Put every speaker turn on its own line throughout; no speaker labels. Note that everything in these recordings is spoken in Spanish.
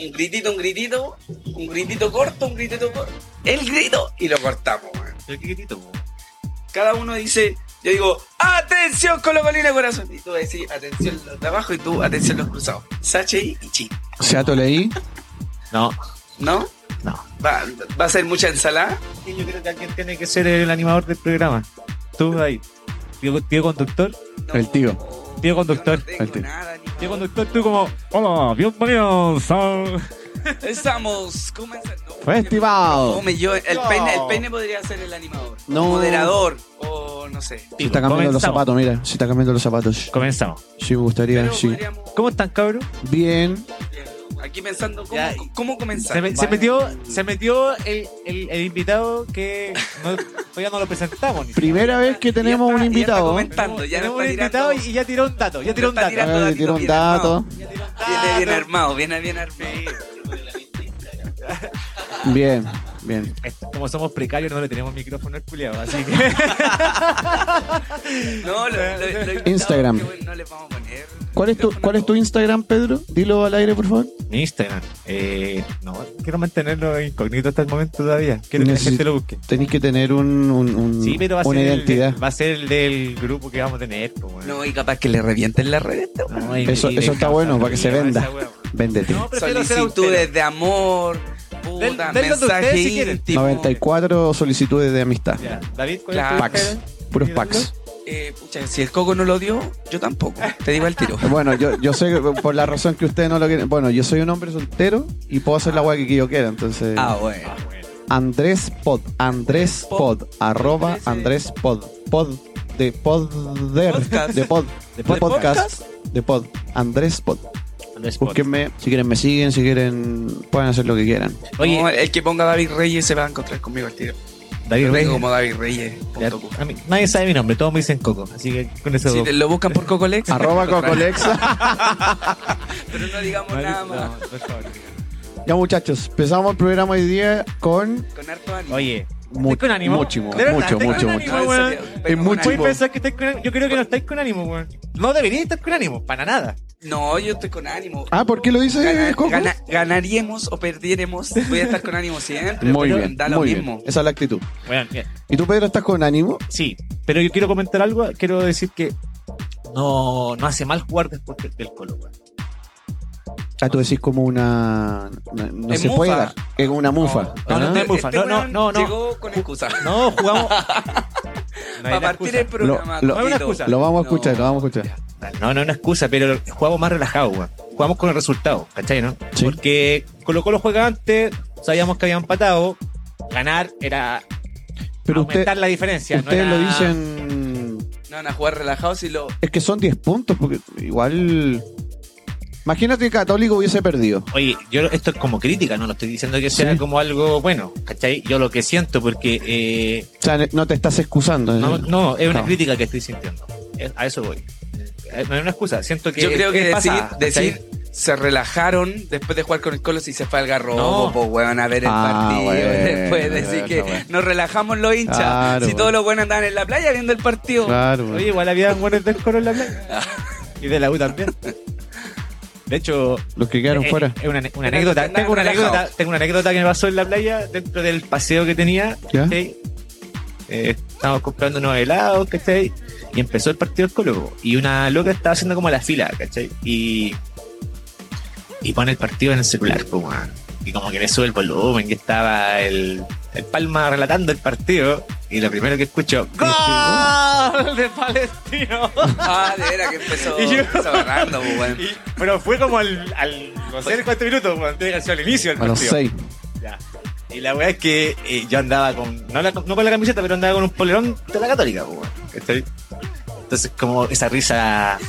un gritito, un gritito, un gritito corto, un gritito corto. El grito y lo cortamos, weón.
¿Pero qué grito, po?
Cada uno dice, yo digo, atención Colo Colina Corazón. Y tú vas a decir, atención los de abajo y tú, atención los cruzados. Sachi y Chi.
Seato leí.
No,
¿No?
no.
Va, va a ser mucha ensalada.
Yo creo que alguien tiene que ser el animador del programa. Tú ahí. Tío, tío conductor.
No,
El tío.
Tío conductor.
yo no tengo
El tío.
nada, ni
Tío
nada.
conductor, tú como. Hola, bienvenidos a.
Estamos comenzando.
Festival.
No, me- yo, el, peine, el peine podría ser el animador.
No.
Moderador. O no sé.
Se está cambiando los
Comenzamos.
zapatos, mira. Se está cambiando los zapatos.
Comenzamos.
Sí, me gustaría,
Pero
sí.
podríamos-
¿Cómo están, cabrón?
Bien.
Aquí pensando cómo,
Ya, y-
cómo comenzar.
Se, me- se metió, se metió el, el- el invitado que no- todavía no lo presentamos. Ni
Primera vez que tenemos
está-
un
ya está
invitado.
comentando.
Tenemos,
ya no
tenemos
está
un invitado
tirando-
y ya tiró un dato. Ya tiró un
está
dato.
tirando-
Ah, le tiró un dato.
Ya tiró un
Viene bien
dato.
armado, viene bien armado.
Bien, bien.
Esto, Como somos precarios, no le tenemos micrófono al culiado, así que.
No, lo, lo- lo invitado
Instagram.
que, bueno, no le vamos a poner.
¿Cuál es tu, cuál es tu Instagram, Pedro? Dilo al aire, por favor.
Mi Instagram. Eh, no, quiero mantenerlo incógnito hasta el momento todavía. Quiero que
Necesi-
la gente lo busque.
Tenéis que tener un, un- un-
Sí, pero va a
una
ser. el-
identidad.
va a ser el del grupo que vamos a tener. po, weón.
No, y capaz que le revienten la red.
No, y-
Eso-
y le
eso está
causa
bueno, para que se
ruido a esa
venda.
weá.
Véndete.
No, prefiero ser austero.
Solicitudes de amor, puta,
Del- del donde
mensaje
ustedes, si quieren.
íntimo.
94 solicitudes de amistad.
Ya, David, ¿cuál
Claro.
es tu
Packs.
Instagram?
Puros
¿Y
packs.
Eh, pucha, si el Coco no lo dio, yo tampoco. Te digo el tiro.
Bueno, yo, yo sé que por la razón que ustedes no lo quieren. Bueno, yo soy un hombre soltero y puedo hacer la weá que yo quiera. Entonces,
Ah, bueno.
Andrés Pod, Andrés
Pod.
Pod, arroba
Andrés, eh.
Andrés Pod, Pod de Poder,
Podcast.
de Pod,
¿De
de podcast, de Pod, Andrés Pod. Búsquenme, si quieren me siguen, si quieren pueden hacer lo que quieran.
Oye,
No, el que ponga David Reyes se va a encontrar conmigo al tiro.
David
Reyes
Reyes.
como David Reyes.
Ya,
punto com.
a mí- nadie sabe mi nombre, todos me dicen Coco. Así que con eso.
Si te lo buscan por Cocolex,
Arroba Cocolexa.
pero no digamos
Vale,
nada más.
no, por favor.
ya muchachos, empezamos el programa hoy día con
Con harto ánimo.
Oye,
mu-
¿estás con ánimo?
muchísimo,
¿De verdad?
mucho,
¿Estás
mucho,
con
mucho.
ánimo,
No, en
weón?
serio, pero
Es
con
mucho.
Puedes
ánimo.
pensar que estáis con ánimo. Yo creo que no estáis con ánimo, weón. No deberíais estar con ánimo, para nada.
No, yo estoy con ánimo.
Ah, ¿por qué lo dice
Gana-
Coco?
gana- ganaríamos o perdiéramos. Voy a estar con ánimo siempre.
Muy
pero
bien,
Da lo
muy
mismo.
bien. Esa es la actitud.
Bueno, bien.
¿Y tú, Pedro, estás con ánimo?
Sí, pero yo quiero comentar algo. Quiero decir que no, no hace mal jugar después del- del Colo, weón.
Ah, tú decís como una... una- no
Es
se
mufa.
puede dar. Es una mufa.
No, no,
Ah.
no es mufa. No, no,
este weón
no, no.
Llegó con excusa.
No, jugamos. No
para
era
partir
excusa.
el programa.
Lo- lo-
No hay una
Tito.
excusa.
Lo vamos a escuchar,
No.
lo vamos a escuchar.
No, no es una excusa, pero jugamos más relajado, weón. Jugamos con el resultado, ¿cachai, no?
Sí.
Porque Colo Colo juega antes, sabíamos que había empatado. Ganar era
Pero usted-
aumentar la diferencia. no
ustedes
era-
lo dicen.
No van a jugar relajados y lo.
Es que son 10 puntos, porque igual. Imagínate que Católico hubiese perdido.
Oye, yo lo- esto es como crítica, no lo estoy diciendo que sea
Sí.
como algo bueno, ¿cachai? Yo lo que siento, porque eh,
O sea, no te estás excusando. ¿eh?
no, no, es una
Mm. No.
crítica que estoy sintiendo. Es- A eso voy. Eh, No es una excusa, siento que.
Yo creo que
es
decir,
pasada, ¿cachai?
decir se relajaron después de jugar con el Colo si se fue al garrobo,
No.
po, weón, a ver el
Ah,
partido.
bueno,
después decir
bueno,
que
bueno.
nos relajamos los hinchas.
Claro,
si
bueno.
todos los buenos andaban en la playa viendo el partido.
Claro.
Oye, igual había buenos del coro en la playa. Y de la U también. De hecho,
los que quedaron
eh,
fuera.
es una, una
Pero
anécdota.
andaban
Tengo una
relajados.
anécdota, tengo una anécdota que me pasó en la playa dentro del paseo que tenía.
¿Ya?
¿cachai? Eh, estábamos comprando unos helados, ¿cachai? Y empezó el partido del Colo. Y una loca estaba haciendo como la fila, ¿cachai? Y, y pone el partido en el celular, pues, weón. Y como que le sube el volumen, que estaba el, el Palma relatando el partido. Y lo primero que escucho, ¡Gol de Palestino!
Ah, de veras que empezó,
Y yo-
empezó agarrando, po, weón.
Y- pero fue como al, al no sé, cuántos minutos, cuando te al inicio del
A los
partido.
6.
Ya. Y la weá es que eh, yo andaba con, no, la- no con la camiseta, pero andaba con un polerón de la católica, po, weón, ¿cachai? Entonces como esa risa...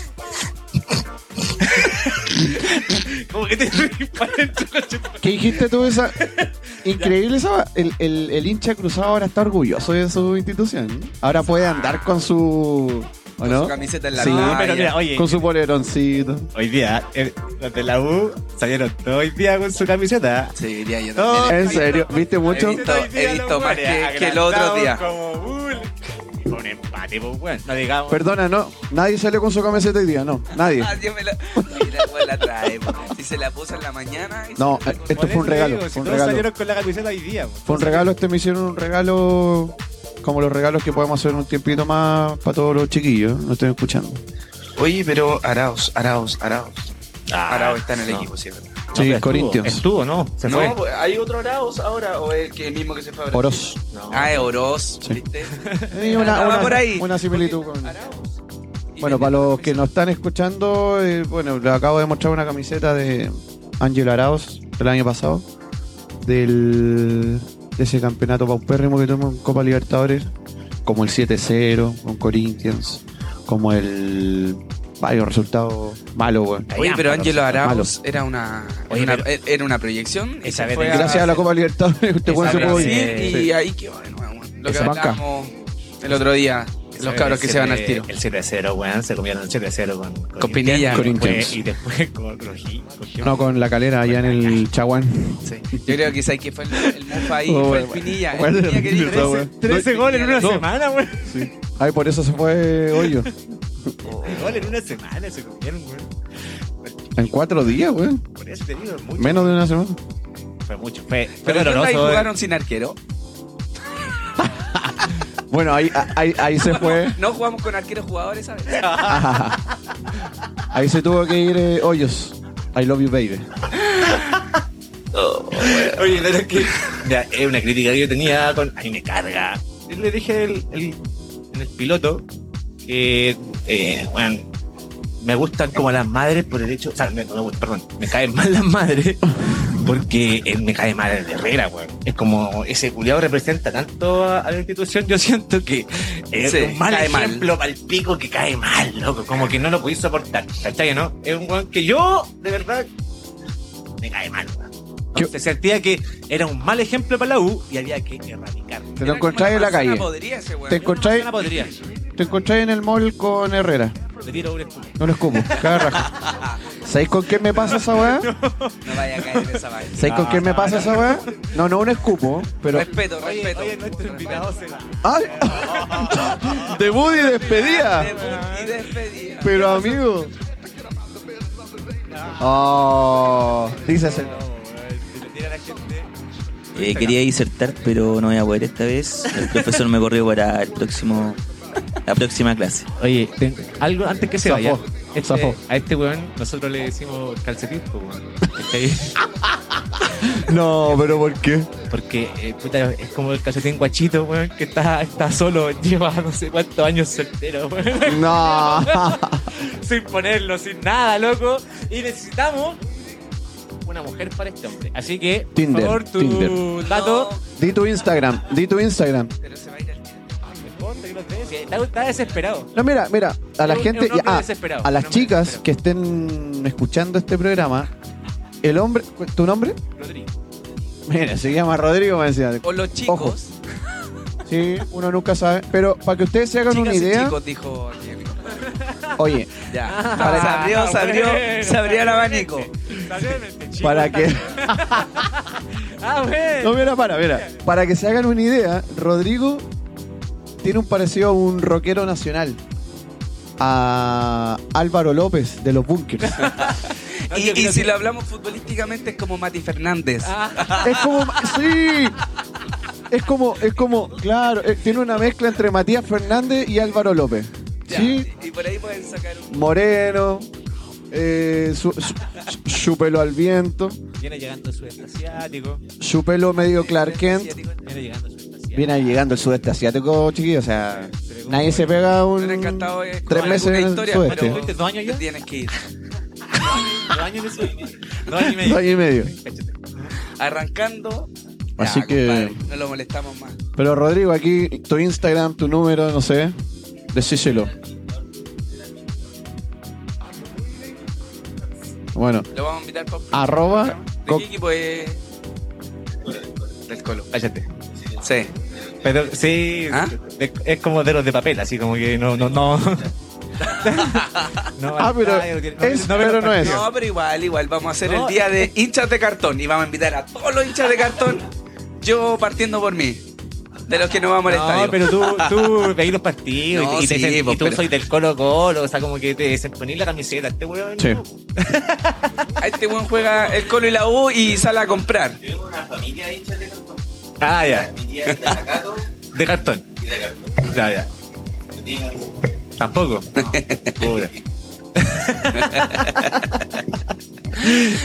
como que te ríes para adentro, coche.
¿Qué dijiste tú? Esa. Increíble esa. El, el- el hincha cruzado ahora está orgulloso de su institución. Ahora puede andar con su. ¿O
Con
no?
su camiseta en la
Sí,
No,
playa.
pero mira, oye,
Con su poleroncito.
hoy día, eh, los de la U salieron todo el día con su camiseta.
Sí, diría yo
No,
también.
En serio, ¿viste mucho?
visto- he visto más que- que el otro día.
Como, uh, con un empate, pues, weón. No digamos.
Perdona, no. Nadie salió con su camiseta hoy día, no. Nadie.
Ah, Dios me la. Mira, weón, la trae, po. Si se la puso en la mañana. y se
No, eh,
la trae con-
esto
Por
fue un
eso te
regalo,
digo, si
fue un
todos
regalo.
salieron con la camiseta hoy día, pues.
Fue un regalo, este me hicieron un regalo como los regalos que podemos hacer un tiempito más para todos los chiquillos. No estoy escuchando.
Oye, pero Araos, Araos, Araos. Araos Ah, está en el
no.
equipo, sí, es verdad.
No,
Sí,
pero estuvo,
Corinthians.
Estuvo, ¿no? Se
no,
fue.
pues, ¿hay otro Araos ahora o es que el mismo que se fue a Brasil?
Oros.
No.
Ah, es Oroz,
Sí.
¿viste?
Sí, una-
Andaba
una-
Ah, por ahí.
una similitud
Porque-
con-
Araos. Y
Bueno,
tenía
para los que
camisa.
nos están escuchando, eh, bueno, les acabo de mostrar una camiseta de Ángel Araos del año pasado, del, de ese campeonato paupérrimo que tuvo en Copa Libertadores, como el 7-0 con Corinthians, como el. Varios resultados malos, weón.
Oye, pero
Malos,
Ángelo
malos.
Araos era una,
Oye,
una-
pero-
era una proyección. y
Esa
se
vez
fue
de-
Gracias a la Copa Libertadores, usted weón se
a
puede
Brasil,
ir.
y
Sí.
ahí quedó de nuevo. Lo que
Esa banca.
hablábamos el otro día, los cabros que se van al tiro.
El 7-0, weón. Se comieron el 7-0 con, con,
Con Pinilla.
Corinthians.
Y después con Rojí. con-
No, con la calera allá en el Chaguán.
Sí. Yo creo que sabes que fue el, el Mufa ahí,
Oh,
fue
bueno,
el Pinilla. El
bueno,
Pinilla que dio
esa wea.
13,
13 goles en una
No.
semana, weón.
Ay, por eso se fue hoyo.
13 goles en una semana se comieron, weón.
En cuatro días, weón.
Por eso te digo, es mucho.
Menos de una semana.
Fue mucho. Fue, fue
Pero ellos
doloroso.
ahí
weón.
eh.
jugaron sin arquero.
Bueno, ahí, ahí, ahí se fue.
No jugamos con arqueros jugadores, ¿sabes?
Ajá. Ahí se tuvo que ir eh, Hoyos. I love you, baby.
Oye, no era que. Mira, es una crítica que yo tenía con. Ay, me carga. Yo le dije el, el- en el piloto que, eh, bueno, me gustan como las madres por el hecho. O sea, me, no me gustan, perdón, me caen mal las madres porque eh, me cae mal el Herrera, weón. Es como ese culiado representa tanto a, a la institución, yo siento que es
Sí,
un mal
cae mal.
ejemplo para el pico que cae mal, loco. Como que no lo podéis soportar, ¿cachai? ¿No? Es un weón que yo, de verdad, me cae mal, weón.
Yo-
Se sentía que era un mal ejemplo para la U y había que erradicarlo.
Te lo encontráis en la calle.
Podría ese weón.
Te encontráis,
No podría.
te encontráis en el mall con Herrera.
Le tiro un espuma.
No lo escupo. Cada raja. ¿Sabéis con qué me pasa esa weá?
No vaya a caer en esa vaina.
¿Sabéis con
No,
qué me
no,
pasa
no.
esa weá? No, no un escupo, pero.
Respeto, respeto.
se va.
¡Ay! Debut y despedida.
Debut y despedida.
Pero amigo. Oh, dice ese.
Eh, quería insertar, pero no voy a poder esta vez. El profesor me corrió para el próximo, la próxima clase.
Oye, ten- algo antes que se
Zafó,
vaya. Este-
zafó.
A este weón nosotros le decimos calcetín, po, weón. ¿Cachai?
No, pero ¿por qué?
Porque eh, puta, es como el calcetín guachito, weón, que está, está solo, lleva no sé cuántos años soltero, weón.
No.
sin ponerlo, sin nada, loco. Y necesitamos una mujer para este hombre. Así que, por
Tinder,
favor, tu
Tinder.
dato.
Di tu Instagram, di tu Instagram.
Pero se va a ir al tiro.
Ponte que los des. Está, está desesperado.
No, mira, mira, a la
Es un-
gente,
es un hombre
ah,
desesperado,
a
un
las
hombre
chicas
desesperado.
que estén escuchando este programa, el hombre, ¿tu nombre?
Rodrigo.
Mira, se llama Rodrigo, me decía.
O los chicos.
Sí, uno nunca sabe. Pero para que ustedes se hagan
Chicas
una
y
idea,
chicos, dijo Diego.
oye,
Ya.
Ah,
Para-
se abrió, se abrió,
Ah, bueno,
se abrió el
bueno,
abanico.
Salió en este chico,
para
está-
que,
Ah,
no,
bueno.
mira, para, mira, para que se hagan una idea, Rodrigo tiene un parecido a un rockero nacional, a Álvaro López de los Bunkers.
No, yo
Y, y
creo
si
que-
lo hablamos futbolísticamente es como Mati Fernández.
Ah,
Es como. ¡Sí! Es como, es como, claro, eh, tiene una mezcla entre Matías Fernández y Álvaro López.
Ya.
Sí,
Y por ahí pueden sacar un...
moreno, eh, su, su- su pelo al viento,
viene llegando el sudeste asiático.
su pelo medio Clark Kent.
asiático.
Viene llegando el sudeste asiático.
Viene llegando el sudeste asiático, chiquillo, o sea, nadie se pega
Me
un.
hubiera encantado eh,
Tres
con
meses
alguna
en el
historia,
sudeste.
pero
¿Tuviste dos años ya?
te tienes que ir.
Dos años de sudeste. Dos años y medio.
Dos años y medio.
Cáchate.
Arrancando.
Así
Ya,
que-
compadre, no lo molestamos más.
Pero Rodrigo, aquí tu Instagram, tu número, no sé, decíselo. Bueno,
Lo vamos a invitar para un
Arroba
programa. ¿De
co-
qué equipo es? Del Colo.
Cáchate.
Sí.
Pero sí,
¿Ah?
es, es como de los de papel, así como que no, no, no. no
Ah, pero
batalla, no-
es,
no ve los
pero no es.
partidos.
No, pero igual, igual. Vamos a hacer
No,
el día de hinchas de cartón y vamos a invitar a todos los hinchas de cartón. Yo partiendo por mí. de los que nos vamos al
No,
estadio.
pero tú, tú veis los partidos
No,
y, te- y
sí,
te- y
pues,
tú
pero-
soy del Colo Colo, o sea, como que te ponís la camiseta, este weón.
Sí.
no.
A este buen juega el Colo y la U y sale a comprar.
Tengo una familia hincha de cartón.
Ah, ya,
Mi tía es de Nacato
de cartón.
y de cartón.
Ya, ya.
No tiene algo.
Tampoco. Puta.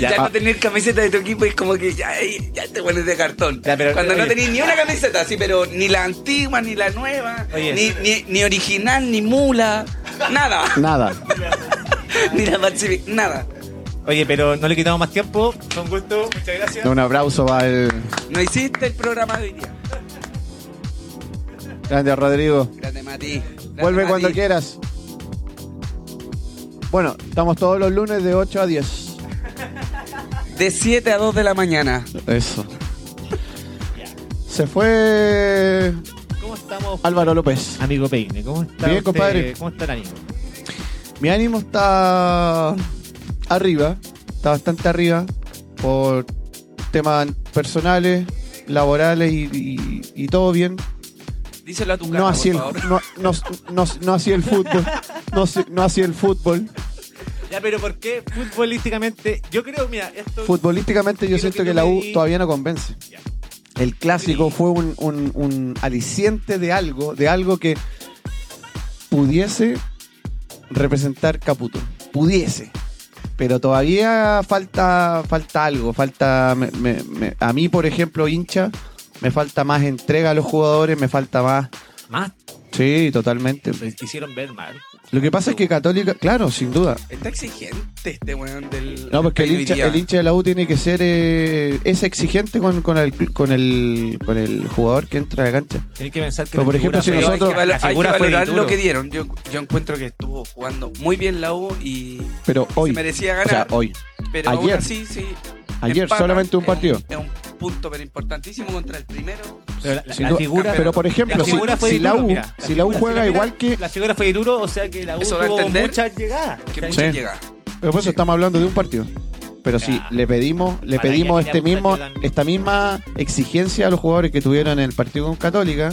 Ya,
ya,
no tener camiseta de tu equipo es como que ya, ya te pones de cartón.
Ya, pero-
Cuando no
oye.
tenés ni una camiseta, sí, pero ni la antigua, ni la nueva,
Oye.
ni, ni, ni original, ni mula, nada.
Nada.
ni la Maxi- nada.
Oye, pero no le quitamos más tiempo. Con gusto, muchas gracias.
Un abrazo para el
No hiciste el programa de hoy día.
grande Rodrigo.
Grande Mati. Grande,
Vuelve
Mati.
cuando quieras. Bueno, estamos todos los lunes de 8 a 10.
De 7 a 2 de la mañana.
Eso. Se fue
¿Cómo estamos?
Álvaro López.
Amigo Peine, ¿cómo está?
Bien,
usted?
compadre.
¿Cómo está el ánimo?
Mi ánimo está arriba, está bastante arriba, por temas personales, laborales y, y- y todo bien.
Díselo a tu cara,
No así el,
por favor.
no, no, no, no así el fútbol. No, así- no así el fútbol.
Ya, pero ¿por qué futbolísticamente? Yo creo, mira, esto.
Futbolísticamente yo
Creo
siento
que
que
yo
la U
leí-
todavía no convence.
Ya.
El clásico
Sí.
fue un, un- un aliciente de algo, de algo que pudiese representar Caputo. Pudiese. Pero todavía falta, falta algo. Falta. me- me- me- a mí, por ejemplo, hincha, me falta más entrega a los jugadores, me falta más.
Más,
Sí, totalmente.
lo hicieron ver mal.
Lo que pasa es que Católica, claro, sin duda.
Está exigente este weón del.
No, porque el
del
hincha,
día.
el hincha de la U tiene que ser eh, es exigente con, con, el, con, el, con el jugador que entra a la cancha.
Tenés que pensar que.
Pero,
la
por
figura
ejemplo, si
fue-
Pero
nosotros-
hay que, valo-
la
hay que
figura fue
valorar
Dituro.
lo que dieron. Yo, yo encuentro que estuvo jugando muy bien la U y
Pero hoy,
se merecía
o sea,
ganar.
hoy,
pero aún
ayer.
así, sí.
ayer
empatan.
solamente un
Es
partido.
Es un, punto pero importantísimo contra el primero.
Pero la, la-
Sin
la
duda.
figura.
Pero por ejemplo,
la
si,
figura fue
si la
Dituro,
U,
mira.
si la U
figura-
juega
si la
igual que,
figura- La figura fue duro, o sea que la U
Eso da a
tuvo
entender
muchas llegadas.
Que
O sea,
mucho
Sí.
llega.
pero por eso estamos hablando de un partido. Pero sí,
Ya.
le pedimos, le
Para que
pedimos
haya
este
mucho
mismo,
también.
esta misma exigencia a los jugadores que tuvieron en el partido con Católica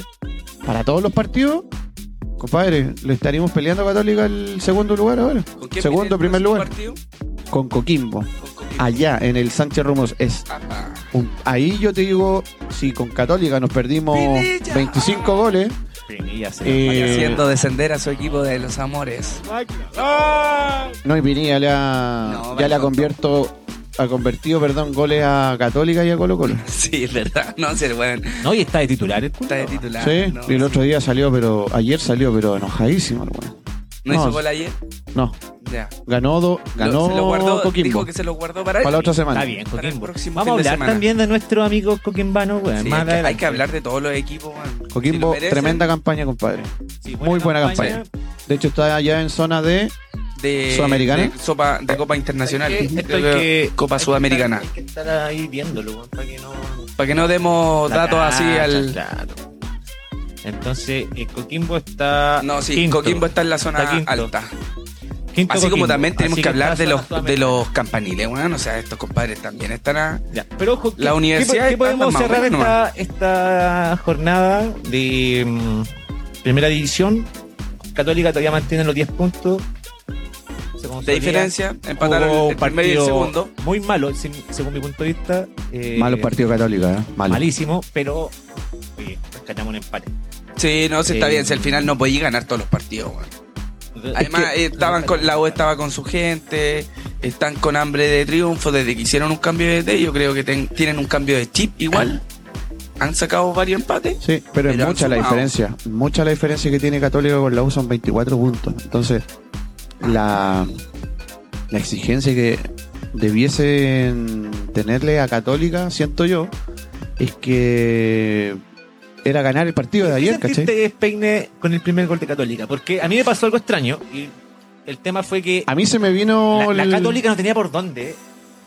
para todos los partidos. Compadre, le estaríamos peleando a Católica el segundo lugar ahora,
¿Con quién
Segundo,
viene el
primer
próximo
lugar.
partido?
con Coquimbo.
Con Coquimbo.
Allá en el Sánchez Ramos es
Apa.
Un- ahí yo te digo, si con Católica nos perdimos
Pinilla.
25 goles,
Primilla, sí.
Y
eh,
haciendo descender a su equipo de los amores.
no, y Pinilla le ha-
No,
ya
vale,
le ha
con
convierto, ha convertido, perdón, goles a Católica y a Colo Colo.
Sí, es verdad. No, si el weón
No, y está de titular el
está de
culo.
titular.
sí,
no,
y el otro día salió, pero ayer salió, pero enojadísimo, el weón.
¿No hizo
no.
gol ayer.
No,
Ya.
ganó, do- ganó
Lo- se lo guardó,
Coquimbo
dijo que se lo guardó para él.
para la otra semana.
Está bien,
Para el
Coquimbo.
próximo
Vamos a
fin de
hablar
semana.
también de nuestro amigo Coquimbanos, weón.
Sí,
más
hay, que,
adelante.
hay que hablar de todos los equipos. weón. Si lo
Coquimbo,
merecen,
tremenda campaña, compadre.
Sí,
muy buena De hecho, está ya en zona de...
de,
¿Sudamericana?
de sopa- de Copa Internacional.
Hay que- esto hay
Yo creo-
que-
Copa
hay que
Sudamericana.
estar- Hay que estar ahí viéndolo, weón, para que no.
Para que no demos
La
datos así
cacha,
al.
claro. Entonces, eh, Coquimbo está.
No, sí,
quinto.
Coquimbo está en la zona
Está quinto.
alta.
Quinto
Así
Coquimbo.
como también tenemos
Así
que hablar
está
de los
zona
de los campaniles, weón. O sea, estos compadres también están a...
Ya, Pero ojo,
La universidad
¿qué,
está
podemos
más o
cerrar
menos
esta, esta jornada de mm, primera división? Católica todavía mantiene los 10 puntos. Se
de
consolida.
diferencia. Empataron
Jugó
el,
un
el primer y el segundo.
Muy malo, sin- según mi punto de vista. eh,
Malos partidos Católica, ¿eh? Malos.
Malísimo, pero oye, rescatamos un empate.
Sí, no, sí, está
Eh,
bien. Si al final no podía ganar todos los partidos, weón. Además,
Es que-
eh, estaban con, la U estaba con su gente, están con hambre de triunfo desde que hicieron un cambio de té. Yo creo que ten- tienen un cambio de chip igual.
Ah.
Han sacado varios empates.
Sí, pero, es
Pero han
mucha la
sumado.
diferencia. Mucha la diferencia que tiene Católica con la U son 24 puntos. Entonces, la, la exigencia que debiesen tenerle a Católica, siento yo, es que era ganar el partido de
¿Qué
ayer,
sentiste,
¿cachai?
Peine, con el primer gol de Católica? Porque a mí me pasó algo extraño y el tema fue que
A mí se me vino.
la, la
el-
Católica no tenía por dónde.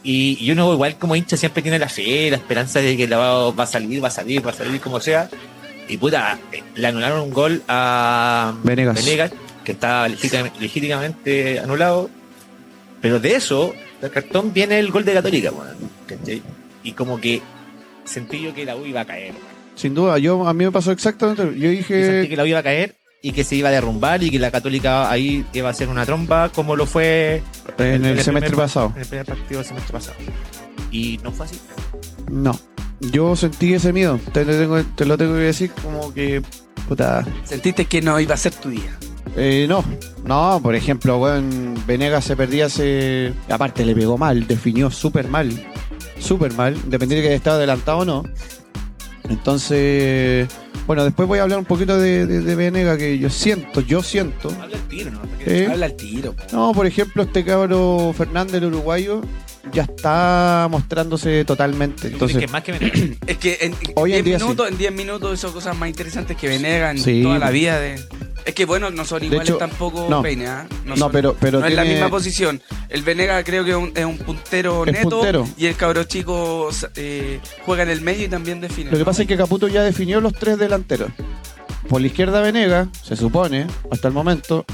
Y, y uno, igual como hincha, siempre tiene la fe, la esperanza de que la va, va a salir, va a salir, va a salir, como sea. Y puta, eh, le anularon un gol a
Venegas.
que estaba legítima- legítimamente anulado. Pero de eso, del cartón, viene el gol de Católica, weón, ¿cachai? Y como que sentí yo que la U iba a caer, weón.
Sin duda, yo a mí me pasó exactamente. lo- Yo
Yo sentí
dije,
que la iba a caer y que se iba a derrumbar y que la Católica ahí iba a hacer una tromba como lo fue
en el
primer-
semestre pasado.
en el primer partido eh, del semestre pasado. Y no fue así.
No. Yo sentí ese miedo. Te, te tengo- te lo tengo que decir como que. Puta.
Sentiste que no iba a ser tu día.
Eh, no. No, por ejemplo, weón, Venegas se perdía hace. Aparte, le pegó mal, definió súper mal. Súper mal, dependiendo de que haya estado adelantado o no. Entonces. Bueno, después voy a hablar un poquito de, de, de Venegas, que yo siento, yo siento.
Habla el tiro, ¿no?
eh,
Habla al tiro. po.
No, por ejemplo, este cabro Fernández, el uruguayo, ya está mostrándose totalmente.
Entonces, que
Entonces,
más que Venegas.
Es que en
Hoy
10
en día sí.
minutos, en 10 minutos son cosas más interesantes que Venegas en
Sí.
toda la vida de. Es que bueno, no son iguales
hecho,
tampoco
no.
Peine, ¿ah?
no,
son-
pero, pero
no es la
tiene-
misma posición. El Venegas creo que es un, es un puntero
Es
neto
puntero.
y el cabro chico eh, juega en el medio y también define.
Lo que
¿no?
pasa es que Caputo ya definió los tres delanteros. Por la izquierda Venega, se supone, hasta el momento,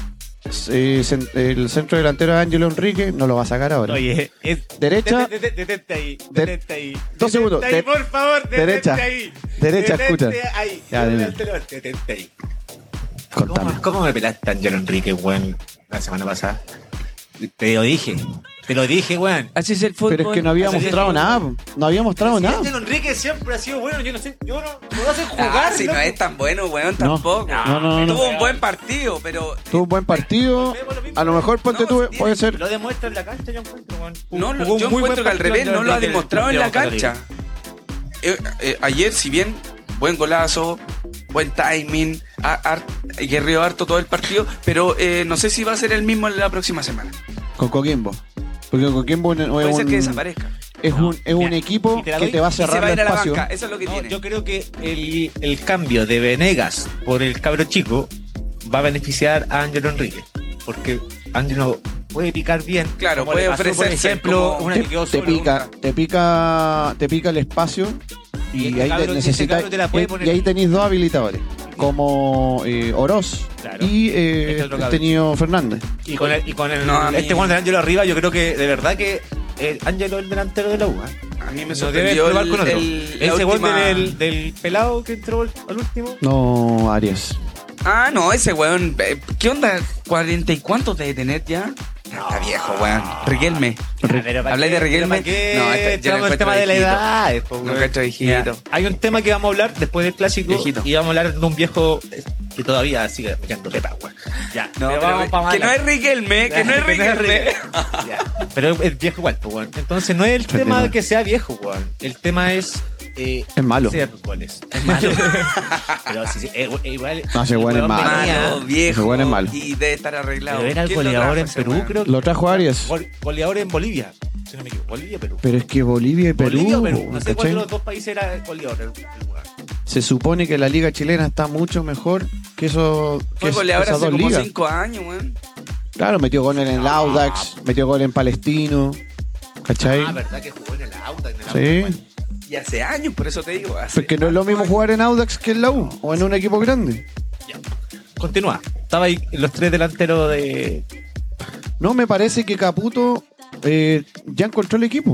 se- cen- el centro delantero de Ángelo Enrique no lo va a sacar ahora.
Oye, es.
Derecha,
Detente, detente ahí,
De-
detente ahí.
Dos
Detente
segundos,
ahí,
de-
por favor, detente
derecha,
ahí.
derecha, escucha.
Detente ahí,
Ya, dime.
detente lo- detente ahí.
contame.
¿Cómo, cómo me pelaste, Angelo Enrique, weón, la semana pasada? Te lo dije. Te lo dije, weón.
Así es el fútbol.
Pero es que no había
Así es,
mostrado
sí.
nada, po. no había mostrado
Sí,
nada.
Angelo Enrique siempre ha sido bueno. Yo no sé. Yo no. No lo hacen
Ah,
jugar.
si no
loco.
es tan bueno, weón,
No,
tampoco.
no, no, no, no.
Tuvo un buen partido, pero.
Tuvo un buen partido, a lo mejor ponte
No,
tú,
tiene-
puede ser,
Lo demuestra en la cancha, yo encuentro, weón.
No,
Jugó un
yo
muy buen
encuentro que al
partido
revés
Angelo
no lo ha
Enrique
demostrado en la
Santiago
cancha. Eh, eh, ayer, si bien, buen golazo, buen timing, a- har- guerreó harto todo el partido, pero eh, no sé si va a ser el mismo la próxima semana.
con Coquimbo. Porque Coquimbo es un,
Puede ser que
es
desaparezca.
un, es un
Mira,
equipo
y te la
que
doy,
te va a
Y se va a
cerrar el
ir a la
espacio.
banca, eso es lo que
No,
tiene.
yo creo que el, el cambio de Venegas por el cabro chico va a beneficiar a Ángelo Enrique. Porque Ángelo puede picar bien.
Claro,
como
puede
le pasó, Por
ofrecerse
ejemplo,
como-
una
te,
que quedó
te
solo,
pica, te pica, te pica el espacio y,
Y este
ahí te
cabro- este
necesitas-
cabro te la puede
y-
poner.
y ahí tenéis dos habilitadores, como eh, Oroz
Claro.
y eh,
Este otro cabro.
Estenio Fernández.
Y con el, y con el-
No, a mí-
este Juan de Ángelo arriba, yo creo que de verdad que el Ángelo es el delantero de la U. ¿eh?
a mí me
No debe
sorprendió
probar
el,
con otro.
el- la
Ese gol
última-
del, del pelado que entró al al último.
No, Arias.
Ah, no, ese weón. eh, ¿Qué onda? ¿Cuarenta y cuántos debe tener ya? Está viejo, weón. Riquelme. ¿Habláis de Riquelme?
No,
No, este- yo lo
estamos el
encuentro
tema de la
viejito.
edad. po,
No
weón.
cacho
Mira,
viejito.
Hay un tema que vamos a hablar después del clásico
Viejito.
y vamos a hablar de un viejo eh, que todavía sigue echando pepa, weón. Ya,
No,
pero
pero
vamos pa'
que no
mala.
es Riquelme, que no es Riquelme.
Ya, Pero es viejo igual, pues, weón. Entonces no es el
Qué
tema
tema.
que sea viejo, weón. El tema es eh,
Es malo.
hacer goles. Es malo. Pero sí, sí, eh, eh, igual.
No, ese
el
weón es
weón
malo.
venía-
Malo, viejo.
Ah, Ese weón es malo.
Y debe estar arreglado.
Pero era el
¿Quién lo
goleador
trajo
en
ese
Perú,
weón?
creo que.
Lo trajo Arias.
Gol- goleador en Bolivia, si no me equivoco. Bolivia, Perú.
Pero es que Bolivia y Perú,
Bolivia o Perú. No sé cuál
¿cachai?
de los dos países era el goleador. el- el weón.
se supone que la liga chilena está mucho mejor que eso que
Fue
es-
goleador
esas
hace
dos
como
ligas.
cinco años, weón.
Claro, metió gol en el Audax, metió gol en Palestino, ¿cachai?
Ah, verdad que jugó en el auto. En el auto,
sí.
weón.
Y hace años, por eso te digo. hace
Porque no es lo mismo jugar en Audax que en la U o en un equipo grande.
Continúa. Estaba ahí los tres delanteros de.
No, me parece que Caputo eh, ya encontró el equipo.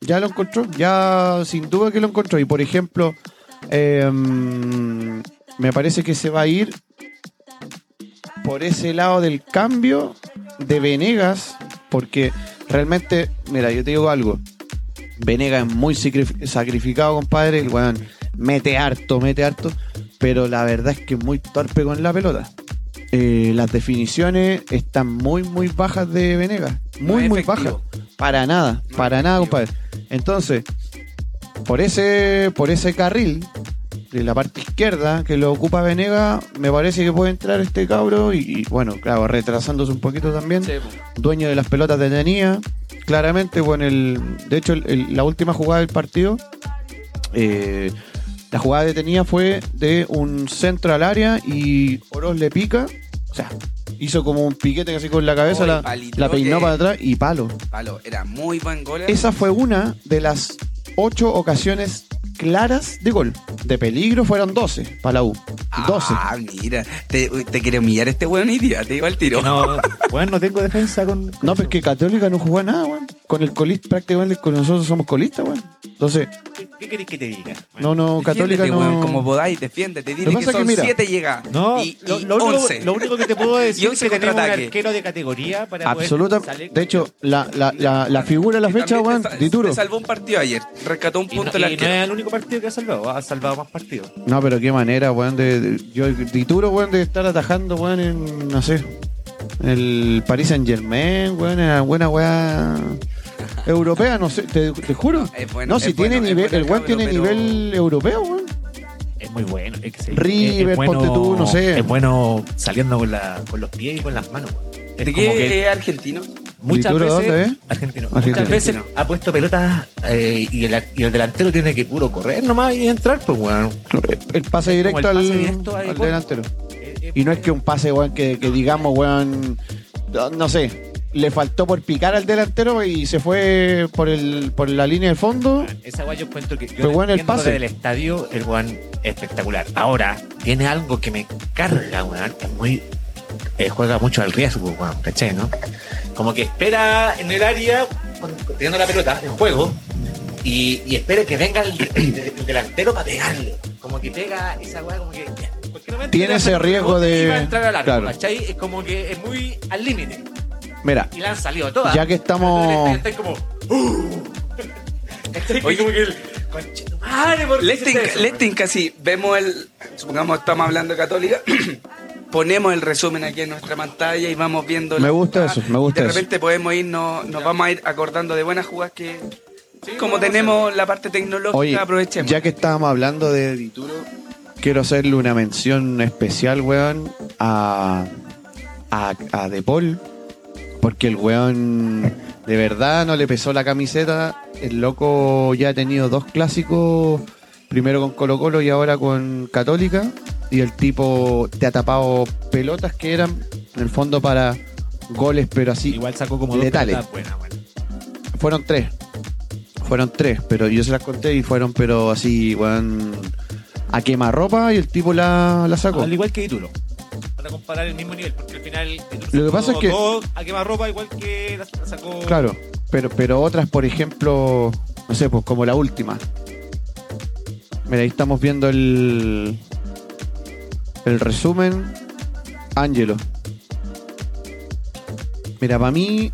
Ya lo encontró. Ya sin duda que lo encontró. Y por ejemplo, eh, mm, me parece que se va a ir por ese lado del cambio de Venegas. Porque realmente, mira, yo te digo algo. Venegas es muy sacrif- sacrificado, compadre. El weón mete harto, mete harto. Pero la verdad es que es muy torpe con la pelota. Eh, las definiciones están muy, muy bajas de Venegas.
No
Muy,
es
muy bajas.
efectivo.
Para nada,
No
para
es
nada,
efectivo.
compadre. Entonces, por ese, por ese carril, de la parte izquierda que lo ocupa Venega, me parece que puede entrar este cabro. Y, y, bueno, claro, retrasándose un poquito también.
Sí, po.
Dueño de las pelotas de tenía. Claramente, bueno, el, de hecho, el- el- la última jugada del partido, eh, la jugada detenida fue de un centro al área y Oroz le pica. O sea, hizo como un piquete así con la cabeza,
Oh, y
la-
palito
la peinó
que-
para atrás y palo.
Palo, era muy buen gol.
Esa fue una de las ocho ocasiones claras de gol. De peligro fueron 12 para la U. 12.
Ah, mira. Te, te quiere humillar este weón y tira, te iba al tiro.
No, bueno, no tengo defensa con.
No, pues que Católica no jugó a nada, weón. Con el colista, prácticamente con nosotros somos colistas, weón. Entonces,
¿Qué querés que te diga?
No, no, Católica
Defiéndete, weón,
no.
como podáis, defiéndete. Dile
Lo
que,
pasa que
son
mira,
siete llega.
No,
y,
lo,
y
lo único,
11.
lo único que te puedo
Y
decir es
once
que tenemos un
contraataque.
arquero de categoría para
Absoluta.
poder salir.
De hecho, la, la, la, la figura de la
Y
fecha,
también
weón,
te sa-
Dituro.
te salvó un partido ayer. Rescató un
y no,
punto el
y no
arquero.
es el único partido que ha salvado, ha salvado más partidos.
No, pero qué manera, weón. De, de- yo, Dituro, weón, de estar atajando, weón, en, no sé, el Paris Saint Germain, weón, en alguna weá europea, no sé, te, te juro.
No, es bueno,
no, si
es
tiene
bueno, es
nivel,
bueno
el weón
el
tiene
cabrón, pero-
nivel europeo, weón.
Es muy bueno. Es que sí,
River,
es- es bueno-
ponte tú, no sé.
Es bueno saliendo con, la, con los pies y con las manos. Es
¿De
como que
qué es argentino?
Muchas
¿Dituro
veces,
dónde es?
argentino,
Argentino.
muchas veces ha puesto pelotas eh, y, el, y el delantero tiene que puro correr nomás y entrar, pues bueno.
El pase
Es como
directo
el pase
al,
directo ahí,
al
gol.
delantero. Y no es que un pase, weón, que, que digamos, weón, no, no sé, le faltó por picar al delantero y se fue por, el, por la línea del fondo.
Esa guay yo encuentro que yo
Pero bueno, el
entiendo
pase.
del estadio, el weón espectacular. Ahora, tiene algo que me carga, weón. Es muy. eh, juega mucho al riesgo, weón, ¿cachai, no? Como que espera en el área, con- teniendo la pelota, en juego, y, y espera que venga el, el- el delantero para pegarle. Como que pega esa weá, como que. ¿por qué no me
Tiene
entregas
ese
el
riesgo
rebote y
de-
va a entrar al arco,
claro.
¿cachai? Es como que es muy al límite.
Mira,
Y la han salido todas.
ya que estamos.
Estáis como. "Uh". Estáis
Oye.
como que el. "Conche tu madre, ¿por qué hiciste
Lesting,
eso?".
Lesting casi, vemos el, supongamos estamos hablando de católica, ponemos el resumen aquí en nuestra pantalla y vamos viendo.
Me
la
gusta
jugada.
eso, me gusta
De
eso.
repente podemos ir, no- nos vamos a ir acordando de buenas jugadas que,
Sí,
como
vamos a
tenemos la parte tecnológica,
Oye,
aprovechemos.
ya que estábamos hablando de Dituro, quiero hacerle una mención especial, weón, a, a, a De Paul. Porque el weón de verdad no le pesó la camiseta. El loco ya ha tenido dos clásicos, primero con Colo Colo y ahora con Católica. Y el tipo te ha tapado pelotas que eran, en el fondo, para goles, pero así
Igual sacó como
Letales.
pelotas buenas, bueno.
fueron tres. Fueron tres, pero yo se las conté y fueron, pero así, weón. A quemarropa y el tipo la, la sacó.
Al igual que título. Para comparar el mismo nivel, porque al final. Itulo
Lo que
sacó
pasa es que-
dos a quemarropa, igual que la la sacó.
Claro, pero, pero otras, por ejemplo, no sé, pues como la última. Mira, ahí estamos viendo el. El resumen. Ángelo. Mira, para mí.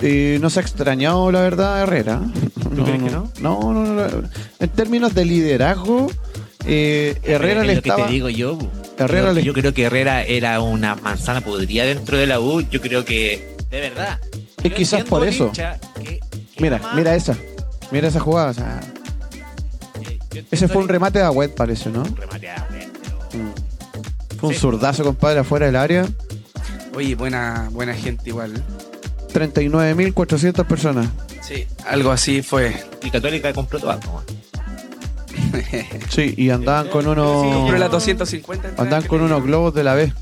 eh, no se ha extrañado, la verdad, Herrera.
¿Tú crees que no?
No, no, no, no. En términos de liderazgo, eh, Herrera
Es
le
lo que
estaba.
te digo yo. bu.
Herrera
yo,
le-
yo creo que Herrera era una manzana podrida dentro de la U. Yo creo que, de verdad.
Y
yo
quizás
entiendo
por
al
eso.
hincha que- que
Mira,
ama-
mira esa. Mira esa jugada. o sea,
eh, yo
ese fue un
entiendo
remate de Agüed, parece, ¿no?
al- un remate, ah, bueno, pero-
Fue un
Sí.
zurdazo, compadre, afuera del área.
Oye, buena, buena gente igual.
39.400 personas.
Sí, algo así fue.
Y Católica compró todas. ¿no?
Sí, y andaban con
Compró las
unos.
250. entradas
Andaban
que
Oh. con
tenía.
unos globos de la B.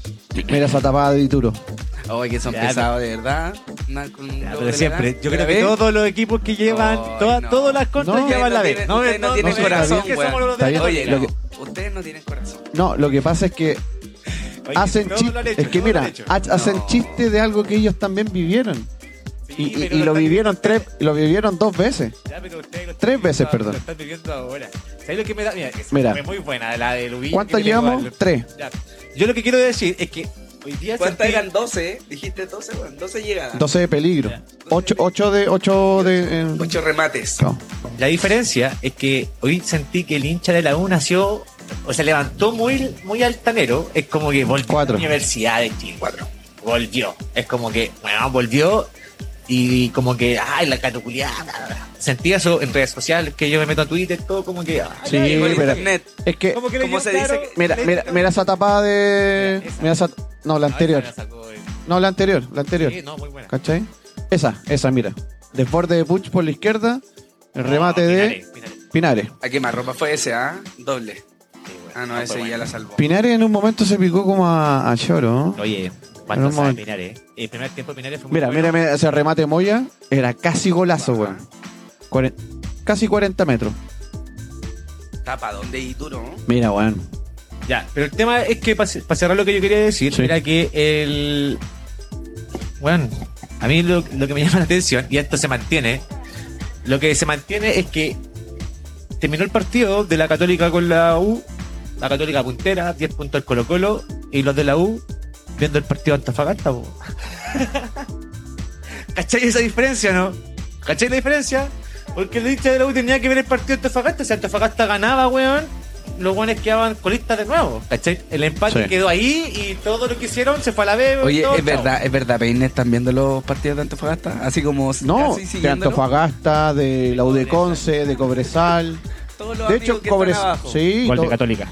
Mira esa tapada de Dituro.
Oye, que son
Ya,
pesados, de verdad. Andan con un
Ya,
globo
pero
de la
siempre.
edad.
Yo
¿De
creo
la
que
B?
todos los equipos que llevan,
Ay,
todas,
no.
todas las contras
No.
llevan la B.
Ustedes no tienen- ustedes no tienen
sé,
corazón,
que
weón.
somos los
Está bien.
de
Oye,
Católica.
no,
Lo
ustedes no tienen corazón.
No, lo que pasa es que
Oye,
hacen
todos lo han
chiste.
hecho,
Es que
todos lo
mira, ah,
han hecho.
ha- hacen
No.
chiste de algo que ellos también vivieron.
Sí,
Y, y-
pero
y lo
están-
vivieron tres, lo vivieron dos veces.
Ya, pero ustedes lo están
Tres veces,
viviendo-
perdón.
Lo están viviendo ahora. ¿Sabes lo que me da? Mira, es
Mira.
fue muy buena la de Luis.
¿Cuántas
que tengo
llevamos?
al-
Tres.
Ya. Yo lo que quiero decir es que hoy día
¿Cuántas
sentí-
eran? 12, dijiste 12, weón. 12 llegadas.
12 de peligro.
Ya.
8, de. 8 de. eh,
8 remates.
no.
La diferencia es que hoy sentí que el hincha de la U nació, o sea, levantó muy, muy altanero. Es como que volvió
Cuatro.
a la Universidad de Chile. Volvió. Es como que, bueno, volvió y como que, ay, la catuculiada. Sentí eso en redes sociales, que yo me meto a Twitter, todo como que, ay,
Sí,
ay,
Con
ay,
pero-
internet.
Es que.
como que le
¿cómo
dio
se dice
claro-
que-
Mira,
le-
mira, mira esa tapada de.
Mira, esa.
Mira esa. No, la
No, esa
anterior.
la sacó el-
No, la anterior, la anterior.
Sí, no, muy buena.
¿Cachai? Esa, esa, mira. Desborde de Puch por la izquierda. El remate
No,
de
Ah, Pinares, Pinares.
Pinares.
¿A qué más ropa fue ese, ah? Doble.
Sí, bueno,
Ah, no,
fue
ese
buena.
ya la salvó.
Pinares en un momento se picó como a, a Choro. ¿no?
Oye,
Pero un
cuánto sabe
momento.
Pinares. eh. El primer tiempo de Pinares fue muy
Mira,
bueno.
mira, mira, ese remate Moya era casi golazo,
Ajá.
weón. Cuaren- Casi 40 metros.
Tapa, ¿dónde y duro? no?
Mira, weón.
Ya, pero el tema es que para cerrar lo que yo quería decir,
Sí.
era que el... Bueno, a mí lo, lo que me llama la atención, y esto se mantiene, lo que se mantiene es que terminó el partido de la Católica con la U, la Católica puntera, 10 puntos el Colo Colo, y los de la U viendo el partido de Antofagasta. po. ¿Cachai esa diferencia, no? ¿Cachai la diferencia? Porque el hincha de la U tenía que ver el partido de Antofagasta, si Antofagasta ganaba, weón. Los buenos quedaban colistas de nuevo. ¿Cachai? El empate
Sí.
quedó ahí y todo lo que hicieron se fue a la B.
Oye,
todo,
es
chao.
verdad, es verdad, Peine están viendo los partidos de Antofagasta, así como
No,
casi
de
siguiéndolo.
Antofagasta, de la U de Conce, de Cobresal.
Todos los
De
amigos
hecho,
que están
Cobresal.
abajo.
Sí,
Gol de
to-
Católica.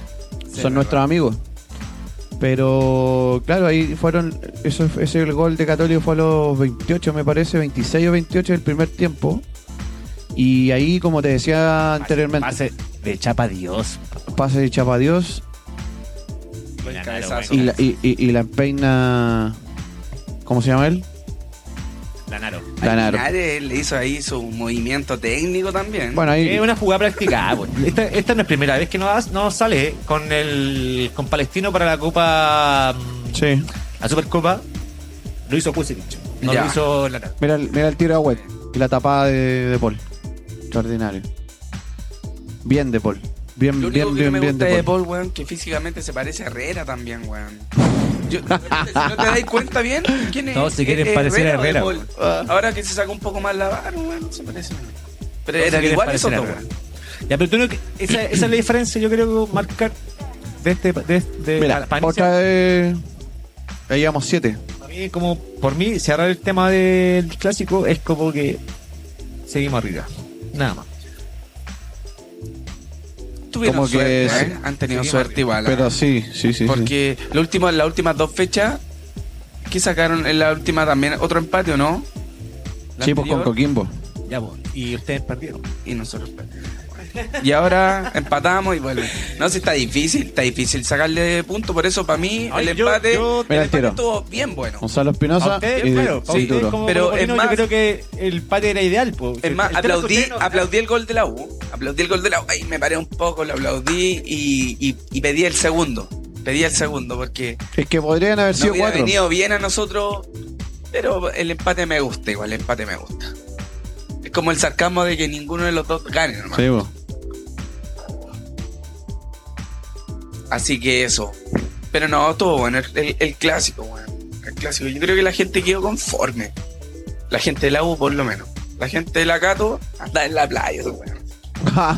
Sí,
son nuestros amigos. Pero claro, ahí fueron. Eso, ese el gol de Católico fue a los 28, me parece, 26 o 28 del primer tiempo. Y ahí, como te decía anteriormente, pase,
Pase de chapa Dios.
de Chapa Dios
El cabezazo.
y la, y, y- y la empeina. ¿Cómo se llama él?
Ganaron.
Ganaron.
Linares le hizo ahí su movimiento técnico también.
Bueno, ahí.
Es una jugada practicada. po. Esta, esta no es primera vez que no, has- no sale con el con Palestino para la Copa, mm,
Sí.
la Supercopa. Lo hizo Kusevich. No
Ya.
lo hizo Lanaro.
Mira, el- mira el tiro a web y la tapada de, de Paul. Extraordinario. Bien de Paul. Bien,
Lo único
bien,
que
bien,
no me
bien
gusta
de
de
Paul.
Paul, weón, que físicamente se parece a Herrera también, weón. Yo- si no te dais cuenta bien, ¿quién es?
Todos se quieren
¿Es- es
parecer a
o de
Herrera,
Paul?
weón.
Ah, Ahora que se sacó un poco más la barba, weón, se parece. weón. Pero
Todos se
eran
quieren
iguales
parecer a
esos dos,
Herrera.
weón.
Ya, pero tú no- esa, esa es la diferencia, yo creo, marcar de este. De,
Eh,
de-
Mira,
para mí
otra vez. Ahí llevamos siete.
Para mí, como por mí, cerrar el tema del clásico es como que seguimos arriba. Nada más.
Tuvieron
Como
suerte,
que sí.
¿eh? han tenido
Seguimos
suerte igual. ¿eh?
Pero sí, sí, sí. sí.
Porque lo último, las últimas dos fechas, que sacaron en la última también otro empate, ¿o no? La
Sí, pues con
anterior,
Coquimbo.
Ya, pues. Y ustedes perdieron.
Y nosotros perdimos. Y ahora empatamos y bueno. No, si está difícil, está difícil sacarle punto. Por eso, para mí,
Ay,
el
yo-
empate,
yo-
el
Mira el
empate
tiro.
estuvo bien bueno.
Gonzalo
A
Espinosa
ustedes,
y,
claro, a
y
ustedes
Duro.
como
Pero
Colocolino,
es más-
yo creo que el pate era ideal. po.
Es más,
El tema que
aplaudí,
ustedes Este no-
aplaudí el gol de la U. Aplaudí el gol de la U. Ay, me paré un poco, lo aplaudí y, y- y pedí el segundo. Pedí el segundo porque
Es que podrían haber
no
sido
hubiera
cuatro.
venido bien a nosotros. Pero el empate me gusta, igual, el empate me gusta. Es como el sarcasmo de que ninguno de los dos gane, nomás.
Sí, po.
Así que eso. Pero no, todo bueno. El, el- el clásico, bueno. El clásico. Yo creo que la gente quedó conforme. La gente de la U, por lo menos. La gente de la Cato anda en la playa, eso, bueno. No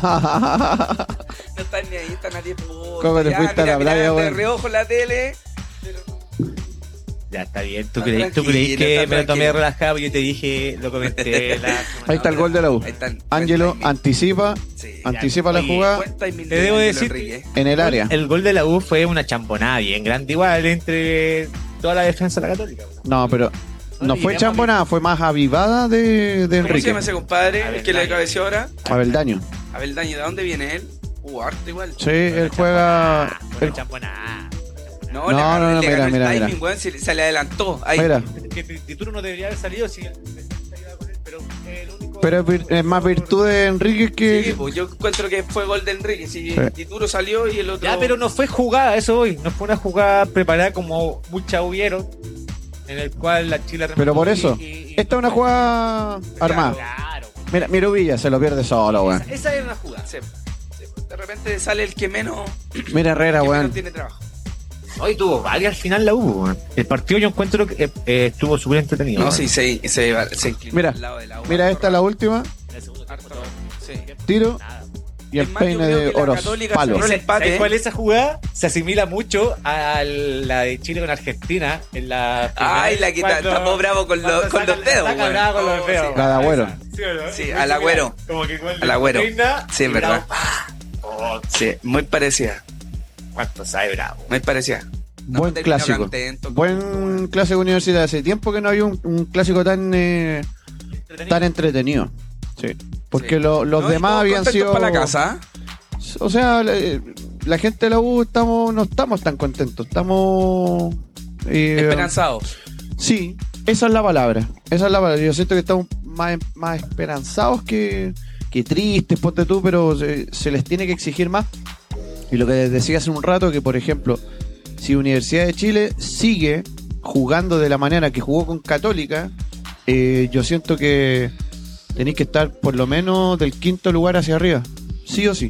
están ni ahí, están nadie puto.
¿Cómo te
Ya,
fuiste a
mira,
la playa,
miraban de
weón?
reojo la tele. pero-
Ya está bien, tú
Está
creí, tú creí
tranquilo,
que
está
me lo tomé
tranquilo.
relajado y yo te dije, lo comenté. la-
Ahí está el gol de la U.
Ahí están.
Ángelo
Buen timing.
anticipa,
Sí.
anticipa la
Oye,
jugada
Buen timing
Te
de
debo
Ángelo
decir-
Enrique.
en el área.
El gol de la U fue una champonada bien grande, igual entre toda la defensa de la Católica.
No, pero no fue champonada, fue más avivada de, de
¿Cómo se
Enrique.
llama ese compadre? El que le
Avendaño.
cabeció ahora.
Abeldaño.
Abel Daño, ¿de dónde viene él? Uh, harto igual.
Sí, él juega.
Fue
él-
una champonada.
No,
No,
le ganó-
no, no,
le
mira,
ganó el
mira, mira.
timing, weón, se, le- se le adelantó. Ahí.
Mira,
Que Tituro no debería haber salido si el defensa iba con él, pero el único.
pero es, vir- es más virtud de Enrique
Sí,
que.
pues, yo encuentro que fue gol de Enrique. Si
Sí.
Tituro salió y el otro.
Ya, pero no fue jugada, eso hoy. No fue una jugada preparada como muchas hubieron, en el cual la Chile
Pero por eso,
y- y-
Esta es una jugada armada.
Claro,
Mira, mira Villa se lo pierde solo,
güey.
weón.
Esa, esa era una jugada.
Sí, sí, pues, de repente sale el que menos,
Mira Herrera,
que menos
weón.
tiene trabajo.
Hoy tuvo varias al final la hubo, weón. El partido yo encuentro que eh, eh, estuvo súper entretenido.
No,
weón.
sí, se, se, se inclinó
Mira,
al lado de la U,
Mira,
harto
esta es la
rato.
última.
El segundo tiempo,
Harto
todo.
rato, sí.
Tiro
Nada.
y el
Es más, yo
peine
creo
de
que la
Oros.
Católica
Palo.
cerró el empate,
¿Sabes
¿eh?
cuál esa jugada? Se asimila mucho a la de Chile con Argentina en la. primera
Ay, la
vez
que ta-
cuando-
tapó bravo con, los-
cuando
con
saca-
los dedos.
saca
weón.
bravo con los
Oh,
dedos.
sí.
weón.
Cada güero.
Sí, ¿o
Sí,
no? Muy
al
similar.
agüero.
Como que con
Al agüero.
reina
Sí, es
y
verdad.
bravo. Oh,
Sí, muy parecida,
¿Cuánto sabe bravo?
muy parecida. No
Buen
terminó
clásico.
contento.
Buen clásico universidad. Hace tiempo que no había un, un clásico tan eh, tan entretenido. Sí. Porque
Sí.
lo- los
No, y
demás
todos
habían
contentos
sido.
para la casa. ¿eh?
O sea, la, eh, la gente de la U estamos, no estamos tan contentos. Estamos. eh,
Esperanzados.
Sí, esa es la palabra. Esa es la palabra. Yo siento que estamos más, más esperanzados que, que tristes, ponte tú, pero se, se les tiene que exigir más. Y lo que les decía hace un rato, que por ejemplo, si Universidad de Chile sigue jugando de la manera que jugó con Católica, eh, yo siento que tenéis que estar por lo menos del quinto lugar hacia arriba. sí o sí.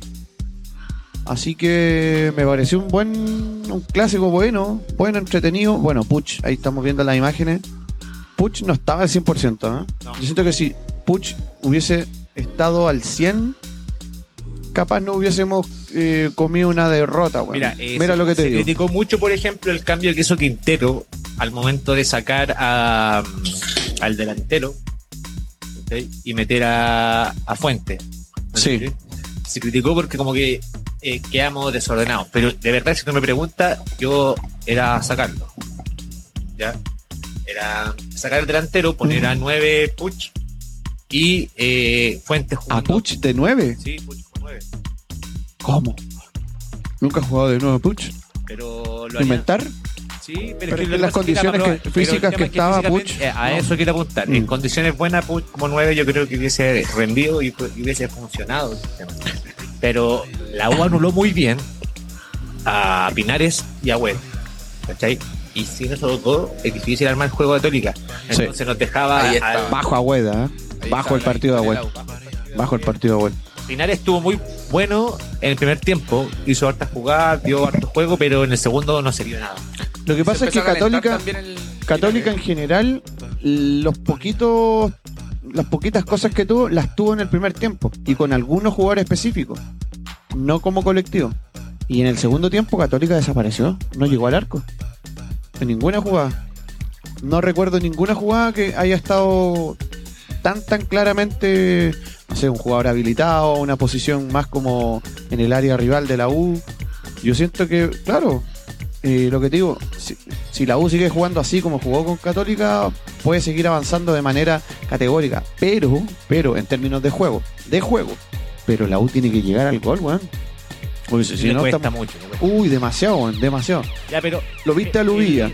Así que me pareció un buen, un clásico bueno, bueno, entretenido. Bueno, Puch, ahí estamos viendo las imágenes. Puch no estaba al 100%, ¿eh? Yo siento que si Puch hubiese estado al 100, capaz no hubiésemos eh, comido una derrota, weón.
Mira,
Mira,
eh, se-
lo que te
se
digo.
criticó mucho, por ejemplo, el cambio que hizo Quintero al momento de sacar a, mm, al delantero ¿ok? y meter a, a Fuente.
Sí.
Se criticó porque como que eh, quedamos desordenados. Pero de verdad, si tú me preguntas, yo era sacarlo. ¿Ya? Era sacar al delantero, poner
Mm.
a 9 Puch y eh, Fuente
¿A
jugando.
Puch de 9?
Sí, Puch con 9.
¿Cómo? Nunca he jugado de nuevo a Puch.
Pero lo haría-
¿Inventar?
Sí,
Pero
es que
es que
lo
las
pasa es
condiciones
la
que-
prueba- pero
físicas
el
que
tema es
estaba
físicamente,
Puch,
eh, A
no.
eso quiero apuntar.
Mm.
En condiciones buenas, Puch como 9, yo creo que hubiese rendido y hu- hubiese funcionado. el sistema. Pero la U anuló muy bien a Pinares y a Web. ¿Cachai? Y sin esos dos, es difícil armar el juego de Católica.
Sí.
Entonces nos dejaba.
Ahí está.
al-
Bajo a Hueda, ¿eh? Bajo el partido de Agüed. Bajo el partido de Agüed.
Pinares estuvo muy bueno en el primer tiempo. Hizo hartas jugadas, dio harto juego, pero en el segundo no se vio nada.
Lo que pasa es que Católica. Católica en general, los poquitos, las poquitas cosas que tuvo, las tuvo en el primer tiempo y con algunos jugadores específicos, no como colectivo. Y en el segundo tiempo Católica desapareció, no llegó al arco. En ninguna jugada. No recuerdo ninguna jugada que haya estado tan tan claramente, no sé, un jugador habilitado, una posición más como en el área rival de la U. Yo siento que, claro, eh, lo que te digo, si- si la U sigue jugando así como jugó con Católica, puede seguir avanzando de manera categórica. Pero, pero, en términos de juego, de juego. Pero la U tiene que llegar al gol, weón. Porque si, si
Le
no
cuesta
estamos-
mucho. le cuesta.
Uy, demasiado, weón, demasiado.
Ya, pero
Lo
Eh,
viste a Lubilla,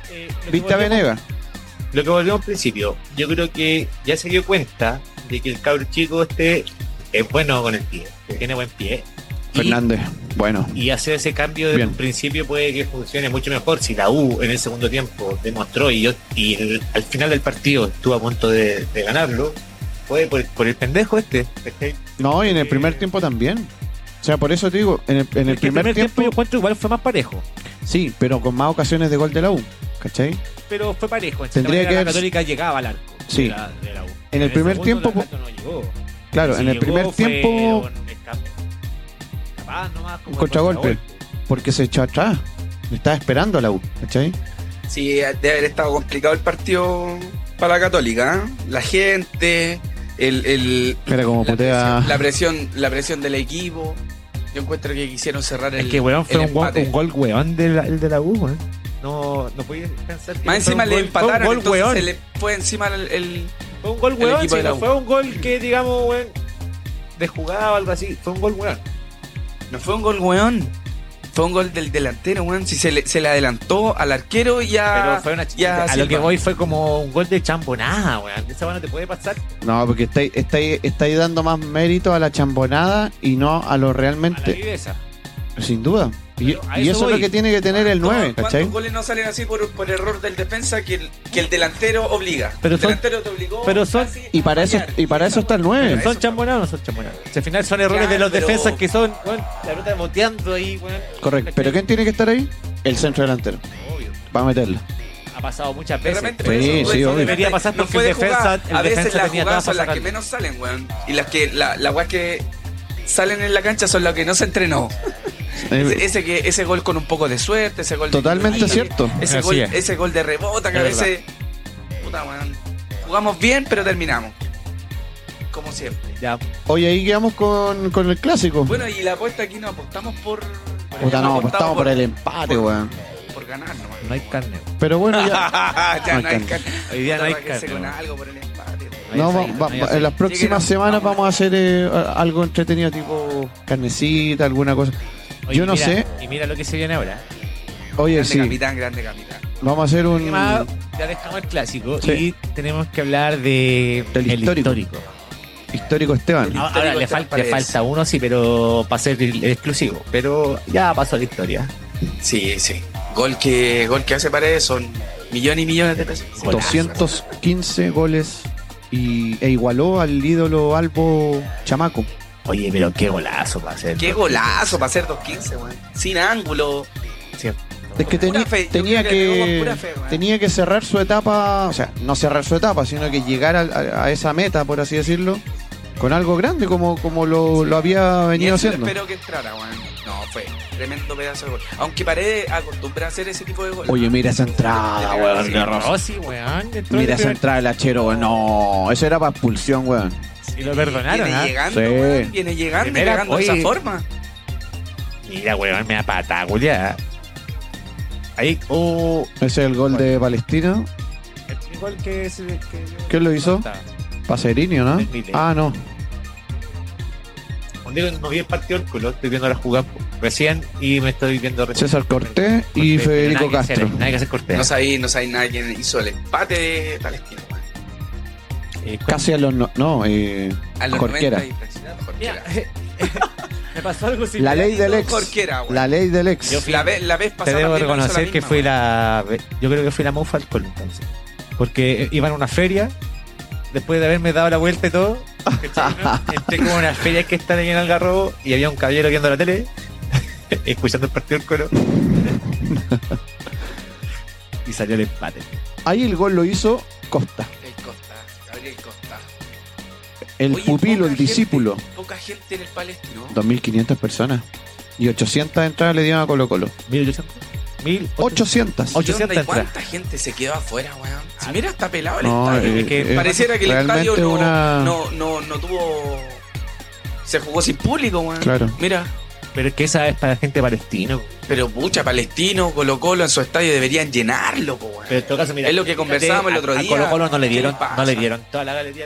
viste a
Venegas
Venega.
Lo que volvemos al principio, yo creo que ya se dio cuenta de que el cabro chico este es bueno con el pie, tiene buen pie. Y-
Fernández, bueno.
Y, hacer ese cambio de
Bien.
principio puede que funcione mucho mejor si la U en el segundo tiempo demostró y, yo- y el- al final del partido estuvo a punto de, de ganarlo. Fue por, por el pendejo este. ¿cachai?
No, y en el primer tiempo también. O sea, por eso te digo, en el, en el
Es que
primer, tiempo,
yo encuentro igual fue más parejo.
sí, pero con más ocasiones de gol de la U, ¿cachai?
Pero fue parejo. En
Tendría
cierta manera
que
la
haber-
Católica llegaba al arco.
Sí.
de la- de la U.
En el primer
segundo,
tiempo,
la Cato no llegó.
Claro,
Si
en el
llegó
primer
fue
tiempo,
un escape. Capaz nomás como
Un contragolpe. porque se echó atrás. Estaba esperando a la U, ¿cachai?
Sí, debe haber estado complicado el partido para la Católica. ¿eh? La gente, el, el-
Era como
la,
putea.
presión, la, presión, la presión del equipo. Yo encuentro que quisieron cerrar el.
Es que weón fue
el
un gol,
empate.
un gol weón de la, el de la U, weón. No, no podía pensar
Más
que fue un
encima le
gol-
empataron,
Fue un gol
entonces
weón.
se le fue encima el. el-
Fue un gol
el
weón,
equipo
si
de la
no
U.
fue un gol que digamos, weón, de jugada o algo así. Fue un gol weón.
No fue un gol, weón. Fue un gol del delantero, weón. Si se le, se le adelantó al arquero y
Pero
a.
fue una
Ah, ya,
chiquita. A lo
Silva.
que voy fue como un gol de chambonada, weón. Esa weón no te puede pasar.
No, porque estáis estáis- estáis dando más mérito a la chambonada y no a lo
A la
realmente.
viveza.
Sin duda. Y,
Pero a
y
eso
eso
voy.
es lo que tiene que tener el 9,
¿Cuántos
¿cachai?
goles no salen así por, por error del defensa que el, que el delantero obliga?
Pero
el
son-
delantero te obligó.
pero son-
casi
Y para
a
eso,
fallar.
y para eso está el 9.
Pero
¿Son
eso-
chambonadas o no son chambonadas? Si al final son errores
Ya,
de los
pero-
defensas que son, weón, la pelota boteando ahí, weón.
Correcto. ¿Pero quién tiene que estar ahí? El centro delantero.
Obvio.
Va a meterlo.
Ha pasado muchas
De
veces.
repente,
Sí,
por eso, por
sí,
eso
obvio.
de repente
Debería pasar porque
fue
el
de jugada.
defensa- el
a veces
defensa
las
tenía
jugadas
todas
son las
para
que
sacar.
menos salen, weón. Y las que la, las weas que salen en la cancha son las que no se entrenó. Ese,
Eh,
ese que, ese gol con un poco de suerte, ese gol de-
Totalmente
Ay,
cierto.
Ese
Así
gol,
es.
ese gol de rebota que a
Es verdad.
veces puta, weón. Jugamos bien, pero terminamos. Como siempre.
Ya,
Hoy ahí quedamos con, con el clásico.
Bueno, y la apuesta aquí no apostamos por. por
Puta, no, apostamos por el
por,
empate, weón.
por ganar, nomás.
no hay carne.
Pero bueno, ya.
ya no hay
carne.
carne.
Hoy día no
Puta,
hay
para que se
carne,
con
weón.
algo por el empate, weón.
No, va-
aceite,
va-
no hay
va- en las
aceite.
Sí
próximas
que no, vamos.
semanas vamos a hacer eh, a- algo entretenido, tipo carnecita, alguna cosa.
Oye,
yo no
mira,
sé.
Y mira lo que se viene ahora.
Oye,
Grande
sí,
capitán, grande capitán.
vamos a hacer un.
Encima, Ya dejamos el clásico
Sí.
y tenemos que hablar de
Del
el
histórico. Histórico Esteban.
El
Ahora, ahora
histórico
le,
está
falta
para
le
eso.
falta uno, sí, pero para ser el exclusivo. Pero ya pasó la historia.
Sí, sí. Gol que, gol que hace Paredes son millones y millones de pesos.
Golazo.
215 goles y, e igualó al ídolo Albo Chamaco.
Oye, pero qué golazo para hacer.
Qué golazo para hacer 2.15, weón. Sin ángulo.
Es que,
Con pura
teni-
fe, yo
tenía,
creo que con pura
que,
fe, weón.
tenía que cerrar su etapa, o sea, no cerrar su etapa, sino que llegar al- a, a esa meta, por así decirlo, con algo grande como, como lo, lo había
Y
venido
eso
haciendo.
espero que entrara, weón. No, fue tremendo pedazo de gol. Aunque Paredes acostumbra a hacer ese tipo de goles.
Oye, mira esa entrada, weón.
Sí,
qué horror.
Rossi, weón. entró
Mira
de
esa
primer-
entrada del achero, weón. No, eso era para expulsión, weón.
Y lo perdonaron,
Viene
¿ah?
llegando,
Sí.
weón, Viene llegando,
Primera,
llegando de
oye.
esa forma.
Mira, weón, me da patada, culiá. Ahí, oh.
Ese es el gol de Palestina.
El gol que es. Que yo-
¿Quién lo hizo? Pacerini, ¿no?
Es Milei.
Ah, no.
Un día no vi el partido del culo, estoy viendo la jugada recién y me estoy viendo recién.
César Cortés y
Cortés,
Federico
nada que hacer,
Castro.
nada que hacer Cortés.
No sabía, no sabía nadie quién hizo el empate de Palestina, weón.
Eh,
Casi a los no, no, eh,
A los
Jorquera.
90 y fraccionado,
Mira,
Jorquera.
me pasó algo
la
similar.
ley del ex.
Jorquera, weón.
La ley del ex.
Yo
La, vez, la vez
Te
pasada. también
debo
lo hizo
reconocer
la
que
misma,
fui
weón.
la. Yo creo que fui la mufa al colo entonces. Porque iban a una feria, después de haberme dado la vuelta y todo, ¿cachai, no? entré como a una feria que están ahí en Algarrobo y había un caballero viendo la tele, escuchando el partido del colo. y salió el empate.
Ahí el gol lo hizo Costa.
El Costa, Gabriel Costa.
El
Oye,
pupilo,
poca
el
gente,
discípulo.
Poca gente en el palestino.
2.500 personas. Y 800 entradas le dieron a Colo Colo.
1800. 1800.
800.
Ocho-
¿Qué onda?
800
¿Y cuánta gente se quedó afuera, weón? Si mira, está pelado el
No,
estadio.
eh,
es que
eh,
Pareciera que el
realmente
estadio no,
una-
no, no, no tuvo. Se jugó sin público, weón.
Claro.
Mira,
Pero es que esa es para gente palestina.
pero pucha, Palestino, Colo Colo en su estadio deberían llenarlo, po, weón.
Pero en todo caso, mira,
Es lo que conversábamos el
a-
otro
a
día.
Colo Colo no le
¿Qué
dieron,
le pasa?
no le dieron toda la galería.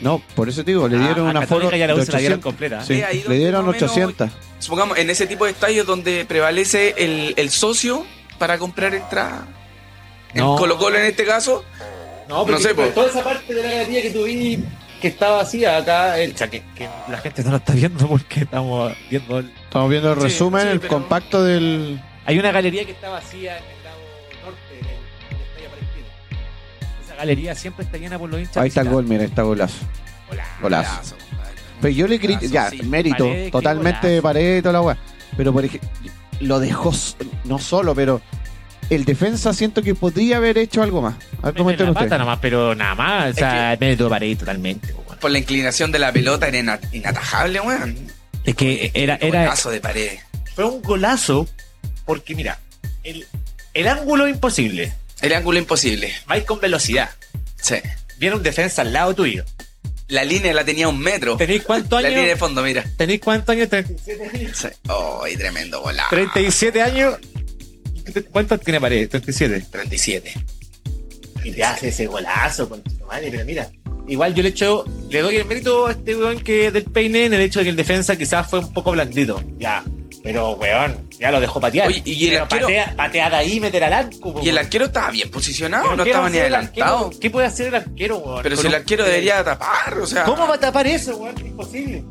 No, por eso te digo,
Ah,
le dieron
a,
una
a Católica
foto.
y a la U se la dieron
800.
completa.
Sí,
Es Ah, ahí
le
donde
dieron
más o menos-
800.
Supongamos, en ese tipo de estadios donde prevalece el, el socio para comprar entrada.
No.
En Colo Colo en este caso,
No,
No sé, pues.
toda esa parte de la galería que tú vi que estaba vacía acá, el, o sea, que, que la gente no la está viendo porque estamos viendo. el-
Estamos viendo el
Sí,
resumen,
sí,
el
pero-
compacto del.
Hay una galería que está vacía en el lado norte, en el en el Estadio Palestino. Esa galería siempre está llena por los hinchas.
Ahí está el
visitantes.
gol, mira, ahí está golazo. Golazo.
Golazo, compadre.
Pero yo le critico,
Golazo,
ya,
sí.
mérito,
Paredes, qué
totalmente de
golazo.
pared y toda la weá. Pero por ejemplo, lo dejó, s- no solo, pero el defensa siento que podría haber hecho algo más. A ver,
Meten
comenten
la pata
ustedes.
nomás, pero nada más, o sea, es medio pared totalmente. po, weón.
Por la inclinación de la pelota era ina- inatajable, weón.
Es que era, era,
Golazo de pared.
fue un golazo porque mira, el, el ángulo es imposible,
El ángulo imposible.
vais con velocidad,
Sí.
viene un defensa al lado tuyo.
La línea la tenía a un metro.
¿Tenéis cuántos
La línea de
años?
fondo, mira.
¿Tenéis cuántos años?
Sí. Oh, y tremendo golazo.
37 años. ¿Cuántos tiene Paredes? 37.
37.
Y te hace ese golazo, con tu madre, pero mira. Igual yo le echo, le doy el mérito a este weón que del peine en el hecho de que el defensa quizás fue un poco blandito. Ya. Pero weón, ya lo dejó patear.
Oye, y el
Pero
arquero-
patea, patea de ahí, meter al arco. po,
Y el
weón.
arquero estaba bien posicionado,
Pero
no
¿qué va
estaba
a
ni
hacer el
adelantado.
arquero? ¿Qué puede hacer el arquero, weón?
Pero
Con
si el
un- eh,
arquero debería tapar, o sea.
¿Cómo va a tapar eso, weón? Es imposible.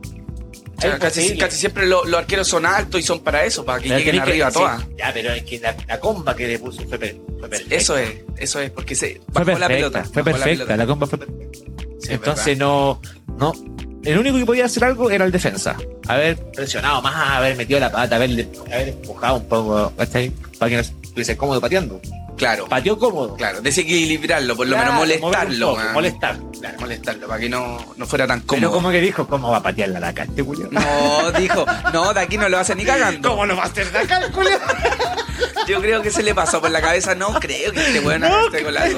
o sea,
Es
casi,
imposible.
casi siempre lo- los arqueros son altos y son para eso, para que
Pero
lleguen
tenés que-
arriba
sí.
todas.
Ya, pero es que la, la comba que le puso fue, per- fue perfecta.
Eso es, eso es, porque se bajó
Fue perfecta,
la pelota.
fue
bajó la
perfecta,
pelota.
la, comba fue perfecta.
Sí,
Entonces no, no. El único que podía hacer algo era el defensa. Haber presionado más, haber metido la pata, haber, haber empujado un poco, ¿cachai? Para que no estuviese cómodo pateando.
¿verdad? Claro,
Pateó cómodo.
claro, desequilibrarlo, por lo
Claro,
menos
mover un
molestarlo.
poco,
man.
molestar.
Claro, molestarlo, para que no, no fuera tan
Pero
cómodo.
como que dijo, ¿cómo va a patear la laca este culiao?
No, dijo, no, de aquí no lo hace ni cagando.
¿Cómo no va a hacer la cara, culiao?
Yo creo que se le pasó por la cabeza, no creo que este weón haga este golazo.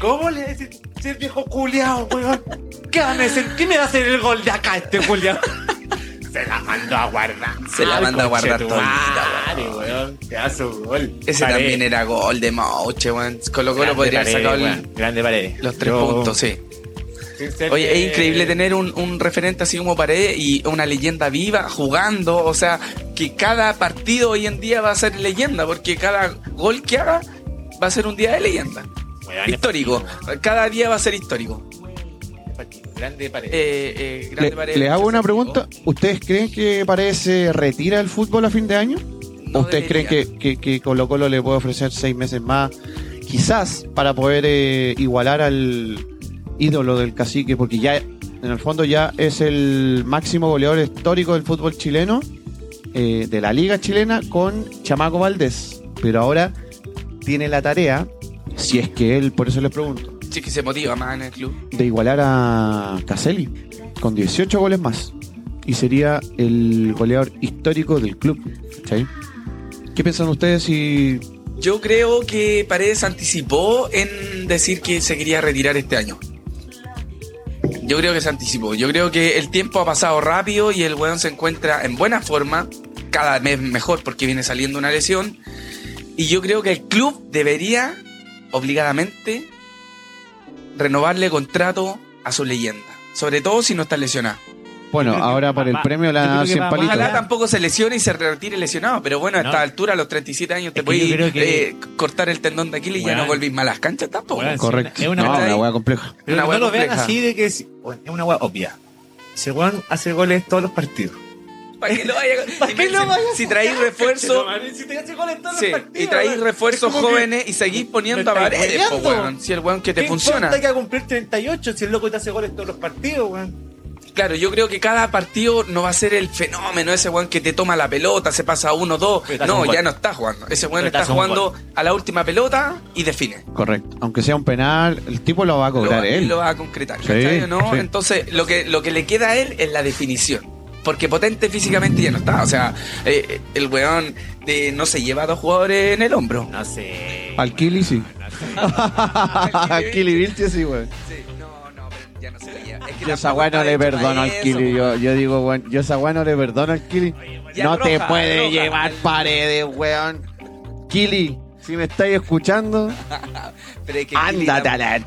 ¿Cómo le decís ser viejo culiao, weón? ¿Qué, va a hacer- ¿Qué me va a hacer el gol de acá este culiao? Se la mandó a guardar.
Se la manda a guardar
Conchetumare, weón. Te hace un gol.
Ese
Pared.
también era gol de Mauche, weón. Colo Colo
Grande
podría haber
Paredes,
sacado el-
weón. Grande paredes.
los tres puntos, sí.
sí.
Oye, es increíble tener un, un referente así como Paredes y una leyenda viva jugando. O sea, que cada partido hoy en día va a ser leyenda, porque cada gol que haga va a ser un día de leyenda. Histórico. Cada día va a ser histórico.
Grande paredes.
Eh, eh, grande
Le-
Paredes,
les hago
mucho
una
sentido.
pregunta. ¿Ustedes creen que Paredes se retira del fútbol a fin de año?
No
¿O ustedes creen
debería.
que, que, que Colo Colo le puede ofrecer seis meses más? Quizás para poder eh, igualar al ídolo del cacique, porque ya en el fondo ya es el máximo goleador histórico del fútbol chileno, eh, de la liga chilena, con Chamaco Valdés. Pero ahora tiene la tarea, si es que él, por eso les pregunto,
Sí, que se motiva más en el club.
de igualar a Caselli con 18 goles más. Y sería el goleador histórico del club. ¿cachai? ¿Qué piensan ustedes si
Yo creo que Paredes anticipó en decir que se quería retirar este año. Yo creo que se anticipó. Yo creo que el tiempo ha pasado rápido y el weón se encuentra en buena forma, cada mes mejor porque viene saliendo una lesión. Y yo creo que el club debería obligadamente renovarle contrato a su leyenda. Sobre todo si no está lesionado.
Bueno,
Yo creo que
ahora por el
va-
premio
yo creo
la
que
100
va-
palitos.
Ojalá
Listo.
tampoco se lesione y se retire lesionado, pero bueno, a
No.
esta altura, a los 37 años, te
Es que yo creo
puedes
que-
eh, cortar el tendón de Aquiles y ya
Weón.
no volvís más a las canchas tampoco.
Weón,
Correcto.
Es una-
no,
¿cachai?
una hueá compleja.
Pero
Una
no
weá
lo vean
compleja.
así de que es, bueno, es una hueá obvia. Si el weón hace goles todos los partidos.
¿Para que lo vaya?
¿Para qué lo
si-
vaya a
Si traís refuerzo,
Si te hace goles todos los
sí,
partidos,
y traís
weón.
refuerzos
Es como que
jóvenes y seguís poniendo
me
a
estáis
paredes, po,
hueveando.
weón. Si el weón que te
¿qué
funciona.
importa que va a cumplir 38 si el loco te hace goles todos los partidos, weón?
Claro, yo creo que cada partido no va a ser el fenómeno, ese weón que te toma la pelota, se pasa uno, dos.
Pero te hace
No,
un gol.
ya no está jugando. Ese weón
Pero te
está
hace un
jugando a la última pelota y define.
Correcto. Aunque sea un penal, el tipo lo va a
lo,
cobrar
va-
él.
lo va a concretar.
Sí,
¿cachai o no?
sí.
Entonces, lo que, lo que le queda a él es la definición. Porque potente físicamente ya no está. O sea, eh, el weón de, no se lleva a dos jugadores en el hombro.
No sé.
Al Kili sí.
Al Kili
Vilche sí, güey.
Sí, no, no, pero ya no se veía. Es que
Yo esa
tampoco
weá no
está
le
hecho
perdono
para
al
eso,
Kili.
weón.
Yo, yo digo, weón, yo esa weá no le perdono al Kili.
Ya
No te
roja,
puede
roja.
llevar paredes, weón. Kili, si me estáis escuchando,
Pero es que el Kili
ándate
tam-
a la.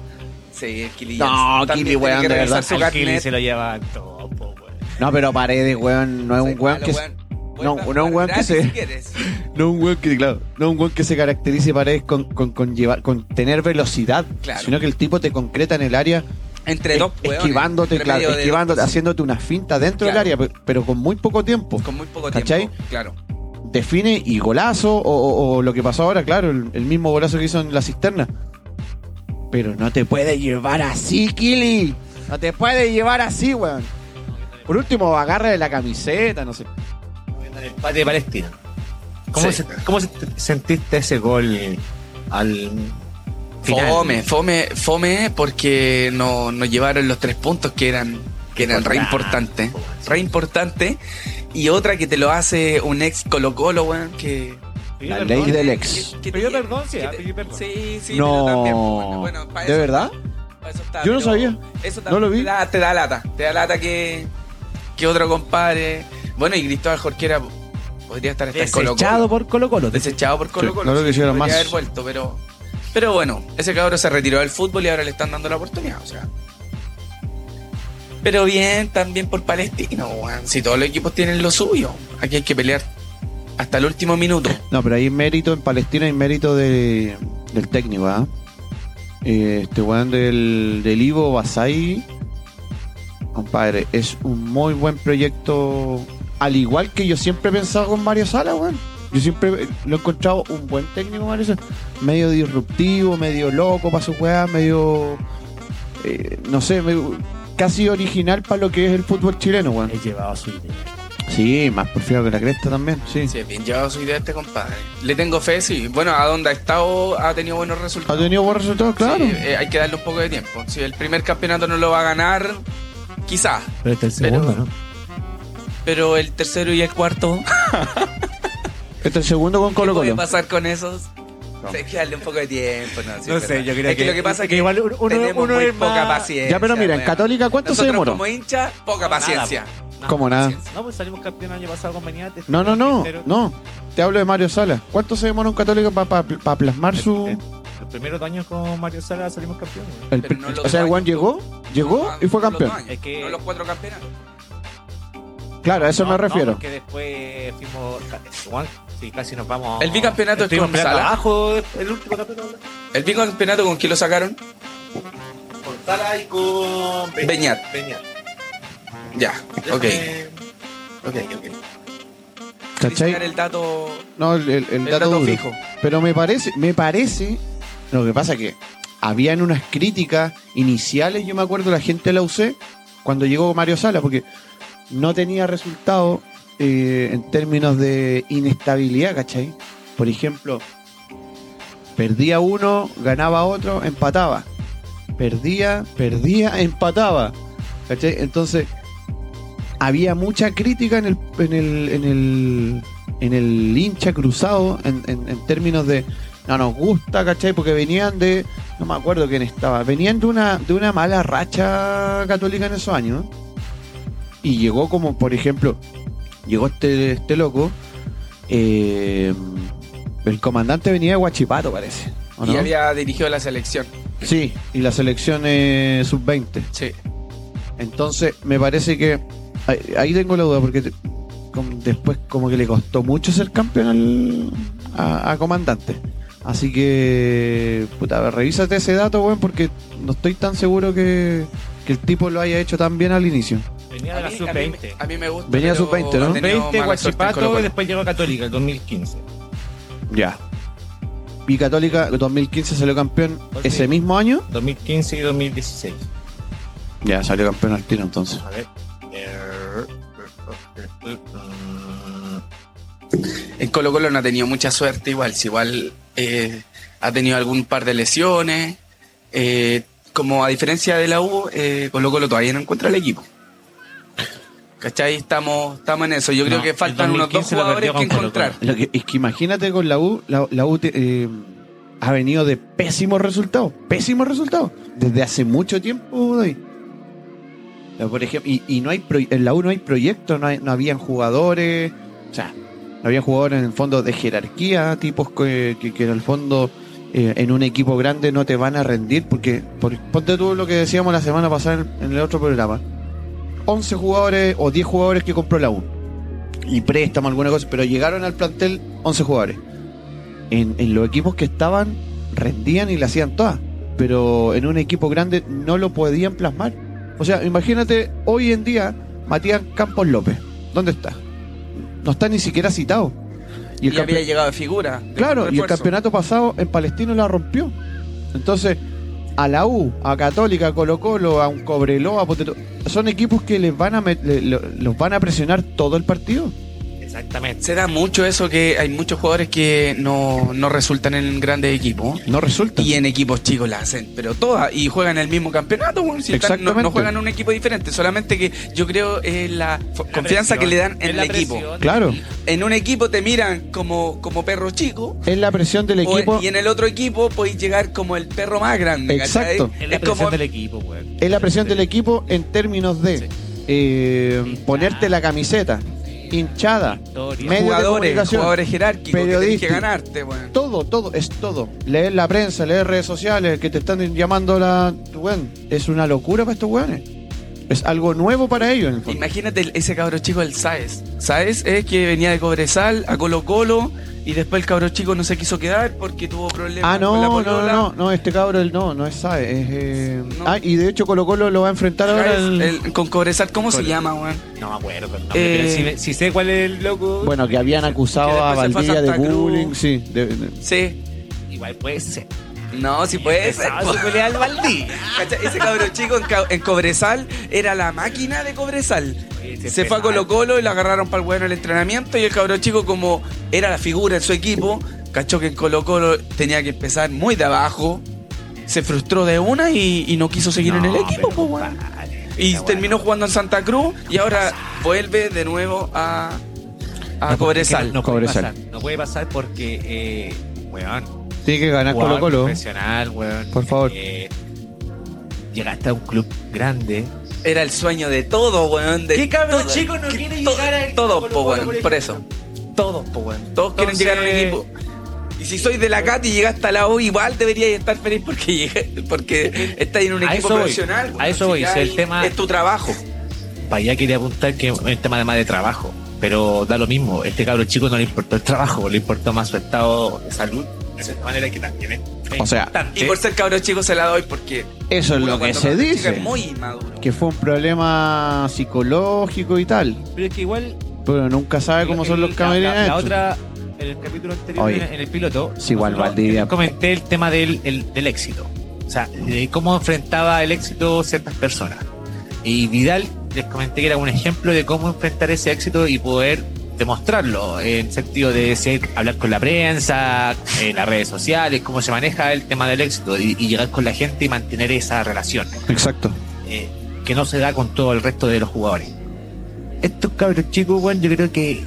Sí, el Kili.
No,
también
Kili,
tiene
weón,
que
de
revisar
verdad.
su
Al Kili
carnet.
se lo lleva todo, po, weón.
No, pero paredes, weón, no es un
Sí,
weón
malo,
que.
weón.
no,
Vuelve a
no es un
jugar
weón que
gratis
se-
si quieres.
No un weón que, claro, no un weón que se caracterice paredes con, con, con llevar, con tener velocidad,
Claro.
sino que el tipo te concreta en el área
Entre dos
es-
weones.
esquivándote,
entre
claro,
medio de-
esquivándote, haciéndote una finta dentro
Claro.
del área, pe- pero con muy poco tiempo.
Con muy poco
¿Cachai?
tiempo. Claro.
Define y golazo, o, o- o lo que pasó ahora, claro, el, el mismo golazo que hizo en la cisterna. Pero no te puede llevar así, Kili. No te puede llevar así, weón. Por último, agarra de la camiseta, no sé.
El empate de Palestina. ¿Cómo,
Sí.
se- cómo se- sentiste ese gol al final?
Fome, fome, fome, porque no- nos llevaron los tres puntos que eran, que eran re importantes. Re importantes. Y otra que te lo hace un ex Colo Colo, weón, que.
La ley del ex.
que- que
Pidió
te-
perdón, sí,
que
ah,
te-
pidió perdón.
Sí, sí, pero también, pues, bueno,
No.
bueno, pa'
¿De
eso-
verdad?
pa' eso está,
Yo no
pero
sabía.
Eso
No lo
también
vi.
Te da, te da lata. Te da lata que, que otro compadre. Bueno, y Cristóbal Jorquera podría estar hasta en este Colo Colo.
Desechado por Colo Colo.
desechado por Colo Colo.
no lo quisieron
podría
más.
haber vuelto, pero, pero bueno, ese cabrón se retiró del fútbol y ahora le están dando la oportunidad, o sea. Pero bien, también por Palestino, weón. Si todos los equipos tienen lo suyo, aquí hay que pelear hasta el último minuto.
No, pero hay mérito en Palestina, hay mérito de, del técnico, ¿ah? Eh, Este weón del, del Ivo Basay, compadre, es un muy buen proyecto. Al igual que yo siempre he pensado con Mario Sala, weón. Yo siempre lo he encontrado un buen técnico, Mario Sala. Medio disruptivo, medio loco para su weá, medio. eh, no sé, medio- casi original para lo que es el fútbol chileno, weón.
He llevado su idea.
Sí, más porfiado que la cresta también, sí.
Sí, es bien llevado su idea este compadre. Le tengo fe, sí. Bueno, a donde ha estado ha tenido buenos
Ha
resultados.
tenido buenos resultados, claro.
Sí, eh, hay que darle un poco de tiempo. Si el primer campeonato no lo va a ganar, quizás.
Pero este es el
Pero-
segundo, ¿no?
Pero el tercero y el cuarto,
Este es el segundo con Colo
¿Qué
Colo.
puede pasar con esos? Hay que darle un poco de tiempo. No, Sí,
No
es
sé,
verdad.
yo creo
es que,
que-
lo que pasa es que
igual uno-
tenemos
uno
muy
es más-
poca paciencia.
Ya, pero mira, en
weón.
Católica, ¿cuánto se
Nosotros
demoró?
Como hincha, poca
Nada,
paciencia.
Como nada.
No, pues salimos campeón el año pasado con Bañate.
No, no, no, no. Te hablo de Mario Sala. ¿Cuánto se demoró un católico para
Eh,
plasmar su...
Los primeros dos años con Mario Sala salimos campeones. güey.
el-
Pero no los
o sea, el
años.
Juan llegó, llegó y fue
No los
campeón.
dos años,
Es que-
No los cuatro campeonatos.
Claro, a eso me refiero.
Que después fuimos. Juan, sí, casi nos vamos.
El bicampeonato es
Estuvimos
con
peleando
Sala.
abajo, el último campeonato.
El bicampeonato con quién lo sacaron?
Con Sala y con Be-
Beñat.
Beñat.
Ya, ok.
Déjame- Ok, ok.
¿Cachai?
¿Cachai?
el dato,
No, el, el- el
el
dato
dato
duro.
fijo.
Pero me parece, me parece... Lo que pasa que habían unas críticas iniciales, yo me acuerdo, la gente de la UC, cuando llegó Mario Sala, porque no tenía resultado eh, en términos de inestabilidad, ¿cachai? Por ejemplo, perdía uno, ganaba otro, empataba. Perdía, perdía, empataba. ¿Cachai? Entonces, había mucha crítica en el, en el, en el, en el hincha cruzado en, en- en términos de no nos gusta, ¿cachai? Porque venían de, no me acuerdo quién estaba, venían de una, de una mala racha católica en esos años. Y llegó como, por ejemplo, llegó este, este loco, eh, el comandante venía de Huachipato, parece. ¿o
Y
no?
había dirigido la selección.
Sí, y la selección eh, sub-20.
Sí.
Entonces, me parece que ahí, ahí tengo la duda, porque te- com- después como que le costó mucho ser campeón al, a, a comandante. Así que, puta, a ver, revísate ese dato, weón, porque no estoy tan seguro que, que el tipo lo haya hecho tan bien al inicio.
Venía de la
a, mí,
sub-20.
a mí me gusta.
Venía
pero
sub-20, ¿no?
ha tenido
20,
mala suerte en Colo-Colo.
Guachipato y después llegó a Católica, el 2015.
Ya. Y Católica, 2015 salió campeón
Pues sí.
ese mismo año.
2015 y 2016.
Ya, salió campeón al tiro entonces.
A ver. Eh,
En Colo Colo no ha tenido mucha suerte igual, si igual eh, ha tenido algún par de lesiones. eh, como a diferencia de la U, eh, Colo Colo todavía no encuentra el equipo. ¿Cachai? Estamos, estamos en eso. Yo creo
No,
que
el
faltan unos dos
2015 lo
jugadores
perdió
que
con Colo
encontrar.
Lo que- es que imagínate con la U, la, la U te- eh, ha venido de pésimos resultados, pésimos resultados, desde hace mucho tiempo, David. Ya, Por ejemplo, y, y no hay pro- en la U no hay proyecto, no, hay- no habían jugadores, o sea, no había jugadores en el fondo de jerarquía, tipos que, que- que en el fondo eh, en un equipo grande no te van a rendir, porque por- ponte tú lo que decíamos la semana pasada en, en el otro programa, 11 jugadores o 10 jugadores que compró la U y préstamo, alguna cosa, pero llegaron al plantel 11 jugadores. En, en los equipos que estaban, rendían y la hacían todas, pero en un equipo grande no lo podían plasmar. O sea, imagínate hoy en día Matías Campos López, ¿dónde está? No está ni siquiera citado.
Y,
el campe-
había llegado de figura. de
Claro, y el
refuerzo.
campeonato pasado en Palestino la rompió. Entonces, a la U, a Católica, a Colo Colo, a un Cobreloa, a Potetó- son equipos que les van a met- le- lo- los van a presionar todo el partido.
exactamente.
Se da mucho eso que hay muchos jugadores que no, no resultan en grandes equipos.
No resulta.
Y en equipos chicos la hacen, pero todas. Y juegan el mismo campeonato, weón, si están- no,
Exactamente.
no juegan en un equipo diferente. Solamente que yo creo es la, f-
La
confianza
presión,
que le dan en
es
el
la
equipo.
presión.
Claro,
En un equipo te miran como, como perro chico.
es la presión del
o-
equipo,
y en el otro equipo podéis llegar como el perro más grande. ¿cachai?
Exacto.
Es la
Es
presión
como
del equipo, weón.
es la presión del equipo en términos de
Sí.
eh, ponerte la camiseta, hinchada,
Historia.
medio de
jugadores,
comunicación.
jugadores jerárquicos que tenés que
periodística.
ganarte, weón.
todo, todo, es todo. Leer la prensa, leer redes sociales, que te están llamando la. Weón, es una locura para estos weones. Es algo nuevo para ellos, en el fondo.
Imagínate el- ese cabro chico del Saez. Saez es que venía de Cobresal a Colo Colo y después el cabro chico no se quiso quedar porque tuvo problemas
Ah,
con la
no, no, no,
polola.
no, no, este cabro el- no, no es Sae, es. eh,
No.
Ah, y de hecho Colo Colo lo va a enfrentar ahora
Saez,
el.
el- con Cobresal, ¿cómo se
Cobresal.
llama, weón?
No me acuerdo. el nombre,
Eh,
pero si, me- si sé cuál es el loco,
Bueno, que habían acusado
que
a
después se fue a
Valdivia de
Santa Cruz.
bullying, sí. de- de-
Sí.
igual puede ser.
No, si puede ser.
Pesado
po.
se pelea al Valdí.
¿Cachai? Ese cabro chico en, ca- en Cobresal era la máquina de Cobresal. Se fue a Colo Colo y lo agarraron para el bueno el entrenamiento y el cabro chico como era la figura en su equipo, cachó que en Colo Colo tenía que empezar muy de abajo, se frustró de una y, y no quiso seguir en el equipo. po, weón. Y terminó jugando en Santa Cruz y ahora vuelve de nuevo a, a Cobresal.
No puede,
Cobresal.
pasar, no puede pasar porque, eh, weón,
Tiene que ganar
jugador
Colo Colo.
profesional, weón.
Por favor.
eh, llegaste a un club grande.
Era el sueño de todo, weón. De
¿Qué cabrón
todo-
chico no quiere
to-
llegar a
Todos, po, weón, por eso. Todos, po, weón. Todos quieren llegar a un
Entonces-
equipo. Y si soy de la CAT y llegaste a la O, igual deberías estar feliz porque llegué- porque estás en un
A
equipo
eso voy,
profesional.
a
weón.
eso
Si
voy,
ya
si el
ahí
tema-
Es tu trabajo.
Para allá quería apuntar que es un tema además de trabajo. Pero da lo mismo, este cabro chico no le importó el trabajo, le importó más su estado de salud. De cierta manera que también es
O sea, eh,
Y por ser cabros chicos se la doy porque.
Eso
uno
es lo que
cuando
se
cabro chico
dice.
Es muy inmaduro.
Que fue un problema psicológico y tal.
Pero es que igual.
Pero nunca sabe cómo son los
la-
camarines.
La, la
estos.
otra, en el capítulo anterior,
Oye.
en, en el piloto.
Sí, igual
nosotros
Valdivia.
Comenté el tema del, el- del éxito. O sea, de cómo enfrentaba el éxito ciertas personas. Y Vidal, les comenté que era un ejemplo de cómo enfrentar ese éxito y poder demostrarlo, en sentido de ser- hablar con la prensa, en las redes sociales, cómo se maneja el tema del éxito y, y llegar con la gente y mantener esa relación
Exacto.
eh, que no se da con todo el resto de los jugadores. Estos cabros chicos, weón, yo creo que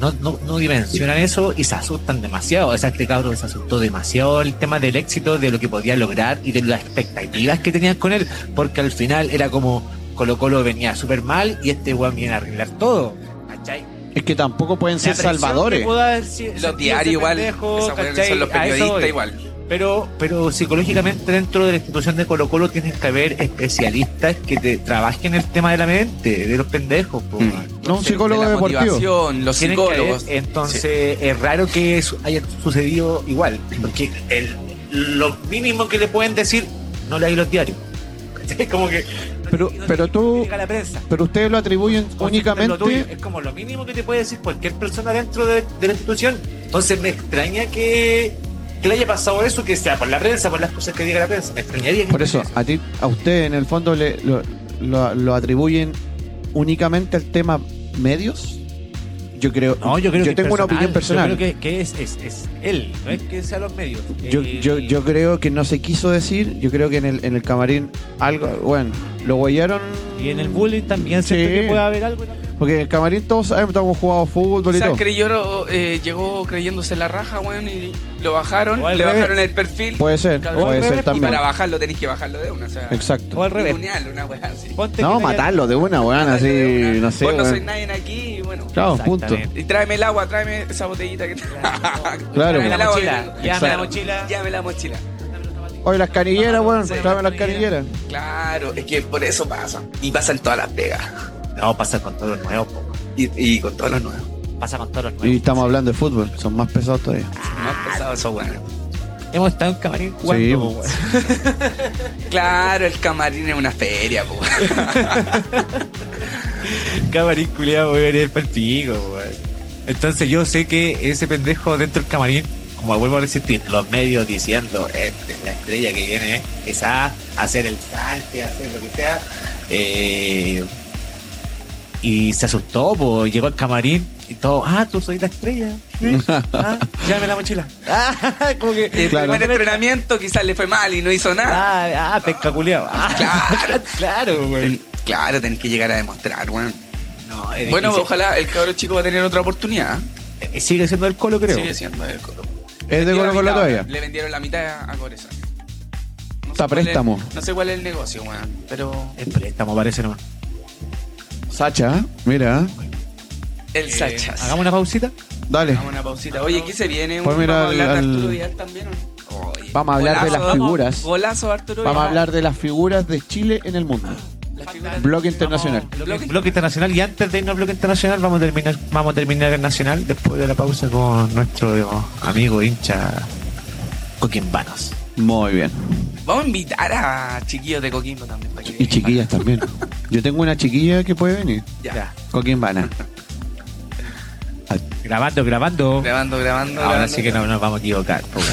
no, no, no dimensionan eso y se asustan demasiado. O sea, este cabro se asustó demasiado el tema del éxito, de lo que podía lograr y de las expectativas que tenían con él, porque al final era como Colo Colo venía súper mal y este weón viene a arreglar todo. ¿Cachai?
Es que tampoco pueden
La
ser
presión
salvadores.
que pudo haber si-
Los
sentido
diarios
ese
igual.
pendejo,
Esa weá,
¿cachai?
son los
A eso
periodistas
voy.
igual.
Pero, pero psicológicamente dentro de la institución de Colo Colo tienen que haber especialistas que te trabajen el tema de la mente, de los pendejos. po,
Mm.
man.
No, un
Entonces,
psicólogo
de la
deportivo.
motivación, los
tienen que haber-
psicólogos.
entonces es raro que eso haya sucedido igual,
Mm.
porque el, lo mínimo que le pueden decir no leáis los diarios. Es como que no-
Pero-
no-
pero
no
tú-
llega la prensa.
Pero ustedes lo atribuyen
Consiste en lo tuyo.
únicamente.
Es como lo mínimo que te puede decir cualquier persona dentro de, de la institución. Entonces me extraña que, que le haya pasado eso, que sea por la prensa, por las cosas que diga la prensa. Me extrañaría. que-
Por eso, a ti, a usted en el fondo le, lo, lo- lo atribuyen únicamente al tema medios. Yo creo.
No, yo creo que es
tengo una
personal.
opinión personal.
Yo creo que, que es, es, es él, no es que sea los medios.
Yo,
Eh,
yo, yo creo que no se quiso decir, yo creo que en el, en el camarín algo, bueno, lo huellaron.
Y en el bullying también
Sí.
siento que puede haber algo. también.
Porque en el camarín todos sabemos, todos hemos jugado fútbol y
Quizás
todo.
creyó, eh, llegó creyéndose la raja, weón, y lo bajaron,
O al
le
revés.
bajaron el perfil.
Puede ser,
Claro,
puede
al
ser
revés,
y
también.
para bajarlo tenés que bajarlo de una, o sea,
Exacto.
O al revés.
ningunearlo, una weá así.
Ponte
No,
que le haya-
matarlo de una, weón, así,
De una.
Ah, no sé.
Vos no sois
weón.
nadie aquí, y bueno.
Claro, punto.
Exactamente.
Y tráeme el agua, tráeme esa botellita que
Claro.
Tráeme el
La
agua,
mochila.
que-
Llévame la
Claro.
mochila.
Llévame la mochila.
Oye, las canilleras, weón,
Sí,
tráeme
las
las canilleras.
Claro, es que por eso pasa. Y pasa en todas las pegas.
No, pasa con todo lo nuevo. po.
Y, y con todos los nuevos.
Pasa con todos los
Y
nuevos.
estamos hablando de fútbol, son más pesados todavía.
Ah,
Más pesado eso, bueno.
Hemos estado en camarín jugando.
Sí.
po, weón.
Claro, el camarín es una feria, po.
camarín culiado, weón, es pa'l pico, weón. Entonces yo sé que ese pendejo dentro del camarín, como vuelvo a resistir, los medios diciendo, "Este, la estrella que viene es a hacer el salte, a hacer lo que sea. eh, y se asustó, po, llegó al camarín y todo, ah, tú soy la estrella. ¿sí? Ah, llévame la mochila. Ah, como que...
El
Claro.
primer entrenamiento quizás le fue mal y no hizo nada.
Ah, ah, pesca culiao. Ah,
Claro.
claro, güey.
Claro, tenés que llegar a demostrar, weón.
No, es
Bueno,
difícil.
ojalá el cabro chico va a tener otra oportunidad.
sigue siendo el colo, creo.
Sigue siendo el Colo.
Es de
Vendieron la
Colo Colo
mitad,
todavía.
Le vendieron la mitad a- a Coreza. No
Está
sé cuál es-
préstamo.
no sé cuál es el negocio, weón. Pero
El préstamo parece nomás.
Sacha, ¿eh? mira, ¿eh?
el Sachas.
Hagamos una pausita.
dale.
Hagamos eh, una pausita. Oye, ¿qué se viene?
Pues
Un-
mira,
¿Vamos a hablar de
al-
Arturo Vidal también? o no? Oye,
Vamos a hablar de
golazo,
las
vamos-
figuras.
Golazo de Arturo
Vamos a
Vidal.
hablar de las figuras de Chile en el mundo.
Las figuras-
Blog internacional.
Bloque-
Bloque internacional. Y antes de irnos al bloque internacional, vamos a terminar, vamos a terminar el nacional después de la pausa con nuestro digamos, amigo hincha Coquimbanos.
Muy bien.
Vamos a invitar a chiquillos de Coquimbo también. para que- Ah,
Y chiquillas también. Yo tengo una chiquilla que puede venir.
Ya.
Coquimbana.
Grabando, grabando.
Grabando, grabando.
Ahora
grabando.
sí que no nos vamos a equivocar. po, weón.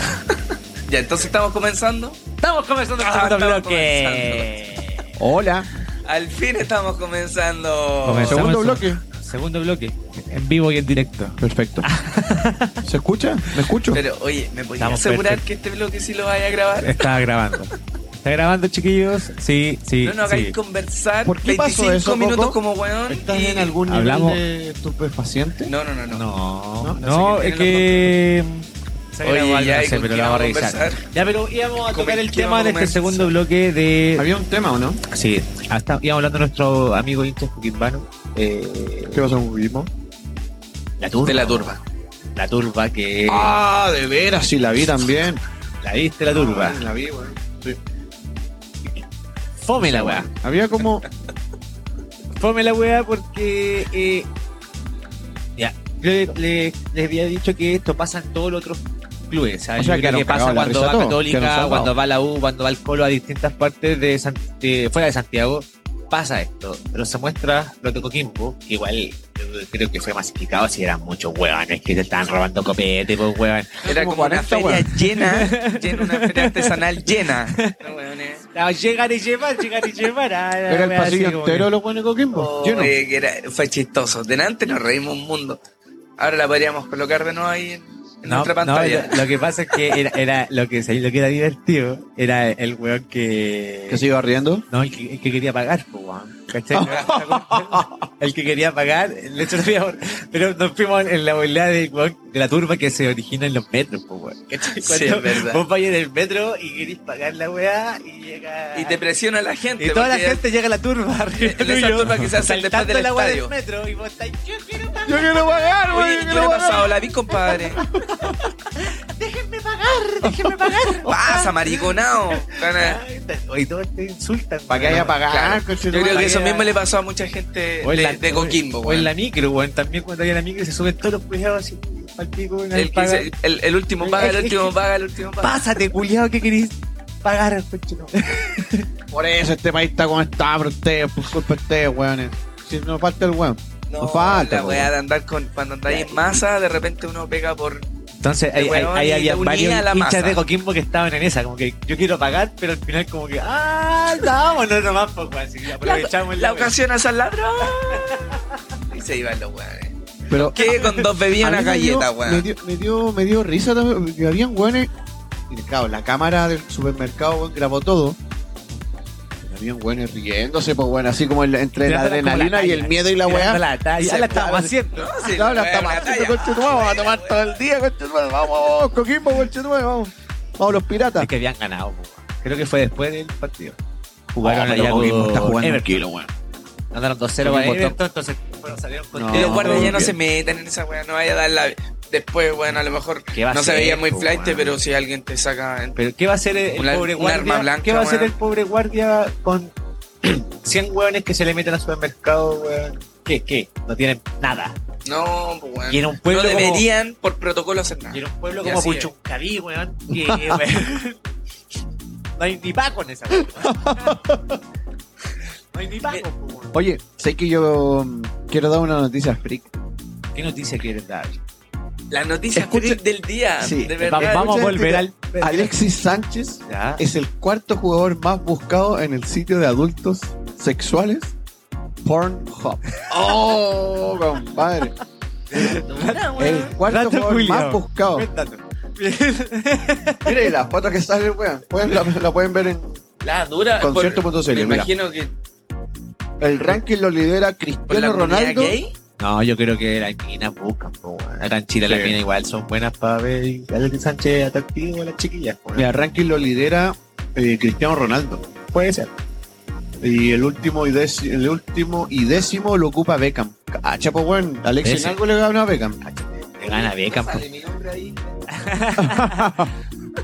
Ya, entonces estamos comenzando.
Estamos comenzando el
Ah,
segundo
estamos
bloque.
Hola.
Al fin estamos comenzando.
Comenzamos
Segundo
el
bloque.
Segundo bloque. En vivo y en directo.
Perfecto. ¿Se escucha? ¿Me escucho?
Pero oye, ¿me podías
Estamos
asegurar
perfecto.
que este bloque sí lo vaya a grabar?
Está grabando. Está grabando, chiquillos. Sí, sí.
No nos hagáis
sí.
conversar
¿Por qué pasó
25
eso,
minutos
Coco?
como weón.
¿Estás
y-
en algún nivel
Hablamos.
de estupefaciente?
No, no, no, no.
No, no,
no,
es
es
que.
Oye, ya,
no
¿y
sé,
con
pero
quién
la vamos a
vamos a
revisar.
conversar?
Ya, pero íbamos a
¿Con
tocar el
quién
tema
vamos
de
a
este
conversar?
segundo bloque de.
¿Había un tema o no?
Sí, hasta íbamos hablando de nuestro amigo Inter Coquimbano. Eh,
¿Qué pasó con Guillermo?
la turba.
De la turba.
La turba que.
Ah, de veras, sí, la vi también.
La viste, la turba.
La vi, weón.
Fome la weá.
Había como.
Fome la weá porque. eh, ya. Yo le, le- les había dicho que esto pasa en todos los otros clubes. ¿sabes?
O sea,
Yo creo
quedaron
que pasa
cagados la
cuando
risa
va
todos, quedaron
Católica,
salvados.
cuando va la U, cuando va el Colo a distintas partes de, San- de- fuera de Santiago. pasa esto, pero se muestra lo de Coquimbo, que igual yo creo que fue más explicado si eran muchos hueones que te estaban robando copete, pues hueón.
Era como, una feria llena, llena, una feria artesanal llena. No, eh. weones.
No, llegar y llevar, llegar y llevar. ah,
Era el
wea, así
pasillo
como
entero de los buenos de Coquimbo. lleno.
Oye, que era- fue chistoso. Delante nos reímos un mundo. Ahora la podríamos colocar de nuevo ahí en, en nuestra pantalla.
lo, lo que pasa es que era, era lo, que, lo que era divertido era el hueón que...
¿Que se iba riendo?
No, el que, el que quería pagar, po, weón. ¿Cachai? el que quería pagar, de hecho, nos fuimos- pero nos fuimos en la bola de, weón, de la turba que se origina en los metros, po, weón. ¿Cachai?
Sí,
Cuando
es verdad.
Vos vais en el metro y querís pagar la weá y llega.
y te presiona la gente.
y toda la
porque
gente llega a la turba arriba.
En esa
tuyo,
turba que se hace después
saltando
del
la weá
estadio.
del metro y vos estáis, yo quiero pagar.
¡Yo quiero pagar,
Oye,
güey!
yo le he pasado la vi, compadre.
Déjenme pagar.
Pasa, mariconao. Gana.
Y todos te insultan.
Para que haya pagar,
Claro. Yo
coche, no,
creo
para
que eso mismo le pasó a mucha gente
O en
de,
la-
de Coquimbo.
O en
weón.
la micro, weón. También cuando hay en la micro se suben todos los culiados así. Al pico, weón,
El, que
paga.
dice, el- el último paga, el último paga, el último paga.
Pásate, culiado, que querís pagar,
Por eso este país está como está, por ustedes, por culpa de ustedes, weones. Si nos falta el weón.
No,
Nos falta,
la
po,
weá
weón.
de andar con, cuando andáis en masa, de repente uno pega por.
Entonces, ahí, ahí,
Weón,
ahí
y
había
te unía
varios
a la
hinchas
masa.
de Coquimbo que estaban en esa, como que yo quiero pagar, pero al final como que, ah, vámonos nomás, pues, weón, así que aprovechamos
La
weá.
ocasión hace al ladrón. Y se iban los weones.
Pero
¿Qué con dos bebidas
A
una
mí me dio-
galleta,
Me
weón?
dio, me, dio, me dio risa también, porque habían weones. y claro, la cámara del supermercado weón, grabó todo. Y habían weones riéndose, pues bueno, así como el- entre la
Tirándola como
adrenalina y
talla,
el miedo y la weá.
tirando La talla,
Se
la estamos
pararon.
haciendo.
No, sí,
Claro, la
weá,
estamos
una
haciendo,
talla.
conchetumare, vamos a tomar todo el día, conchetumare, vamos, vamos, Coquimbo, conchetumare, vamos. Vamos los piratas.
Es que habían ganado, pues, weón. Creo que fue después del partido. Jugaron
Oh, pero
allá
Coquimbo
con
está jugando
Everton.
tranquilo, weón.
Andaron 2-0 para
Coquimbo está-
Everton, entonces fueron, salieron con
No.
Y los
Oh,
guardias ya no
bien.
se meten en esa weá, no vaya a dar la. Después, bueno, a lo mejor
¿Qué va a
no se
ser,
veía muy
po,
flight,
weón?
pero si alguien te saca. en-
Pero ¿qué va a hacer el, el
Un ar-
pobre
un
guardia?
arma blanca,
¿Qué va a hacer
weón?
el pobre guardia con 100 hueones que se le meten al supermercado, weón? ¿Qué? ¿Qué? No tienen nada.
No, pues weón.
Y en un pueblo
no
como-
deberían por protocolo hacer
Y
nada.
era un pueblo
Y
como
así es.
Puchuncaví, weón. que, weón, No hay ni paco en esa weón. No hay ni paco, weón.
Oye, sé que yo mm, quiero dar una noticia freak.
¿Qué noticia quieres dar?
La noticia
Escucha-
freak del día,
Sí,
de
Va-
verdad. este
vamos a
escucha,
volver al.
Alexis Sánchez
Ya.
es el cuarto jugador más buscado en el sitio de adultos sexuales Pornhub. ¡Oh, compadre! El
eh,
cuarto
Dato
jugador más
culiao.
buscado.
Cuéntate.
Mire las fotos que salen, weón. Pueden- la, la pueden ver en
La dura.
concierto.cl.
Me
mira.
imagino que
El ranking lo
por
lidera
la
Cristiano
comunidad
Ronaldo.
gay.
No, yo creo que las minas buscan, po, weón. Acá en Chile las minas igual son buenas para ver y Alexis Sánchez atractivo a las chiquillas, po, weón.
Mira, el ranking lo lidera eh, Cristiano Ronaldo.
Puede ser.
Y el último y, déci- el último y décimo lo ocupa Beckham. Cacha, pues, weón. Alexis
Ese.
en algo le gana a Beckham.
Te gana Beckham, po.
Sale mi nombre ahí.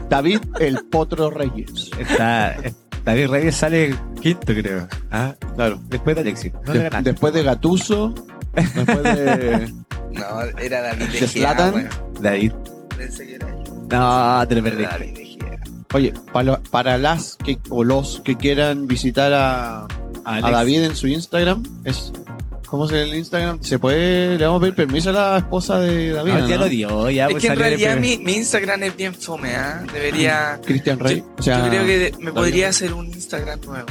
David el Potro Reyes.
Está, David Reyes sale quinto, creo. Ah,
Claro.
después de Alexis. No
De-
le ganaste.
después de Gatuso, después de.
No, era David
¿De
de
Zlatan?
David.
Pensé que era yo.
No, te lo perdí.
David de Gea.
Oye, pa- para, las que, o los que quieran visitar a, a
Ah, Alex.
David en su Instagram, es. ¿Cómo es el Instagram? ¿Se puede? Le vamos a pedir permiso a la esposa de David.
No, Ah, ya
¿no?
lo dio, ya
Es
pues,
que en
salió de
realidad
primer-
mi, mi Instagram es bien fome, ¿ah? Debería.
Cristian Rey. o sea,
yo creo que de- me
David.
podría hacer un Instagram nuevo.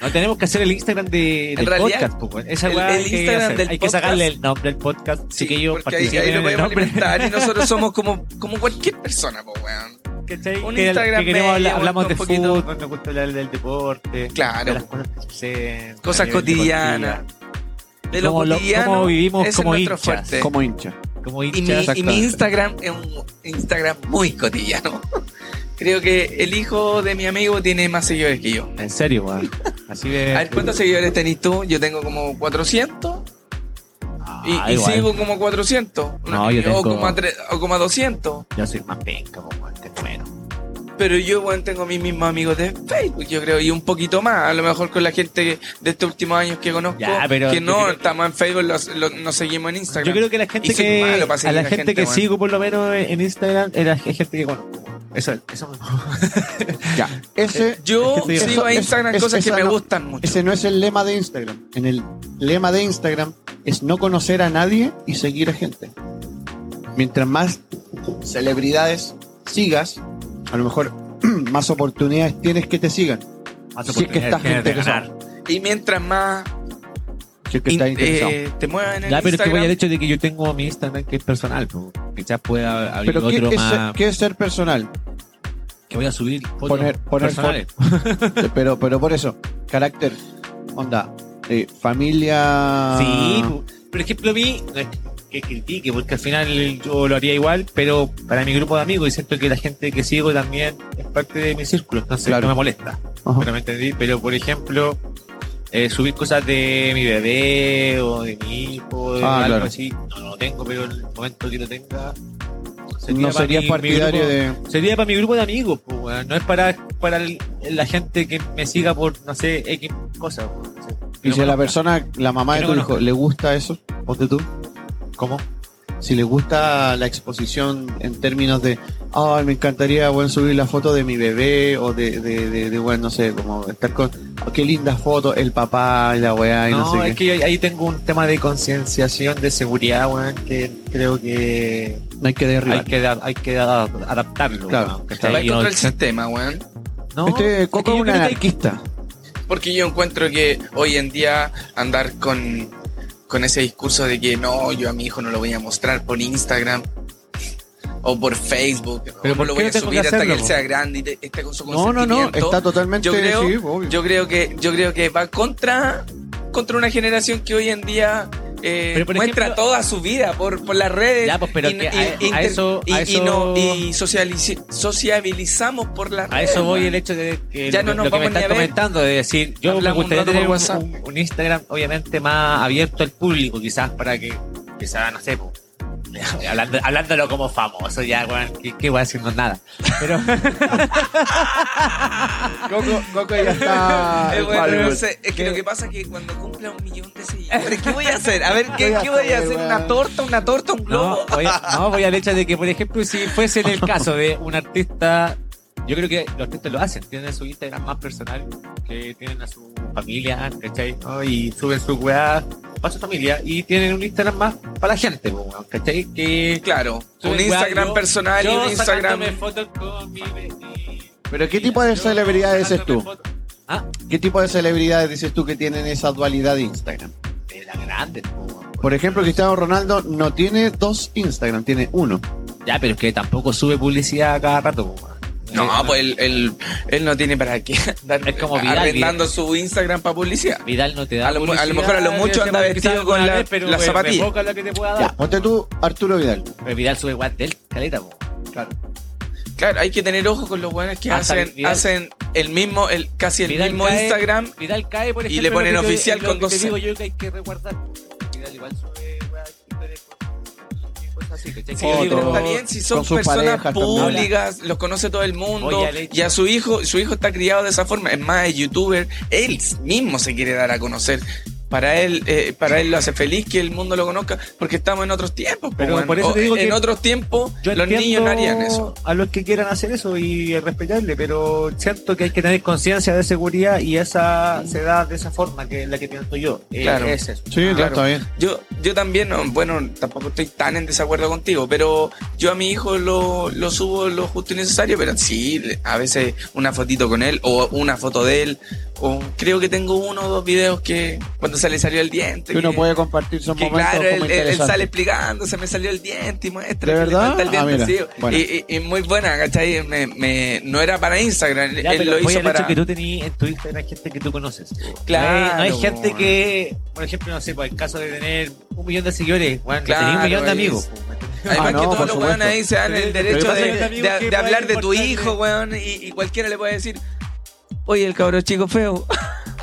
No tenemos que hacer el Instagram de, del
realidad,
podcast, po, weón. Esa
el-
weá
el
hay que
Instagram
hacer.
del
Hay que sacarle
podcast.
el nombre al podcast. Así que yo
porque ahí, ahí lo
en el
podemos
nombre.
alimentar y nosotros somos como, como cualquier persona, pues, weón.
¿cachai?
Un
que,
Instagram
que queremos hablar-
medio,
hablamos
un
de
poquito.
fútbol, nos gusta hablar del deporte. de las
Claro,
cosas que suceden,
Cosas
a nivel
cotidianas. de lo
Como lo-
cotidiano.
como vivimos
ese es
como
nuestro
hinchas.
fuerte.
Como hincha.
deportiva. Como
Y mi,
hinchas.
y mi Instagram es un Instagram muy cotidiano. Creo que el hijo de mi amigo tiene más seguidores que yo.
En serio, weón. Así de.
A ver, ¿cuántos seguidores tenés tú? Yo tengo como 400. Y, y sigo como 400.
Ah, No, yo
O
tengo-
como, a tre- o como a 200.
Yo soy más penca, po, weón, te muero.
Pero yo, bueno, tengo mis mismos amigos de Facebook, yo creo, y un poquito más. A lo mejor con la gente que- de estos últimos años que conozco,
Ya, pero
que
yo
no
creo que-
estamos en Facebook, los- los- nos seguimos en Instagram.
Yo creo que la
Y
gente
soy
que
malo para
a
seguir
la
a
gente,
gente,
que
weón.
sigo por lo menos en Instagram es la gente que conozco. Eso, eso mismo.
Ya. Ese,
Eh, Yo
es que te digo,
sigo a
es-
Instagram
es-
cosas que
esa
me
no-
gustan mucho.
ese no es el lema de Instagram. En el lema de Instagram es no conocer a nadie y seguir a gente. Mientras más celebridades sigas, a lo mejor más oportunidades tienes que te sigan.
Más
Si es que está
oportunidades tienes
gente
de
que
ganar.
son-
Y mientras más
si es que está
in-
interesado.
eh, te muevan en el
Ya, pero es que
Instagram,
voy al hecho de que yo tengo mi Instagram que es personal, po. quizás pueda haber
Pero ¿qué
otro
es, ser,
más
qué es ser personal?
que voy a subir fotos
Poner- poner
personales.
pero, pero por eso, carácter, onda, eh, familia...
Sí, po. por ejemplo, a mí, no es que critique, porque al final yo lo haría igual, pero para mi grupo de amigos, y siento que la gente que sigo también es parte de mi círculo, entonces no
Claro.
me molesta.
Ajá.
Pero me entendí, pero por ejemplo, eh, subir cosas de mi bebé o de mi hijo, de
Ah,
algo
claro.
así, no, no lo tengo, pero en el momento que lo tenga,
no
para
serías
mi- mi
partidario
grupo-
de...
Sería para mi grupo de amigos, po, weón. no es para, para el- la gente que me siga por, no sé, X cosas. weón. No sé, que
Y
no
si a la
conozca.
persona, la mamá
Que
de
no
tu hijo,
conozca.
le gusta eso, ponte tú,
¿Cómo?
si le gusta la exposición en términos de, ay, me encantaría bueno, subir la foto de mi bebé o de, de, de- de, bueno, no sé, como estar con, "Oh, qué linda foto, el papá y la weá y no,
No,
sé
es
qué.
que ahí- ahí tengo un tema de concienciación, de seguridad, weón, que creo que
No hay que
hay
derribar.
que, da- hay que da- adaptarlo.
Claro,
weón, ¿cachai?
va
Yo-
contra el sistema, weón.
no,
este
es
Coco
que
es
yo
un
creo que hay-
anarquista.
Porque yo encuentro que hoy en día andar con, con ese discurso de que no, yo a mi hijo no lo voy a mostrar por Instagram o por Facebook,
Pero
no
¿por
lo
qué
voy a
tengo que
subir hasta que
hacerlo,
él
po?
sea grande y te- esté con su
No, no, no,
consentimiento.
está totalmente
Yo creo-
sí, obvio.
Yo creo que, yo creo que va contra, contra una generación que hoy en día eh,
Pero, por
muestra
ejemplo-
toda su vida por, por las redes.
Ya, pues, pero
y,
que a-
y-
a
inter-
eso-
y-
a
y no-
eso-
y socialici- sociabilizamos por las
A
redes.
eso voy
man.
el hecho de que
Ya
lo,
no nos
lo que me
vamos ni
están
a ver.
comentando, de decir, yo
Hablamos
me gustaría
un rato
tener
por
un,
WhatsApp.
un- un Instagram obviamente más abierto al público, quizás para que, quizás, no sé, po, hablando- hablándolo como famoso, ya, weón, que, que voy a decirnos nada. Pero
Coco, Coco ya está.
Eh, bueno,
Vale,
no
pues.
sé, es que lo que pasa es que cuando cumpla un millón de seguidores, ¿qué voy a hacer? A ver, ¿qué,
Voy a
qué voy a
hacer,
hacer?
weón.
¿Una torta, una torta, un
No,
globo?
voy, a- no, voy al hecho de que, por ejemplo, si fuese en el caso de un artista, yo creo que los artistas lo hacen, tienen su Instagram más personal, que tienen a su familia, ¿cachai? ¿No? Y suben sus weas para su familia y tienen un Instagram más para la gente, po, weón, ¿cachai? Que
Claro,
Soy
un
weón,
Instagram
yo-
personal y
yo
un Instagram.
sacándome fotos con mi vecino,
Pero ¿qué tipo de
yo
celebridades es
sacándome
tú?
fotos- Ah,
¿Qué tipo de celebridades dices tú que tienen esa dualidad de Instagram?
de la grande, po, weón.
Por ejemplo, Cristiano Ronaldo no tiene dos Instagram, tiene uno.
Ya, pero es que tampoco sube publicidad a cada rato, po, weón.
No,
Eh,
pues él, él- él no tiene para qué andar
Es como viral,
arrendando su Instagram para publicidad.
Vidal no te da
A lo mu- a lo
publicidad,
mejor a lo mucho
ya
anda
sea, quizás
vestido con
alguna
la-
vez, pero
la
es- es
zapatilla.
poca la que te pueda
Ya,
dar.
ponte tú Arturo Vidal.
Pero Vidal sube guante del caleta, po.
Claro, hay que tener ojo con los buenos que
Ah,
hacen,
Vidal.
hacen el mismo, el, casi el
Vidal
mismo
cae-
Instagram.
Vidal cae, por
Y
ejemplo.
le ponen
lo que te-
oficial
lo
con
que
dos
Te
C.
digo yo que hay que resguardar. po. Vidal igual sube weas, historias con- cosas así, ¿cachai?
Sí,
Que yo digo,
pero está bien, si son
con sus
personas
parejas también.
públicas, los conoce todo el mundo,
Oye, Alex.
y a su hijo, su hijo está criado de esa forma, es más, es youtuber, él mismo se quiere dar a conocer. Para él, eh, para él lo hace feliz que el mundo lo conozca, porque estamos en otros tiempos. po,
Pero
weón.
por eso
O
te digo
en
que
otros tiempos
yo
los niños no
entiendo
harían eso.
A los que quieran hacer eso y es respetable, pero siento que hay que tener conciencia de seguridad y esa se da de esa forma que es la que pienso yo. Eh,
Claro.
es eso.
Sí,
claro, está
bien.
Yo, yo también, no, bueno, tampoco estoy tan en desacuerdo contigo, pero yo a mi hijo lo, lo subo lo justo y necesario, pero sí, le- a veces una fotito con él o una foto de él, o creo que tengo uno o dos videos que cuando se le salió el diente.
Que uno
que-
puede compartir esos
que
momentos
claro, él,
como
él- él
interesantes.
sale explicando, se me salió el diente y muestra.
¿De
que le
verdad?
falta el
Ah,
diente,
mira,
sí.
bueno.
Y, y- y muy buena, ¿cachai? Me- me- no era para Instagram,
Ya,
él
pero
lo
voy
hizo
al
para...
hecho que tú tenías en tu Instagram gente que tú conoces.
Claro,
No hay- No hay, gente
bueno.
que, por ejemplo, no sé, por el caso de tener un millón de seguidores, bueno,
Claro,
tenés un millón de
es-
amigos. pues,
Además
Ah, no,
que todos
por
los
supuesto.
weones ahí se dan el
Pero-
derecho
pero pasa
de,
que también
de-
que
de hablar
puede
de tu
importarle-
hijo, weón, y, y cualquiera le puede decir, oye, el cabrón chico feo.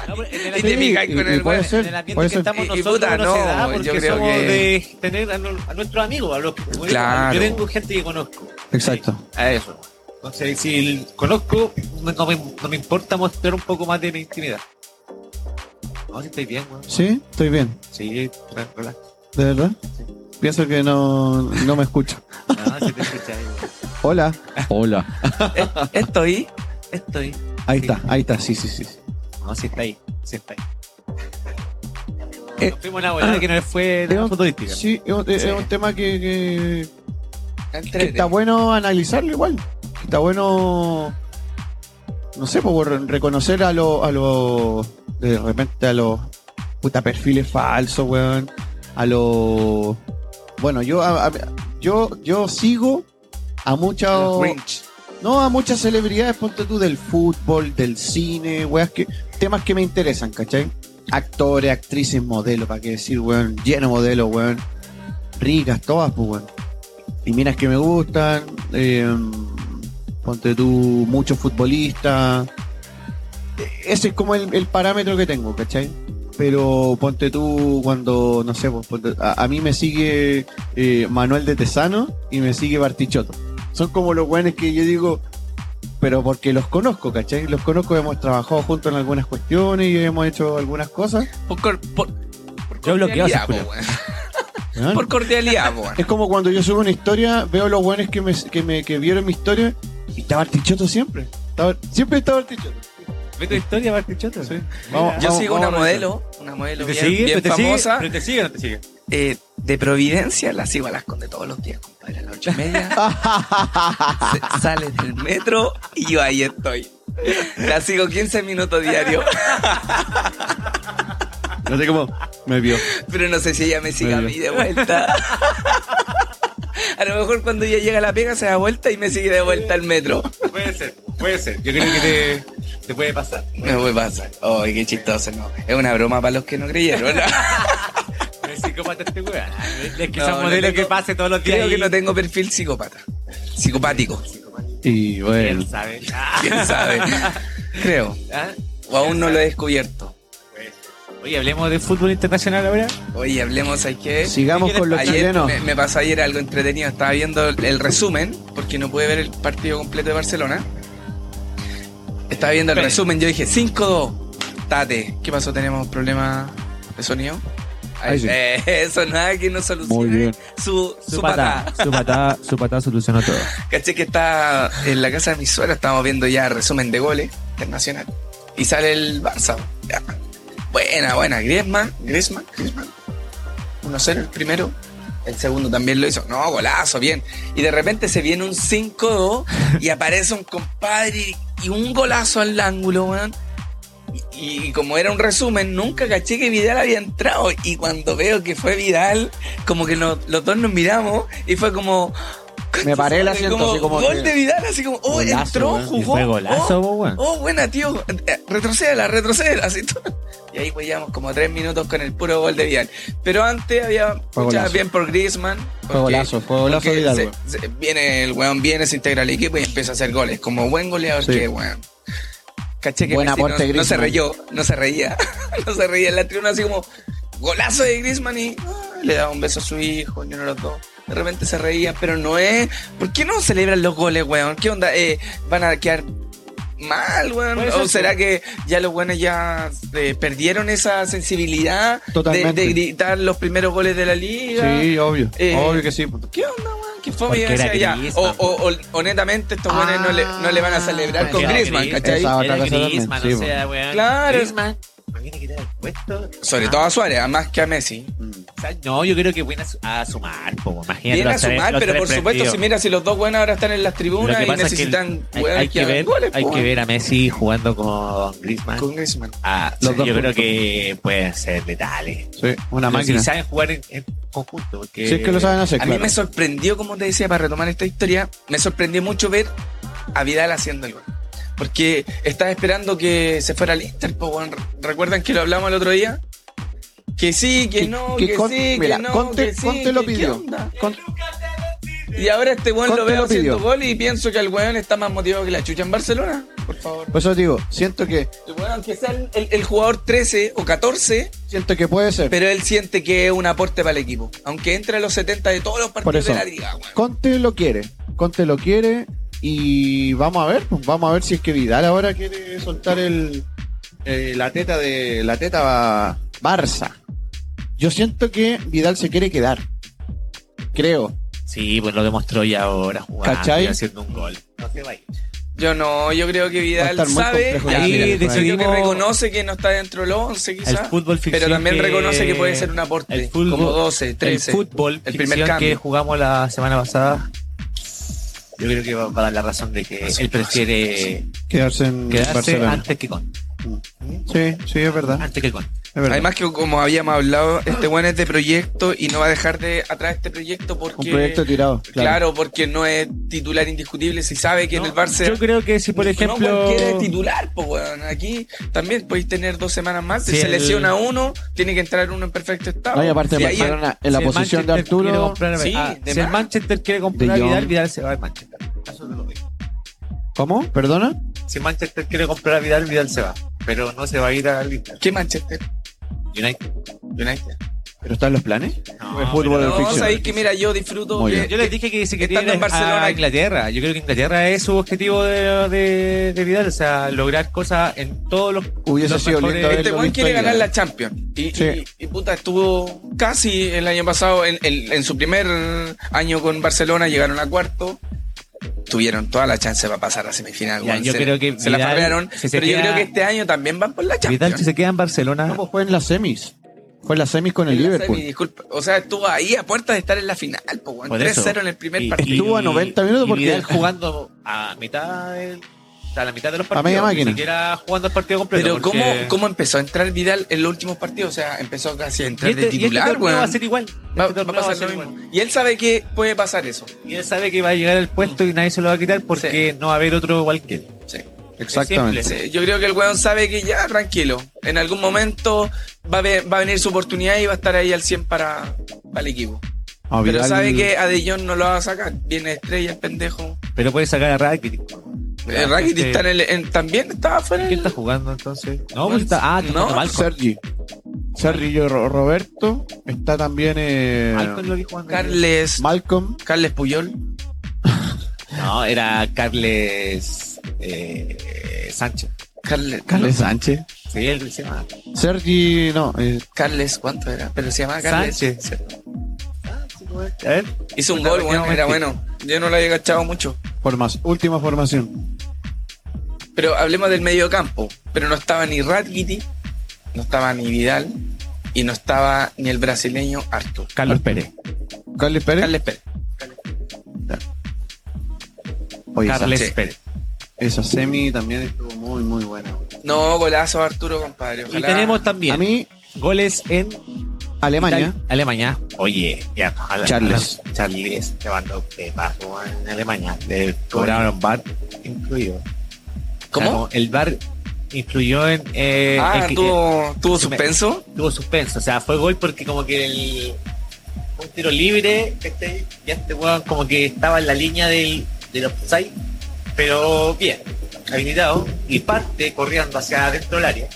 No, pero en el
Y
ambiente-
te pican
y-
con
y
el
puede
weón.
ser.
en el ambiente
puede
que
ser.
estamos
Y- y
nosotros
puta,
no, se
no,
da
yo
porque
creo
somos
que-
de tener a, no- a nuestros amigos, a los que como digo,
Claro.
Yo tengo gente que conozco.
Exacto.
A eso. Entonces, si el- conozco, no, no me, no me importa mostrar un poco más de mi intimidad. No, si estoy bien, weón.
Sí, estoy bien.
Sí, tranquila.
¿De verdad? pienso que no, no me escucha.
No, si te escuchas ahí, weón.
Hola.
Hola.
Estoy, estoy.
Ahí está, ahí está, sí, sí, sí.
No, si está ahí, si está ahí. Nos fuimos una volada que no fue
Creo-
la fotodística.
Sí, es un, es un tema que, que- que
Entrete.
está bueno analizarlo igual. Que Está bueno, no sé, por reconocer a los, a los, de repente a los, puta, perfiles falsos, weón. A los, bueno, yo, a- a- yo, yo sigo a
Los
muchos...
Grinch.
No, a muchas celebridades, ponte tú del fútbol, del cine, weas que. Temas que me interesan, ¿cachai? Actores, actrices, modelos, para qué decir, weón, lleno modelo, weón. Ricas, todas, pues, weón. Y minas que me gustan, eh, ponte tú, muchos futbolistas. Ese es como el, el parámetro que tengo, ¿cachai? Pero ponte tú cuando, no sé, pues, ponte- a, a mí me sigue eh, Manuel de Tesano y me sigue Bartichotto son como los weones que yo digo, pero porque los conozco, ¿cachai? Los conozco, hemos trabajado juntos en algunas cuestiones y hemos hecho algunas cosas.
Por, cor- por, por
Yo bloqueo ese
cordialidad, po,
culo.
weón.
weón.
Por cordialidad, po, weón.
Es como cuando yo subo una historia, veo los weones que, me, que, me, que vieron mi historia y estaba artichoto siempre. Estaba- siempre estaba artichoto.
¿Ve tu historia, Martín Choto?
Sí.
¿Te
Vamos-
Yo
vamos-
sigo una
vamos a ver eso.
modelo, una modelo bien,
sigue?
bien
¿Pero te sigue?
famosa,
¿Pero te sigue o no te sigue?
eh, de Providencia, la sigo a las conde todos los días, compadre, a las ocho y media. Se- sale del metro y yo ahí estoy. La sigo 15 minutos diario,
No sé cómo me vio.
pero no sé si ella me sigue a mí de vuelta. A lo mejor cuando ella llega a la pega se da vuelta y me sigue de vuelta al metro.
Puede ser, puede ser. Yo creo que te, te puede pasar.
Me voy a pasar. Oh, qué chistoso, no. Es una broma para los que no creyeron. ¿no?
Es psicópata este weón. Es que
No,
son
no
modelos
tengo-
que pase todos los días.
Creo que
y-
no tengo perfil psicópata. Psicopático,
Y bueno.
¿Quién sabe? Ah,
quién sabe. Creo.
ah.
O aún no lo he descubierto.
Oye, hablemos de fútbol internacional ahora.
Oye, hablemos, ¿hay qué?
Sigamos con los
Ayer
chilenos.
me, me pasó ayer algo entretenido. Estaba viendo el, el resumen, porque no pude ver el partido completo de Barcelona. Estaba viendo el resumen, yo dije 5-2. Tate, ¿qué pasó? ¿Tenemos problemas de sonido? Ay,
Ahí sí.
eh, eso nada que no solucione
Muy bien.
su, su,
Su
patada.
patada, su patada, su patada solucionó todo.
Caché que está en la casa de mi suegra, estábamos viendo ya resumen de goles internacional. Y sale el Barça. ya. Buena, buena. Griezmann, Griezmann, Griezmann. 1-0 el primero. El segundo también lo hizo. No, golazo, bien. Y de repente se viene un 5-2 y aparece un compadre y un golazo al ángulo, weón. Y, y como era un resumen, nunca caché que Vidal había entrado. Y cuando veo que fue Vidal, como que nos- los dos nos miramos y fue como.
Me paré el asiento,
Como
así como
Gol
que-
de Vidal, así como. Oh,
Golazo,
entró,
weón.
jugó.
Fue golazo,
oh,
po, weón.
Oh, buena, tío. Eh, Retrocédela, retrocédela. Así todo. Y ahí pues llevamos como tres minutos con el puro gol de Vidal. Pero antes había
Fue
pucha,
golazo.
bien por Griezmann.
Fue
porque-
golazo, fue golazo
porque
Vidal,
se-
weón.
se- Viene el weón, viene, se integra al equipo y empieza a hacer goles. Como buen goleador
Sí.
que es, weón. Caché que
Buen
Messi no-
aporte,
no, se
Griezmann.
reyó, no se reía. no se reía en la tribuna así como golazo de Griezmann y ah, le daba un beso a su hijo, y uno de los dos. De repente se reía, pero no es. ¿Por qué no celebran los goles, weón? ¿Qué onda? Eh, ¿Van a quedar mal, weón?
Puede ser,
¿O
sí.
será que ya los buenos ya eh, perdieron esa sensibilidad de,
Totalmente.
de gritar los primeros goles de la liga?
Sí, obvio.
Eh,
obvio que sí.
¿Qué onda, weón? ¿Qué fue
Porque era
O,
Griezmann,
o, o- honestamente, estos weones no, le, no le van a celebrar con
Ah. era
Griezmann,
Griezmann.
¿cachai?
Esa otra
Era
cosa también,
Griezmann,
sí,
o sea, weón.
Claro.
Griezmann. Me viene a quitar el puesto.
Sobre todo a Suárez, a más que a Messi.
O sea, no, yo creo que viene a, su- a sumar, po. Imagínate.
Viene a
los tres-
sumar,
los
pero
tres
por supuesto,
prendidos.
si mira, si los dos buenos ahora están en las
Lo
tribunas
que
y
pasa es que
necesitan
hay,
weón,
hay que
hagan
ver,
goles,
hay
po,
que ver a Messi jugando con
weón.
Griezmann.
con Griezmann.
Ah,
Los
sí,
dos
yo creo
juntos.
que pueden ser letales.
Sí, una
Pero
máquina.
Si saben jugar en, en conjunto. Porque...
Si es que lo saben hacer,
A mí
claro.
me sorprendió, como te decía, para retomar esta historia, me sorprendió mucho ver a Vidal haciendo el gol. Porque estaba esperando que se fuera al Inter, po, weón. ¿recuerdan que lo hablamos el otro día? Que sí, que
Que-
no, que,
que Con-
sí,
mira,
que no,
Conte-
que sí,
Conte lo
que qué
pidió.
onda.
Con-
Y ahora este weón lo
Conte
veo
lo
haciendo
pidió.
gol y pienso que el weón está más motivado que la chucha en Barcelona. Por favor.
Por eso digo, siento que,
El weón, aunque sea el, el- el jugador 13 o 14,
siento que puede ser.
pero él siente que es un aporte para el equipo. Aunque entre a los 70 de todos los
Por
partidos
eso,
de la liga, weón.
Conte lo quiere, Conte lo quiere y vamos a ver, pues, vamos a ver si es que Vidal ahora quiere soltar el eh, la teta de la teta Barça. Yo siento que Vidal se quiere quedar. Creo.
Sí, pues lo demostró ya ahora jugando
¿Cachai?
y haciendo un gol. No se vaya.
Yo no, yo creo que Vidal
estar muy
sabe.
complejo
ya,
de
yo
mirar.
creo que
Decidimos-
reconoce que no está dentro del 11,
El
quizás.
fútbol ficción
Pero también
que-
reconoce que puede ser un aporte.
el fútbol-
como 12,
El
13.
fútbol,
el
el
primer
primer
cambio.
que jugamos la semana pasada, yo creo que va, va a dar la razón de que él prefiere
Quedarse en
quedarse
Barcelona.
antes que con.
Sí, sí, es verdad.
Antes que con.
Es verdad.
Además que como habíamos hablado, este buen es de proyecto y no va a dejar de atrás este proyecto porque...
un proyecto tirado.
claro. porque no es titular indiscutible, si sabe que en el Barça...
Yo creo que si, por ejemplo.
No cualquiera es titular, pues Aquí también podéis tener dos semanas más. Si,
Si
se
el-
lesiona uno, tiene que entrar uno en perfecto estado.
No, y aparte
Si ahí-
Barcelona, en la
si el
posición de
Manchester quiere
Arturo,
comprar a-
Sí,
ah,
de
si el
más.
Manchester quiere comprar a
De Jong.
Vidal, Vidal se va al Manchester. Eso te lo digo.
¿cómo? ¿Perdona?
Si Manchester quiere comprar a Vidal, Vidal se va. Pero no se va a ir al Inter.
¿Qué Manchester?
United. United.
¿Pero están los planes?
No,
el fútbol
No,
ficción.
sabéis que mira, yo disfruto...
Muy
que-
bien.
Yo les dije que se
Eh, Estando
quería ir
en Barcelona.
a Inglaterra. Yo creo que Inglaterra es su objetivo de, de- de Vidal. O sea, lograr cosas en todos los.
Hubiese
los
sido
mejores-
lindo
Este
Lo
buen
visto
quiere
ahí,
ganar
¿verdad?
la Champions. Y, y-
Sí.
y, puta, estuvo casi el año pasado, en, en- en su primer año con Barcelona, llegaron a cuarto. Tuvieron toda la chance para pasar a semifinal.
Ya,
weón.
yo
se,
creo que
se la
Vidal,
farrearon.
si se
pero yo
queda-
creo que este año también van por la
Vidal, si
Champions.
se queda en Barcelona.
No, pues fue en las semis. Fue en las semis con el
En la
Liverpool.
semi, disculpa. O sea, estuvo ahí a puertas de estar en la final. po, weón.
Por eso.
3-0 en el primer
Y-
partido.
Estuvo a 90 minutos
y
porque-
Vidal jugando a mitad del- a la mitad de los partidos.
media máquina.
Ni siquiera jugando el partido completo.
Pero
porque-
¿cómo, ¿cómo empezó a entrar Vidal en los últimos partidos? O sea, empezó casi a
Y
entrar
este,
de
y este
titular,
torneo
weón.
va a ser igual.
Va-
Este
va a
torneo
pasar
ser
lo
igual.
mismo. Y él sabe que puede pasar eso.
Y él sabe que va a llegar al puesto y nadie se lo va a quitar porque no va a haber otro igual que él.
Sí.
Exactamente.
Es simple.
Sí, yo creo que el weón sabe que ya, tranquilo, en algún momento va a, ve- va a venir su oportunidad y va a estar ahí al 100 para, para el equipo.
Ah,
Pero
Vidal-
sabe que a De Jong no lo va a sacar. Viene estrella, el pendejo.
Pero puede sacar a Rakitic.
Eh, Rakitic está en el- en- también estaba fuera.
este ¿Quién está
del-
jugando entonces? No, pues está. Ah, está
No.
jugando Malcolm.
Sergi. Sergi yo- Ro- Roberto. Está también eh,
Malcolm lo vi jugando.
Carles,
Malcolm.
Carles Puyol.
No, era Carles eh, Sánchez.
Carles,
Carles Sánchez.
Sí, él se llama
Sergi, no. eh,
Carles, ¿cuánto era? Pero se llamaba Carles.
Sánchez. ¿cierto? A ver,
Hizo un gol,
Puta,
bueno,
no,
era
mentira.
bueno. Yo no lo había cachado mucho.
formas, última formación.
Pero hablemos del medio campo. Pero no estaba ni Rakitic, no estaba ni Vidal y no estaba ni el brasileño Artur.
Carlos
Ah,
Pérez.
Carles Pérez.
Carles Pérez.
Oye, esa-
Carles
Sí.
Pérez.
Esa, semi también estuvo muy, muy buena.
No, golazo Arturo, compadre.
Y
Ojalá.
tenemos
A
también
mí,
goles en
Alemania.
Italia- Alemania. Oye, ya. a la-
Charles.
a la- Charles llevando de paso en Alemania. Le cobraron bar incluido.
¿Cómo?
O sea, como el bar influyó en. eh,
ah,
en que-
tuvo, tuvo
se me-
suspenso.
tuvo suspenso. O sea, fue gol porque como que el, un tiro libre, este, ya este weón como que estaba en la línea del, del offside, pero bien, habilitado, y parte corriendo hacia adentro del área,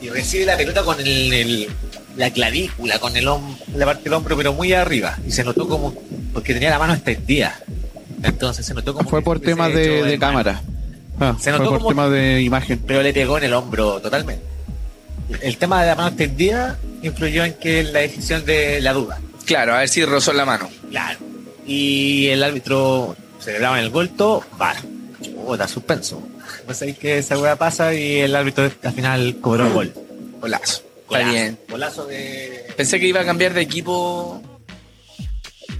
y recibe la pelota con el, el- la clavícula, con el hom- la parte del hombro, pero muy arriba, y se notó como, porque tenía la mano extendida. Entonces se notó como...
Fue
que
por
hubiese
temas de,
hecho
de
el-
cámara. Ah,
Se
fue
notó
por
como-
temas de imagen.
pero le pegó en el hombro totalmente. El tema de la mano extendida influyó en que la decisión de la duda,
Claro, a ver si rozó en la mano.
claro. Y el árbitro celebraba en el golto, bar. Puta, suspenso. Pues ahí que esa weá pasa y el árbitro al final cobró el gol.
Golazo. Está
Golazo.
bien.
Golazo de.
Pensé que iba a cambiar de equipo.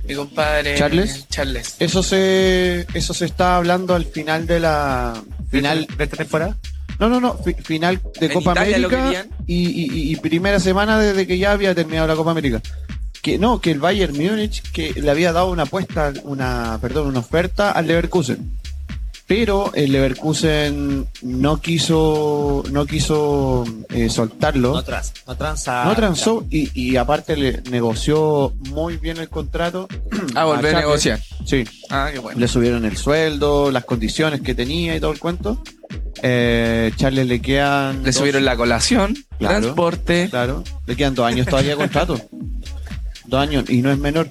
Mi compadre.
¿Charles?
Charles.
Eso se, eso se está hablando al final de la final.
de esta temporada.
No, no, no. fi- final de
En
Copa
Italia lo
América
querían.
y, y- y- y primera semana desde que ya había terminado la Copa América. Que no, que el Bayern Múnich que le había dado una apuesta, una, perdón, una oferta al Leverkusen. Pero el Leverkusen no quiso, no quiso eh, soltarlo.
No, trans, no transa.
No transó y, y aparte le negoció muy bien el contrato.
Ah, volver a
Charles.
negociar.
Sí,
Ah, qué bueno.
le subieron el sueldo, las condiciones que tenía y todo el cuento. Eh, Charles le quedan.
Le
dos-
subieron la colación,
Claro.
transporte.
Claro, le quedan dos años todavía de contrato. dos años y no es menor.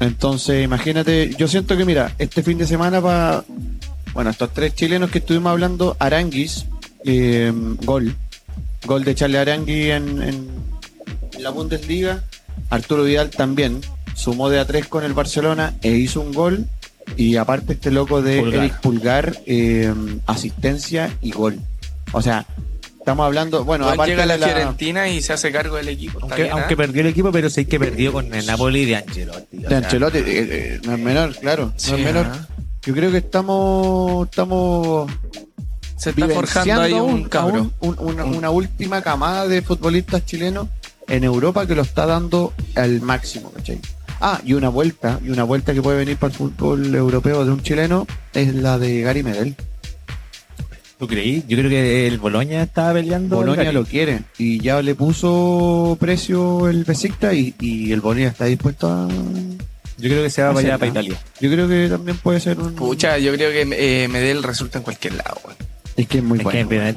Entonces, imagínate, yo siento que mira, este fin de semana para. Bueno, estos tres chilenos que estuvimos hablando, Aranguis, eh, gol. Gol de Charles Arangui en, en la Bundesliga. Arturo Vidal también. sumó de a tres con el Barcelona e hizo un gol. Y aparte este loco de
Pulgar.
Eric Pulgar, eh, asistencia y gol. O sea, estamos hablando, bueno,
Igual
aparte
llega
de
la,
la,
Fiorentina y se hace cargo del equipo. está
Aunque,
bien, ¿ah?
aunque perdió el equipo, pero sé que perdió con el Napoli de Ancelotti. o
de
sea,
Ancelotti, eh, eh, no es menor, claro,
Sí,
no es menor.
¿ah?
Yo creo que estamos, estamos
Se está forjando
vivenciando
ahí
aún-
un cabrón.
aún un- una, una última camada de futbolistas chilenos en Europa que lo está dando al máximo, ¿cachai? Ah, y una vuelta, y una vuelta que puede venir para el fútbol europeo de un chileno es la de Gary Medel.
¿Tú creí? Yo creo que el Boloña estaba peleando. al
Bolonia
Gary.
lo quiere y ya le puso precio el Besiktas y, y el Bolonia está dispuesto a...
Yo creo que se va
No
para
sé,
allá, para
¿no?
Italia.
Yo creo que también puede ser un...
Pucha, yo creo que eh, Medel resulta en cualquier lado. weón.
Es que es muy
Es
bueno.
que es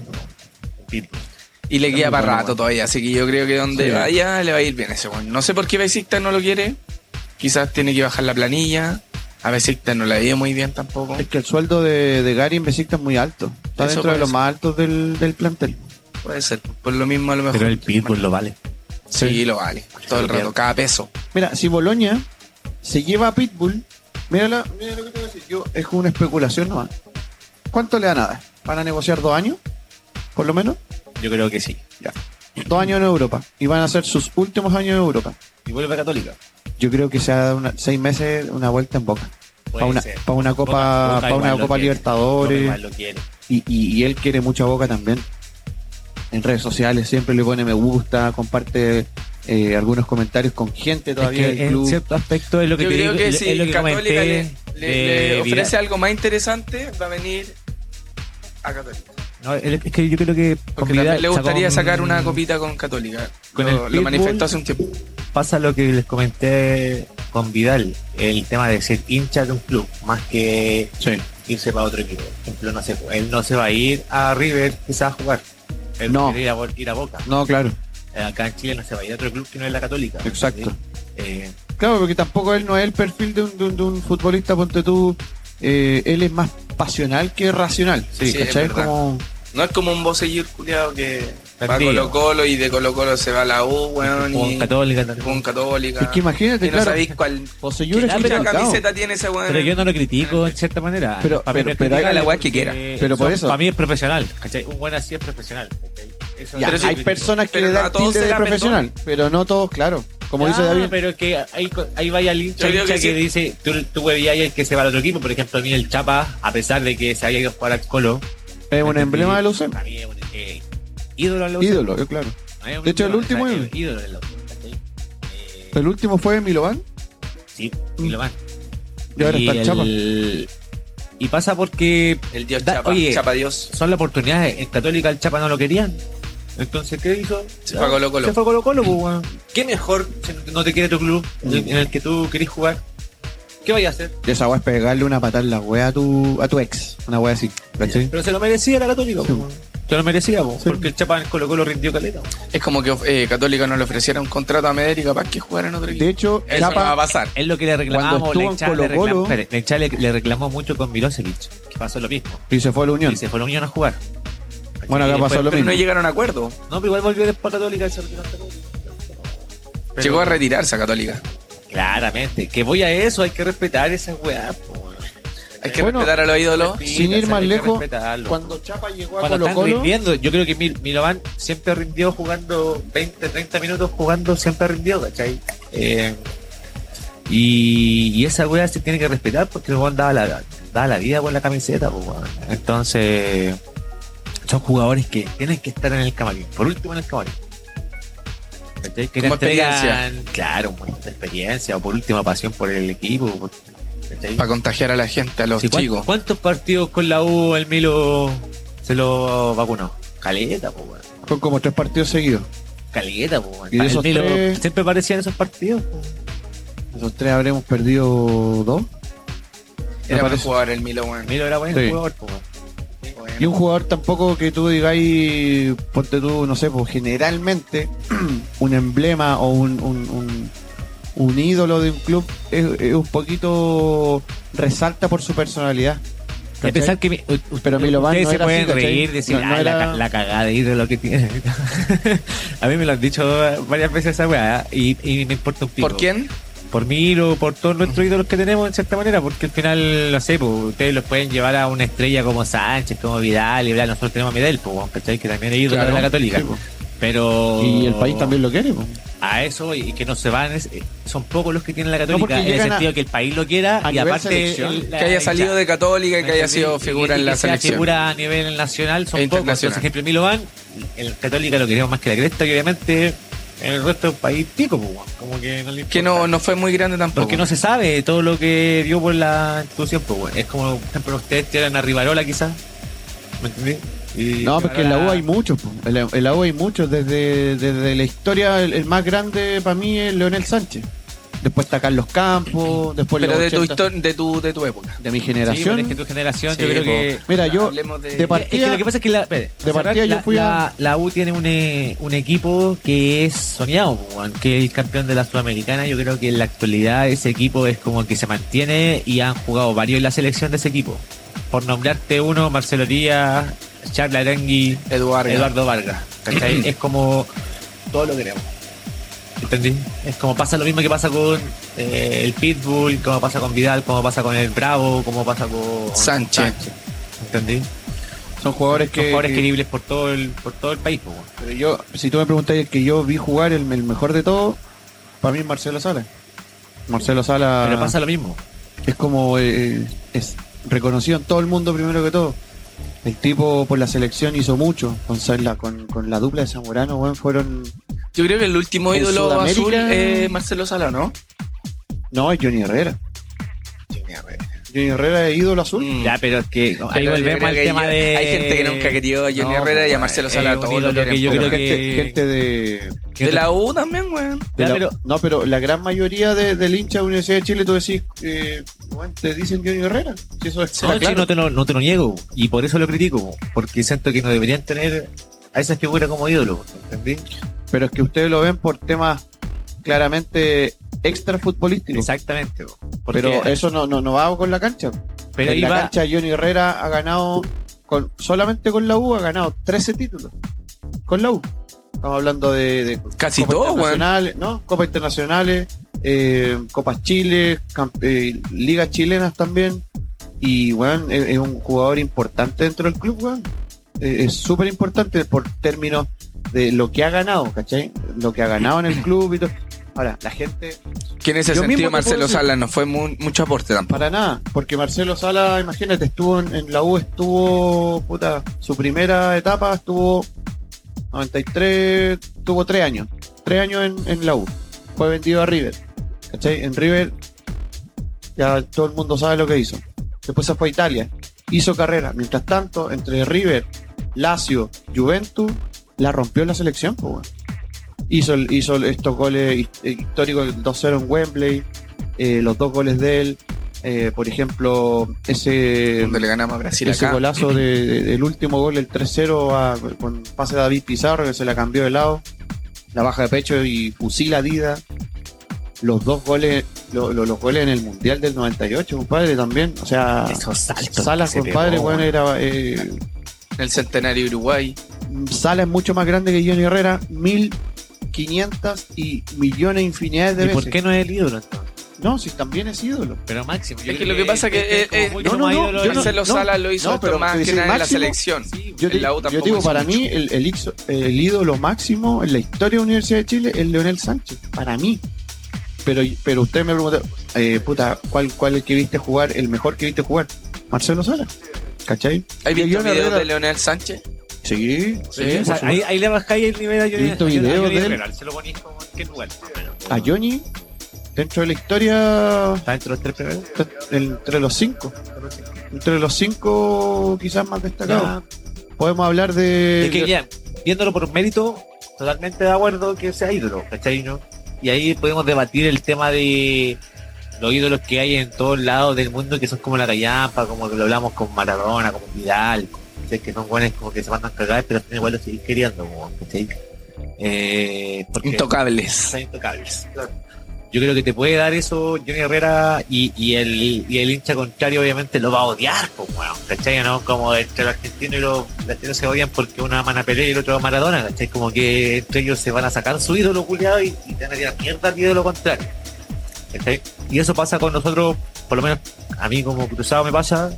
Y le queda para
muy bueno,
rato
weón.
todavía, así que yo creo que donde
Sí.
vaya le va a ir bien ese weón. No sé por qué Besiktas no lo quiere. Quizás tiene que bajar la planilla. A Besiktas no la vive muy bien tampoco.
Es que el sueldo de, de Gary en Besiktas es muy alto. Está
Eso
dentro de
puede
los
ser.
más altos del, del plantel.
Puede ser. Por lo mismo a lo mejor.
Pero el Pitbull lo vale.
Sí, lo vale. Todo el rato, cada peso.
Mira, si Boloña se lleva a Pitbull, mira, la- mira lo que te voy a decir. Yo, es una especulación nomás. ¿Cuánto le dan a dar? ¿Van a negociar dos años? Por lo menos.
Yo creo que sí.
Dos años en Europa. Y van a ser sus últimos años en Europa.
Y vuelve a Católica.
Yo creo que sea una, seis meses una vuelta en boca. Para
Puede
una,
ser.
pa' una
Boca-
Copa,
Boca
pa' una
igual lo
copa
quiere.
Libertadores.
Boca igual lo quiere.
Y, y- y él quiere mucha boca también. En redes sociales siempre le pone me gusta, comparte eh, algunos comentarios con gente
Es
todavía
que
del
en
club.
cierto aspecto es lo que
Yo
te
creo
digo,
que
es
si
lo que
Católica le,
comenté
le- le
de
ofrece
Vidal.
algo más interesante, va a venir a Católica.
No, el- es que yo creo que con
Porque
Vidal
también le gustaría
sacó un-
sacar una copita con Católica.
Con el
lo, lo
Pitbull.
manifestó hace un tiempo.
Pasa lo que les comenté con Vidal, el tema de ser hincha de un club, más que
Sí.
irse para otro equipo. Por ejemplo, no sé, él no se va a ir a River quizás a jugar. Él
No.
quiere ir a, Bo- ir a Boca.
No, claro.
eh, Acá en Chile no se va a ir a otro club que no es la Católica.
Exacto.
¿sí? Eh,
Claro, porque tampoco él no es el perfil de un, de un- de un futbolista, ponte tú. eh, él es más pasional que racional.
Sí, es
¿cachai?
verdad.
Como-
No es como un bocellur culiado que va a Colo
Bandido.
Colo y de Colo Colo se va a la U, weón.
con
y-
Católica
con
también.
Católica.
Es que imagínate,
y no
claro.
sabéis cuál
Poseyur es
qué chucha
complicado.
camiseta tiene ese weón.
Pero yo no lo critico en cierta manera.
Pero-
Para mí
pero-
no es
pero haga
la
criticable
weá que
porque
quiera.
Pero por eso-
Para mí es profesional. ¿cachai? Un buen así es profesional. ¿cachai? Eso
Ya,
es lo que
hay
critico.
personas que
Pero
le
no
dan
a todos
tilde
se
de
la
profesional, pero no todos, claro. Como
Ya,
dice David,
Pero que ahí, co- ahí vaya el hincha,
Yo creo
hincha
que
que,
sí.
dice, tú, tú huevías el que se va al otro equipo. Por ejemplo, a mí el Chapa, a pesar de que se haya ido a jugar al Colo,
es un emblema de Lucero.
para mí es un eh, ídolo en la UCE.
Ídolo, eh, claro.
No es un
De hecho, el
ídolo,
último
o sea,
ídolo.
es ídolo en la UCE, ¿cachai? Eh,
El último fue Milovan
Sí, y lo van.
y ahora está el Chapa.
el- Y pasa porque
El dios
Da-
Chapa,
oye.
Chapa Dios.
son las oportunidades. En Católica el Chapa no lo querían. Entonces, ¿qué hizo?
Se fue a Colo Colo.
Se fue a Colo Colo, pues, weón. ¿Qué mejor si no te quiere tu club en el que tú querés jugar? ¿Qué vaya a hacer?
Y esa weá es pegarle una patada en la wea a tu, a tu ex. Una wea así. ¿cachai?
Pero se lo merecía la Católica,
Sí.
po. Se lo merecía, po, porque el Chapa en Colo Colo rindió caleta. pues. po.
Es como que eh, Católica no le ofreciera un contrato a Medel y capaz que jugara en otro
De
equipo.
hecho,
Eso no va a
Chapa,
pasar.
Es lo que le reclamamos,
Cuando
le
estuvo en
Echa le,
Colo-Colo-
reclamó, espere, le Echa le- le reclamó mucho con Milosevic, que pasó lo mismo.
y se fue a la Unión.
Y se fue a la Unión a jugar.
Bueno, acá
Y
pasó
después-
lo
Pero
mismo.
no llegaron a acuerdo.
No, pero igual volvió después a Católica. se retiró a Católica. Pero-
Llegó a retirarse a Católica.
Claramente, que voy a eso, hay que respetar esa weá. pues, po.
Hay que
Bueno,
respetar a los ídolos.
Sin ir
Hay
más
que
lejos,
respetarlo.
Cuando Chapa llegó a
Cuando
Colo
están
Colo,
rindiendo, yo creo que Mil Milovan siempre rindió jugando 20, 30 minutos jugando, siempre rindió, ¿cachai? Eh, y, y esa weá se tiene que respetar porque el weón daba la, daba la vida por la camiseta, po, weón. Entonces, son jugadores que tienen que estar en el camarín, por último en el camarín. ¿Cachai? Que
Como
te entregan, Claro, mucha experiencia, o por última pasión por el equipo. por- ¿cachai?
Para contagiar a la gente, a los
Sí, ¿cuán-
chicos.
¿Cuántos partidos con la U el Milo se lo vacunó? Caleta, po, weón.
con como tres partidos seguidos.
Caleta, po, weón.
Y de esos
El Milo
tres-
siempre aparecía en esos partidos. po.
Nosotros tres habremos perdido dos.
Era para
parece.
jugador el Milo, weón.
El Milo era buen
Sí.
jugador, po, weón.
Bueno.
Y un jugador tampoco que tú digáis, ponte tú, no sé, pues generalmente un emblema o un, un, un- un ídolo de un club es, es un poquito resalta por su personalidad.
Y
¿cachai?
a pesar que mi- u- u-
Pero Milovan
ustedes
no
se
era
pueden
así, ¿cachai?
reír, decir,
No- no
"Ay, la,
era-
ca- la cagada de ídolo que tiene. a mí me lo han dicho varias veces esa weá y, y me importa un pico.
¿Por quién?
por Miro, por todos nuestros ídolos que tenemos en cierta manera, porque al final, no sé, pues, ustedes los pueden llevar a una estrella como Sánchez, como Vidal y bla, nosotros tenemos a Medel, pues, bueno, ¿cachai? que también es ídolo
Claro,
de la Católica.
sí, pues.
pero
Y el país también lo quiere, pues.
a eso voy, y que no se van es- eh, son pocos los que tienen la
No,
católica
porque
en el
llegan a-
sentido que el país lo quiera
a
y
nivel
aparte
selección.
el- la
que haya salido de Católica y que haya
¿entendí?
sido
Y-
figura
y
en
que
la
sea
selección.
figura a nivel nacional son
E
pocos entonces
internacional.
por ejemplo en Milán el católica lo queremos más que la cresta y obviamente en el resto del país pico pues, weón, como que no le
Que
importa.
no, no fue muy grande tampoco.
Porque no se sabe todo lo que dio por la institución, pues, weón. Es como, por ejemplo, ustedes tiran a Rivarola, quizás. ¿Me entendí? Y
No, porque en la U
Rivarola-
hay muchos. po. En la, en la U hay muchos. Desde, desde la historia, el, el más grande para mí es Leonel Sánchez. Después está Carlos Campos. Después
Pero
los
de tu,
80,
histor- de, tu, de tu época.
de mi
Sí, pero
generación.
pues, es que tu generación,
Sí,
yo creo
po.
que.
Mira, yo
Hablemos de-
de
Es que
partida.
lo que pasa es que la, espérate,
De partida
la,
yo fui
la-
a-
la U tiene un, eh, un equipo que es soñado, pues, weón, que es campeón de la Sudamericana. Yo creo que en la actualidad ese equipo es como que se mantiene y han jugado varios en la selección de ese equipo. Por nombrarte uno, Marcelo Díaz, Charles Arangui,
Eduardo.
Eduardo Vargas. ¿cachai? es como todo lo queremos. ¿Entendí? Es como pasa lo mismo que pasa con eh, el Pitbull, como pasa con Vidal, como pasa con el Bravo, como pasa con
Sánchez.
¿Entendí?
son jugadores
Son
que.
jugadores queribles por todo el, por todo el país. po, weón.
pero yo, si tú me preguntas el que yo vi jugar, el, el mejor de todo, para mí es Marcelo Sala. Marcelo Sala
Pero pasa lo mismo.
es como. eh, es reconocido en todo el mundo primero que todo. El tipo por la selección hizo mucho. Con, Sala- con, con la dupla de Zamorano, weón, fueron.
Yo creo que el último
En
ídolo
Sudamérica-
azul es Marcelo Sala, ¿no?
No, es Johnny Herrera. Johnny Herrera es ídolo azul.
Mm.
Ya, pero es que ahí
Pero yo
volvemos
creo
al
que
tema
yo-
de.
Hay gente que nunca querido a Johnny
No,
Herrera y a
weón,
Marcelo
es
Sala
un
todos lo
ídolo que
quieren
yo
poco.
creo que-
gente, gente de,
De la U también, weón.
de
Ya,
la-
pero-
no pero la gran mayoría de, del hincha de la Universidad de Chile tú decís eh, bueno, te dicen Johnny Herrera si eso es
No, sí, no, te lo, no te lo niego. Y por eso lo critico. Porque siento que no deberían tener a esa figura como ídolo. ¿Entendí?
pero es que ustedes lo ven por temas claramente extra futbolísticos
Exactamente. po. Porque-
pero eso no, no, no va con la cancha
pero
en
ahí
la
va-
cancha Johnny Herrera ha ganado con, solamente con la U ha ganado 13 títulos con la U estamos hablando de, de
Casi
Copas
todos, weón.
internacionales, ¿no? Copas internacionales, eh, Copas Chile, camp- eh, ligas chilenas también. Y, weón, e-, es, es un jugador importante dentro del club, weón. Eh, es súper importante por términos de lo que ha ganado, ¿cachai? Lo que ha ganado en el club y todo. Ahora, la gente,
Que en ese
Yo mismo
sentido
te
Marcelo
puedo decir-
Sala no fue mu- mucho aporte tampoco.
para nada, porque Marcelo Sala, imagínate, estuvo en, en la U, estuvo, puta, su primera etapa estuvo 93, tuvo tres años, tres años en, en la U. Fue vendido a River. ¿Cachai? En River ya todo el mundo sabe lo que hizo. Después se fue a Italia. Hizo carrera. Mientras tanto, entre River, Lazio, Juventus, la rompió la selección. Pues, weón. hizo, el- hizo estos goles hist- eh, históricos, el 2-0 en Wembley, eh, los dos goles de él. eh, por ejemplo, ese
Donde le ganamos a Brasil
ese
acá.
golazo de- de- del último gol, el 3-0 a- con pase de David Pizarro, que se la cambió de lado, la baja de pecho y fusila a Dida. Los dos goles, lo- lo- los goles en el Mundial del 98, compadre, también. O sea,
Esos saltos.
Salas,
que se
compadre,
pegó,
bueno, era. eh,
En el centenario de Uruguay.
Salas es mucho más grande que Johnny Herrera, 1500 y millones, infinidades de
¿Y
veces.
por qué no es el ídolo entonces?
No, si también es ídolo.
Pero máximo. yo
Es que
creo
lo que pasa que eh, es-
como
es-
mucho
no, no,
más
no,
ídolo
yo
de-
Marcelo
no,
Sala lo hizo
no,
esto
pero
más que
decir
nada en la
máximo-
selección.
Sí,
Yo,
En
te-
la U
yo
tampoco
digo,
hizo
para
mucho.
mí, el, el ixo- el ídolo máximo en la historia de la Universidad de Chile es Leonel Sánchez. Para mí. Pero, pero usted me pregunta, eh, puta, ¿cuál, ¿cuál el que viste jugar, el mejor que viste jugar? Marcelo Sala. ¿Cachai?
¿Has
Y
visto
Johnny
videos
Herrera-
de Leonel Sánchez?
Sí, sí,
Sí, o
por
sea,
supuesto.
ahí, ahí le bajáis el nivel a Johnny.
He visto
a Johnny- a
videos
Johnny
de él. Ah,
Herrera, Se lo ponís como en qué lugar.
A Johnny, dentro de la historia,
Está entre los tres primeros.
entre los cinco. Entre los cinco quizás más
Ah,
destacados. Podemos hablar de...
Es que ya, viéndolo por mérito, totalmente de acuerdo que sea ídolo, ¿cachai? ¿No? Y ahí podemos debatir el tema de los ídolos que hay en todos lados del mundo, que son como la callampa, como que lo hablamos con Maradona, con Vidal, ¿cachai? que son buenos como que se mandan cagadas, pero igual lo siguen queriendo, como, ¿cachai? Eh, porque
Intocables.
son intocables. Yo creo que te puede dar eso Johnny Herrera y, y el, y el hincha contrario obviamente lo va a odiar, pues bueno, ¿cachai? ¿no? Como entre los argentinos y los latinos se odian porque uno ama a Pelé y el otro ama a Maradona, ¿cachai? Como que entre ellos se van a sacar su ídolo culiado y, y te van a tirar mierda al ídolo contrario. ¿cachai? Y eso pasa con nosotros, por lo menos a mí como cruzado me pasa,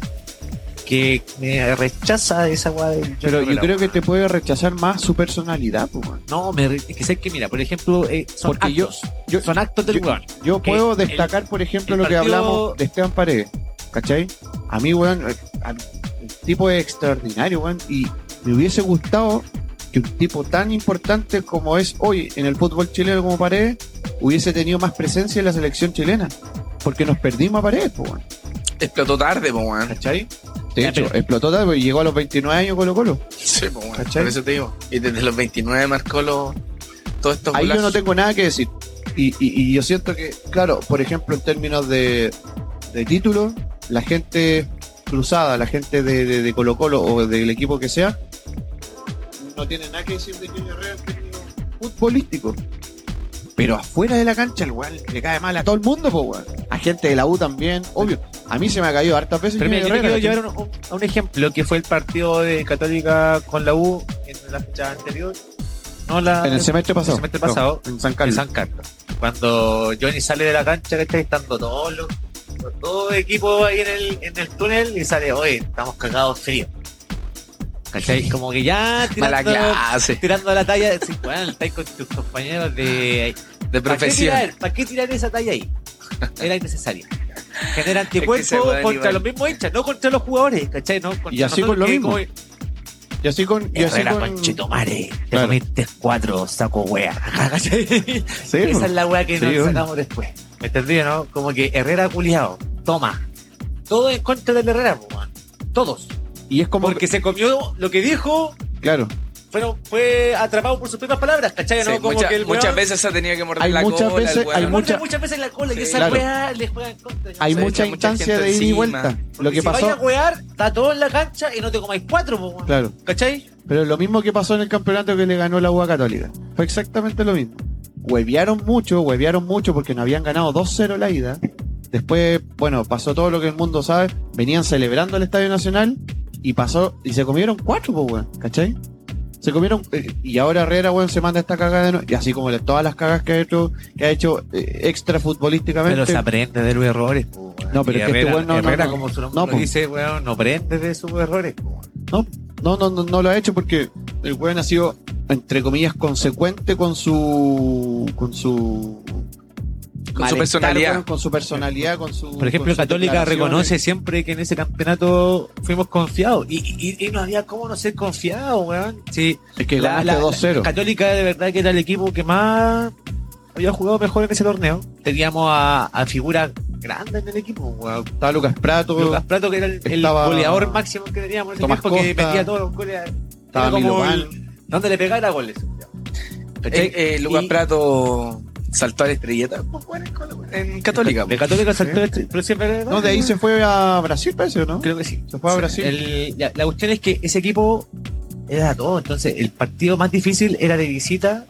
que me rechaza esa weá del yo
Pero
creo
yo
la
creo
weá.
que te puede rechazar más su personalidad, pues, weón.
No, me, re- es que sé que mira, por ejemplo, eh, son
Porque yo-
actos.
yo-
son actos del
yo-
weón.
Yo
Que
puedo
el-
destacar, por ejemplo,
el
lo que
partido-
hablamos de Esteban Paredes, ¿cachai? A mí, weón, eh, a- el tipo es extraordinario, weón, y me hubiese gustado que un tipo tan importante como es hoy en el fútbol chileno como Paredes hubiese tenido más presencia en la selección chilena, porque nos perdimos a Paredes, po, weón,
Explotó tarde, po, weón.
¿cachai? De hecho, explotó tarde, y llegó a los 29 años Colo Colo.
Sí, po, weón.
¿Cachai?
Por eso te digo. Y desde los 29 marcó los. Todos estos
Ahí yo no
golazos.
tengo nada que decir. Y, y- y yo siento que, claro, por ejemplo, en términos de, de título, la gente cruzada, la gente de, de- de Colo Colo o del equipo que sea, no tiene nada que decir de Junior Herrera en términos futbolísticos. Pero afuera de la cancha, el weón le cae mal a todo el mundo, pues, weón. A gente de la U también, obvio. A mí se me ha caído hartas veces
Pero mira, yo
Junior
te quiero
Herrera,
llevar a un, a un ejemplo que fue el partido de Católica con la U en la fecha anterior. No la
En el semestre pasado.
el semestre pasado.
No, en San
en
Carlos.
San Carlos. Cuando Johnny sale de la cancha, que está estando todos los todo el equipo ahí en el, en el túnel y sale, oye, estamos cagados frío. ¿Cachai? Como que ya
Mala
tirando,
clase.
tirando la talla, sí, bueno, estáis con tus compañeros de
De profesión.
¿Para qué, tirar, ¿Para qué tirar esa talla ahí? Era innecesaria. Genera
Es que se
anticuerpos
puede
contra
animar.
los mismos hinchas, no contra los jugadores, ¿cachai? No, contra
Y así
nosotros
con lo
que
mismo.
como-
Y así con. Y así
Herrera,
con...
conchetumare, te
Claro.
comiste cuatro, saco wea. ¿Cachai?
Sí, pues.
Esa
po.
es la wea que
Sí,
nos
bueno.
sacamos después. ¿Me entendí, no? Como que Herrera culiado, toma. Todo en contra del Herrera, po, man. Todos.
Y es como.
Porque se comió lo que dijo,
Claro.
fueron, fue atrapado por sus propias palabras, ¿cachai?
Sí,
¿no? Como
mucha-
que el
muchas
weón-
veces se ha tenido que morder
Hay
la
muchas
cola. el
veces- hay
weón.
mu-
Muchas,
mucha-
muchas veces la cola y
Sí,
esa
claro.
weá le juega en contra.
Hay
Sí,
mucha
hay mucha
instancia
gente
de ida y
encima.
vuelta. Lo que
si
pasó.
vayas a wear, está todo en la cancha y no te comáis cuatro, po, weón.
Claro.
¿cachai?
Pero lo mismo que pasó en el campeonato que le ganó la UA Católica. Fue exactamente lo mismo. Huevearon mucho, huevearon mucho porque no habían ganado 2-0 la ida. Después, bueno, pasó todo lo que el mundo sabe. Venían celebrando el Estadio Nacional y pasó, y se comieron cuatro, pues, weón, ¿cachai? Se comieron, eh, y ahora Herrera, weón, se manda esta cagada de nuevo. Y así como le- todas las cagas que ha hecho, que ha hecho eh, extra futbolísticamente.
Pero este- se aprende de los errores.
No, pero es que este weón no- no- no-
como su nombre
no,
lo
po.
dice, weón, no aprende de sus errores. po.
No, no, no, no lo ha hecho porque el weón ha sido, entre comillas, consecuente con su. con su.
Con su
malestar,
personalidad.
weón, con su personalidad, con su.
Por ejemplo,
con sus
Católica
declaraciones.
reconoce siempre que en ese campeonato fuimos confiados. Y, y- y no había cómo no ser confiados, weón. Sí,
Es que
La-
ganaste
la-
2-0.
Católica de verdad que era el equipo que más había jugado mejor en ese torneo. Teníamos a, a figuras grandes en el equipo, weón.
Estaba Lucas Prato,
Lucas Prato, que era el, el
Estaba-
goleador máximo que teníamos en ese
Tomás
tiempo, que
Costa.
metía todos los goles.
estaba
Era como
Milo
el-
Pan.
¿Dónde le pegara goles? ¿Cachai?
Eh, eh, Lucas
Y-
Prato saltó a la estrelleta pues, weón, en Colo- en Católica.
De
pues.
Católica saltó el tri- pero siempre-
No, de ahí se fue a Brasil, parece, ¿o ¿no?
Creo que sí.
Se fue a
Sí.
Brasil.
El- la, la cuestión es que ese equipo era todo. Entonces, el partido más difícil era de visita,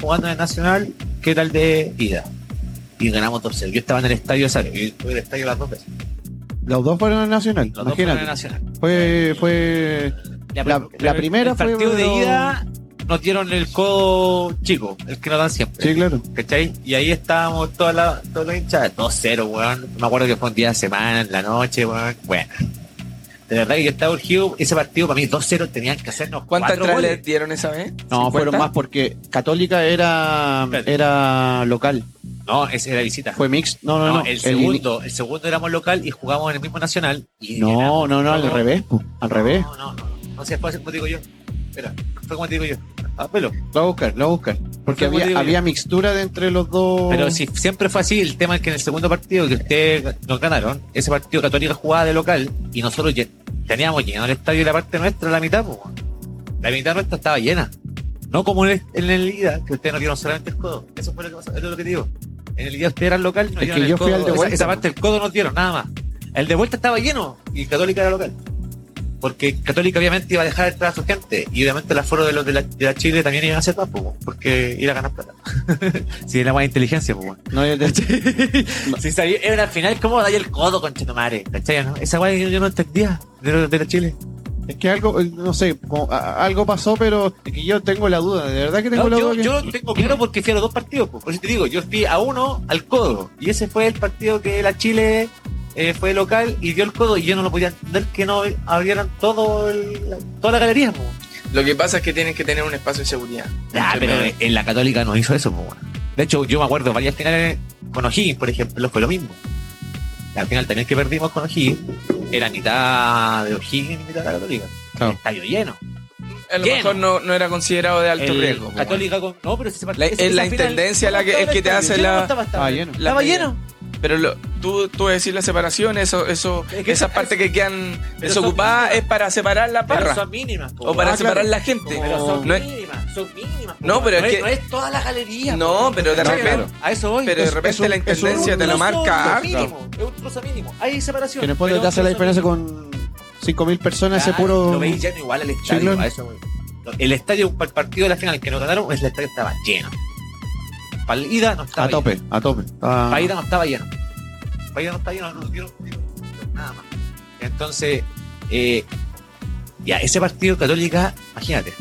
jugando en Nacional, que era el de ida. Y ganamos 2-0. Yo estaba en el estadio, ¿sabes? Yo estuve en el estadio las dos veces.
Los dos fueron al Nacional,
Los dos fueron en
imagínate.
Nacional.
Fue, fue. La-
prim-
la primera
el
fue,
partido
pero-
de ida nos dieron el codo chico, el que nos dan siempre.
Sí, claro.
¿Cachai? Y ahí estábamos toda la, toda la hinchada, 2-0, weón. Me acuerdo que fue un día de semana, en la noche, weón. Bueno. De verdad que yo estaba urgido, ese partido para mí 2-0 tenían que hacernos
¿Cuántas
cuatro
entradas le
goles.
dieron esa vez?
No,
¿cincuenta?
fueron más porque Católica era,
Espérate.
era local.
No, ese era visita.
Fue mix. No, no, no.
no, el
El
segundo, el segundo éramos local y jugamos en el mismo nacional.
ini-
Y
No,
ganamos.
no, no, al revés, po, al revés.
No, no, no. No sé, fue así como te digo yo. Espera, fue como te digo yo. Ah, pelo.
Lo voy a buscar, lo voy a buscar. Porque
Fue como te digo
había,
yo.
había mixtura de entre los dos.
Pero si siempre fue así, el tema es que en el segundo partido que ustedes nos ganaron, ese partido Católica jugaba de local y nosotros lle- teníamos llenado el estadio y la parte nuestra, la mitad, po, weón. la mitad nuestra estaba llena. No como en el, en el IDA, que ustedes nos dieron solamente el codo. Eso fue lo que pasó, eso es lo que te digo. En el IDA ustedes eran local y nos
Es
dieron
que
el
yo fui
codo.
al de
Esa-
vuelta,
esa, parte del codo nos dieron, nada más. El de vuelta estaba lleno y Católica era local. Porque Católica obviamente iba a dejar entrar a su gente y obviamente el aforo de los de la, de la Chile también iban a ser más, po, weón, porque iba a ganar plata. Si es la buena inteligencia, pues, weón.
No, yo te-
Si sabía, era al final, ¿cómo dais el codo con Chetumare? ¿Cachai? o ¿no? Esa guay yo no entendía de, lo- de la Chile.
Es que algo, eh, no sé, como, a- algo pasó, pero es que yo tengo la duda, de verdad que
No,
tengo la
yo,
duda. que-
yo tengo claro porque fui a los dos partidos. po. Por eso te digo, yo fui a uno al codo. Y ese fue el partido que la Chile eh, fue local y dio el codo. Y yo no lo podía entender que no abrieran todo el- toda la galería. po.
Lo que pasa es que tienen que tener un espacio de seguridad.
Ah, pero en la Católica no hizo eso. po, weón. De hecho, yo me acuerdo varias finales con O'Higgins, por ejemplo, fue lo mismo. La final también que perdimos con O'Higgins era mitad de O'Higgins y mitad de la Católica.
Claro.
Estadio lleno.
A lo
Bien.
mejor no, no era considerado de alto
El
riesgo. po,
Católica con. No, pero si se
La- es la intendencia la que- es que te hace la-
Estaba lleno.
La-
Estaba Ah, lleno.
Pero lo- tú, tú decís la separación, eso, eso,
Es que
esas
es-
partes que quedan
pero
desocupadas
son-
es para separar la
Pero
parra
son mínimas. po,
o para
weón.
separar la gente.
Pero son
No es-
mínimas, son mínimas. po,
No,
weón.
pero es
es,
que-
no es toda la galería.
No, pero de
¿cachai?
repente,
A eso voy.
pero de
Es-
repente
es un-
la
es un
intendencia te lo
trozo
marca harto.
mínimo, Es un trozo mínimo. Hay separación.
Que después
pero
te hace la
un trozo
diferencia
mínimo.
con 5.000 personas, ese
Claro,
puro.
Lo veis lleno igual al estadio.
Chilón.
a eso voy. El estadio, para el partido de la final que nos ganaron, el estadio estaba lleno. Para el ida no estaba
A tope, a tope. Ah,
Paida no estaba lleno. Paida no estaba lleno, no dieron no dieron nada más. Entonces, eh, ya, ese partido Católica, imagínate,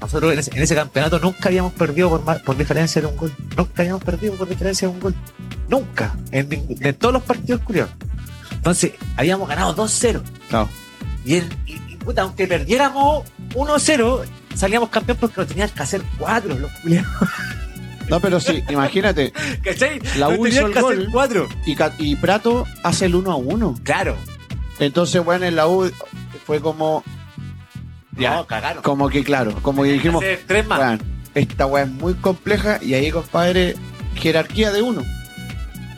nosotros en ese, en ese campeonato nunca habíamos perdido por, más- por diferencia de un gol. Nunca habíamos perdido por diferencia de un gol. Nunca. En, ning- de todos los partidos curiosos. Entonces, habíamos ganado 2-0.
Claro.
Y, el, y- y, puta, aunque perdiéramos 1-0, salíamos campeón porque lo tenías que hacer 4 los culiados.
No, pero sí, imagínate.
¿Cachai?
La
Lo
U
tenías
hizo el
que hacer
gol.
4.
Y, Ca- y Prato hace el 1 a 1.
Claro.
Entonces, bueno, en la U fue como,
No, cagaron.
como que claro, como que dijimos,
Hacer tres más.
"Weón, esta weá es muy compleja y ahí, compadre, jerarquía de uno.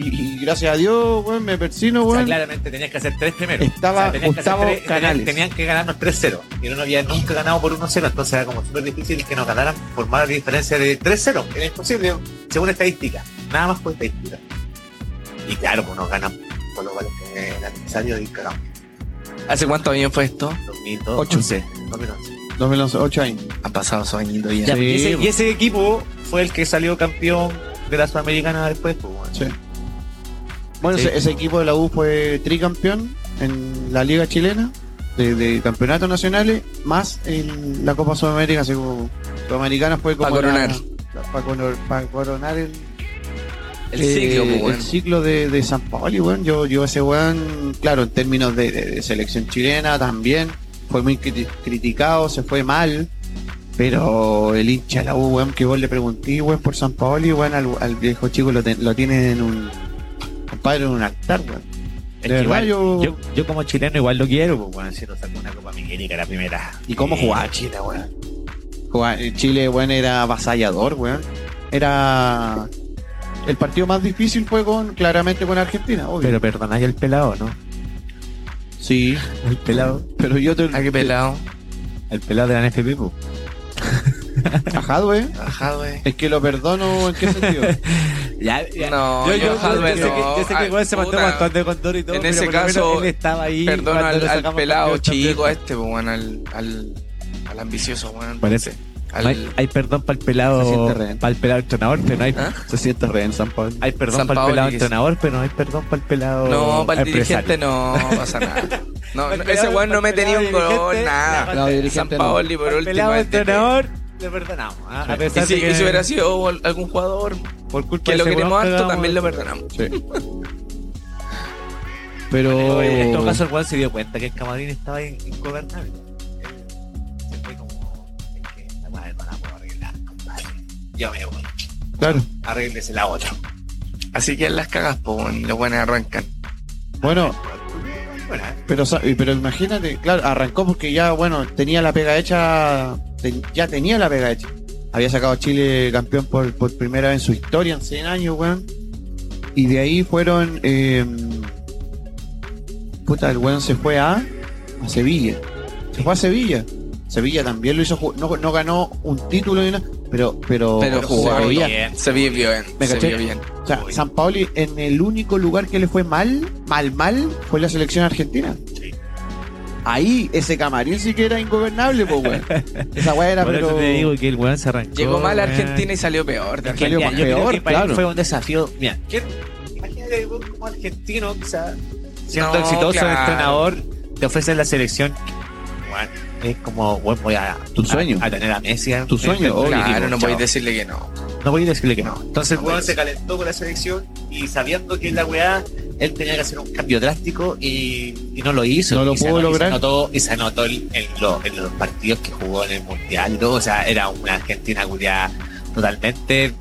Y, y gracias a Dios, weón, me persino,
O sea,
weón.
claramente tenías que hacer tres primero.
Estaba
O sea, tenías que hacer
Gustavo
tres- tenían-
Canales.
Tenían, que ganarnos 3-0. Y no había nunca ganado por 1-0. Entonces era como súper difícil que nos ganaran por más diferencia de 3-0. Era imposible, según estadística. Nada más por estadística. Y claro, pues nos ganan por los goles que era necesario y cagamos.
¿Hace cuánto año fue esto?
2002,
Ocho.
11, 2011.
2011, 8 años.
Han pasado esos añitos ya.
Ya,
Sí,
y, ese,
pues.
y ese equipo fue el que salió campeón de la Sudamericana después. Pues, bueno.
Sí. Bueno,
Sí.
ese, ese equipo de la U fue tricampeón en la Liga Chilena de, de campeonatos nacionales, más en la Copa Sudamérica, así como Sudamericana fue como.
Pa' coronar.
Para coronar el,
El
eh,
ciclo, pues, weón.
el ciclo de, de San Paoli, weón. Yo, yo ese weón, claro, en términos de, de- de selección chilena también, fue muy criti- criticado, se fue mal. Pero el hincha de la U, weón, que vos le preguntí, weón, por San Paoli, weón, al, al viejo chico lo, ten- lo tiene en un. Compadre, en un altar, weón.
Es que
De verdad,
igual,
yo-
Yo, yo como chileno igual lo quiero, pues bueno, si no sacó una Copa América la primera.
¿Y cómo jugaba
Chile, weón?
Jugaba- el Chile, weón, era avasallador, weón. Era. El partido más difícil fue con, claramente con Argentina, obvio.
Pero perdonáis el pelado, ¿no?
sí,
El pelado.
pero yo te.
Ah, qué pelado.
El pelado de la NFP, pues.
Ajá, weón.
Ajá, güey.
eh. Es que lo perdono, ¿en qué sentido?
Ya,
No, yo, Jadwe,
sé que-
no.
yo sé que
Ah,
el weón se mandó
puta.
bastante de condor y todo.
En
pero
ese
por lo menos
caso,
él estaba ahí.
Perdono
cuando
al,
lo
al
sacamos
pelado
campeón también.
chico este, pues, bueno, al, al, al ambicioso, weón.
Parece.
Al-
Hay, hay perdón para el
Se siente
pelado.
rehén.
Para el pelado entrenador, pero no hay.
¿Ah?
Se siente re en San Pablo.
Hay
San
perdón para el
Paoli,
pelado
que-
entrenador, pero no hay perdón para el pelado.
No, para el
empresario.
dirigente no pasa nada. No,
Para el
no,
pelado-
ese weón no me
para el
tenía un
pelado
gol,
dirigente,
nada.
la- No,
San Paoli por
Para el
último.
pelado
es de-
entrenador, le perdonamos. ¿ah? A
Y
pesar
si,
de que
y si hubiera sido gol- algún jugador
por culpa
que
de
lo
ese
queremos
weón
harto,
cagamos
también
el-
lo perdonamos.
Pero.
Oye, En
eh,
todo caso, el weón se dio cuenta que el camarín estaba in- ingobernable. Él Se fue como. Es que la weá no la puedo arreglar, compadre. Yo me voy.
Claro.
Arréglese la otra.
Así que en las cagas, pues, weón, los buenos arrancan.
Bueno,
Bueno, ¿eh?
pero, sa- y- pero imagínate, claro, arrancó porque ya, bueno, tenía la pega hecha. ten- ya tenía la pega hecha. Había sacado a Chile campeón por, por primera vez en su historia, en 100 años, weón. Y de ahí fueron. eh, puta, el weón se fue a. A Sevilla. Se fue a Sevilla. Sevilla también lo hizo. ju- No, no ganó un título ni nada, pero. Pero,
Pero jugó
se veía-
bien.
Se vive bien.
¿Me
se
caché?
vive bien.
O sea, San Paoli en el único lugar que le fue mal, mal, mal, fue la selección argentina. Ahí, ese camarín sí que era ingobernable, pues, weón. Esa weá era,
Por eso
pero.
te digo que el weón se arrancó.
Llegó mal a
weón.
Argentina y salió peor. de
Es que,
salió
Argentina.
mira, yo creo
peor,
que para él
claro.
fue un desafío. Mira, ¿quién- imagínate vos como argentino, quizás, siendo
No,
exitoso
claro.
entrenador, te ofrecen la selección. Bueno, es como, bueno, voy a,
Tu
a-
sueño.
a, tener a Messi. ¿eh? en-
Tu sueño,
en-
obvio.
Claro, no podéis
chao.
decirle que no.
No voy a decirle que no. Ah, Entonces el
No
weón
puedes.
se calentó con la selección y sabiendo que es la weá, él tenía que hacer un cambio drástico y, y no lo hizo.
No lo
Y se
pudo
ano- y
lograr.
Se anotó, y se anotó en, en lo- en los partidos que jugó en el Mundial. ¿no? O sea, era una Argentina culiada totalmente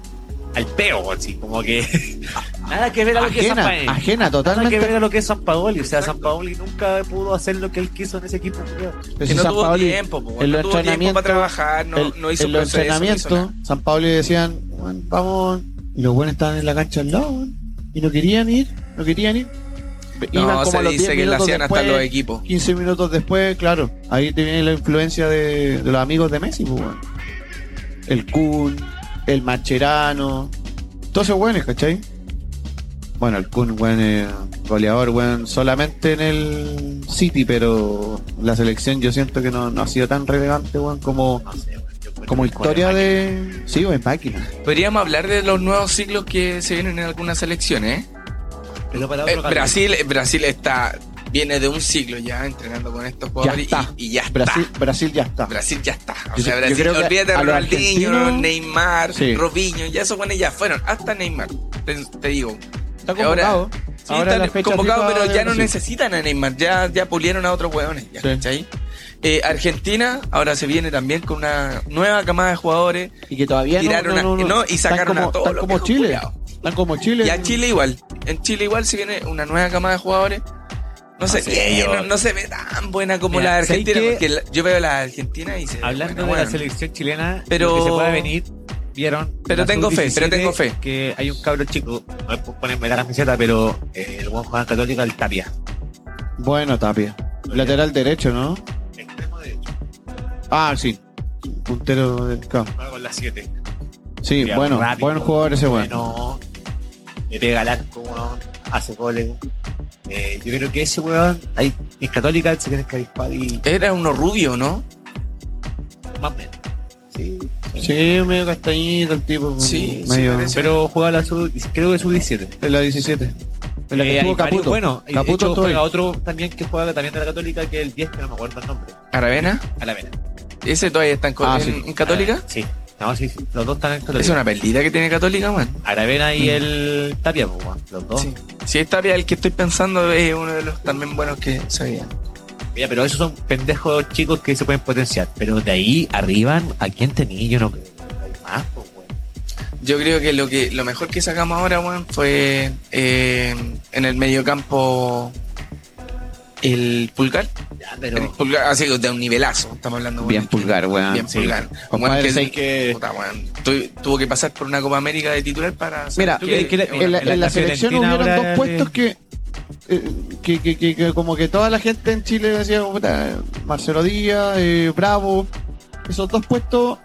al peo, así como que...
Nada que ver a lo que es San
Ajena,
Paoli.
ajena
Nada que
totalmente.
ver a lo que es San Paoli. O sea, San Paoli nunca pudo hacer lo que él quiso en ese equipo. culiao.
Pero
que
si
no
San
tuvo
Paoli-
tiempo, po,
en
no
los
tuvo tiempo
entrenamientos-
para trabajar, no,
el-
no hizo
en
proceso,
los
no hizo
entrenamientos,
nada.
San Pablo decían, "Weón, vamos. Y los buenos estaban en la cancha al lado, weón, y no querían ir, no querían ir. Iban
No,
como a
se
los 10
dice que la
minutos
hacían hasta
después,
los equipos.
15 minutos después, claro, ahí te viene la influencia de, de los amigos de Messi, pues, weón. El Kun, el Macherano, todos esos buenos, ¿cachai? Bueno, el Kun, buen goleador, weón, solamente en el City, pero la selección yo siento que no, no ha sido tan relevante, weón, como,
No sé, weón, yo encuentro
como
que
historia de... Sí, weón, máquina.
Podríamos hablar de los nuevos ciclos que se vienen en algunas selecciones, ¿eh?
Pero para
Eh,
otro cambio.
Brasil, Brasil está viene de un siglo ya entrenando con estos jugadores y-
está.
Y, ya está.
Brasil,
Brasil.
Brasil ya está.
ya está. O
Yo-
sea,
yo
Brasil,
creo que
olvídate de
a los
Ronaldinho,
argentinos-
Neymar,
Sí.
Robinho, ya esos buenos ya fueron, hasta Neymar, te, te digo.
Está
ahora- Sí,
Ahora
están
la fecha
convocados,
FIFA
pero ya no
de Brasil.
necesitan a Neymar, ya, ya pulieron a otros hueones, ya,
Sí.
¿cachai? Eh, Argentina ahora se viene también con una nueva camada de jugadores,
Y que todavía no-
tiraron
no, no,
a-
no.
no, y sacaron
están como,
a todos
están
los
como
viejos
Chile.
culiados.
Están como Chile.
Y a Chile igual. En Chile igual se viene una nueva camada de jugadores. No, sé,
sé,
qué,
Ah, yo-
no, no se ve tan buena como
Mira,
la Argentina,
¿sabes qué?
porque la- yo veo la Argentina y se ve
Eh,
buena,
Hablando de la
bueno.
selección chilena,
Pero-
pero que se puede venir, vieron.
Pero
la
tengo fe,
sub-17
pero tengo fe.
Que hay un cabro chico, no me puedo ponerme la camiseta, pero eh, el buen Juan Católica, el Tapia.
Bueno, Tapia. Lateral derecho, ¿no?
Extremo derecho,
Ah, sí. Puntero del campo.
juega con la 7.
Sí,
Ya,
bueno,
rápido.
buen jugador ese
Bueno,
bueno.
le pega al arco, weón, hace goles. Eh, yo creo que ese weón, ahí, es católica, se tiene que avispar y
Era uno rubio, ¿no?
más o menos. Sí,
Sí, medio castañito el tipo.
Sí,
medio.
sí,
pero juega la sub, creo que sub 17.
en la 17. En la que
Eh, hay
estuvo
varios-
Caputo.
Bueno, y de
Caputo
hecho,
estuvo
juega
ahí.
otro también que juega también de la Católica, que es el 10, que no me acuerdo el nombre.
Aravena,
A la vena.
ese todavía está en, co-
Ah,
en-
sí.
en Católica.
Sí. No, sí, sí. Los dos están en Católica.
Es una perdida que tiene Católica, man.
Aravena y el Tapia, pues, weón, los dos.
Sí. Si esta área el que estoy pensando es uno de los también buenos que sabía.
Mira, pero esos son pendejos chicos que se pueden potenciar. Pero de ahí arriba, ¿a quién tenía? Yo no creo. No hay más, pues, weón.
Yo creo que lo que lo mejor que sacamos ahora, weón, fue eh, en el mediocampo el pulgar.
Ya,
El
pero.
pulgar, así de un nivelazo, estamos hablando.
Bien
weón.
pulgar, weón.
Bien
sí.
pulgar.
Compadre,
Weón, que-
sé que-
puta, weón, tu- tuvo que pasar por una Copa América de titular para.
Mira,
Tú que-
que le-
bueno,
en la,
en la-
en la
la
selección
Fiorentina
hubieron
ahora
dos puestos que, eh, que, que, que- que como que toda la gente en Chile decía, puta, Marcelo Díaz, eh, Bravo, esos dos puestos,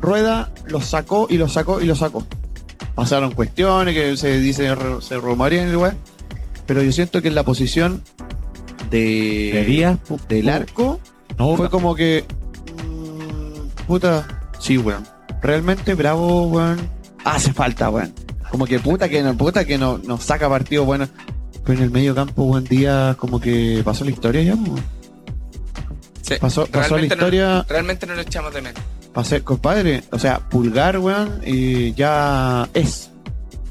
Rueda los sacó y los sacó y los sacó. Pasaron cuestiones que se dice, se rumorean en el lugar, pero yo siento que en la posición de,
De Díaz,
del arco
No,
fue como que, mm, puta, sí, weón, realmente Bravo, weón, hace falta, weón. Como que puta que no, puta que no, nos saca partido bueno. Pero en el medio campo, buen día, como que pasó la historia ya, po.
sí,
pasó, pasó la
realmente no-
historia,
realmente no lo echamos de menos.
pasé, compadre. O sea, pulgar, weón, y ya es.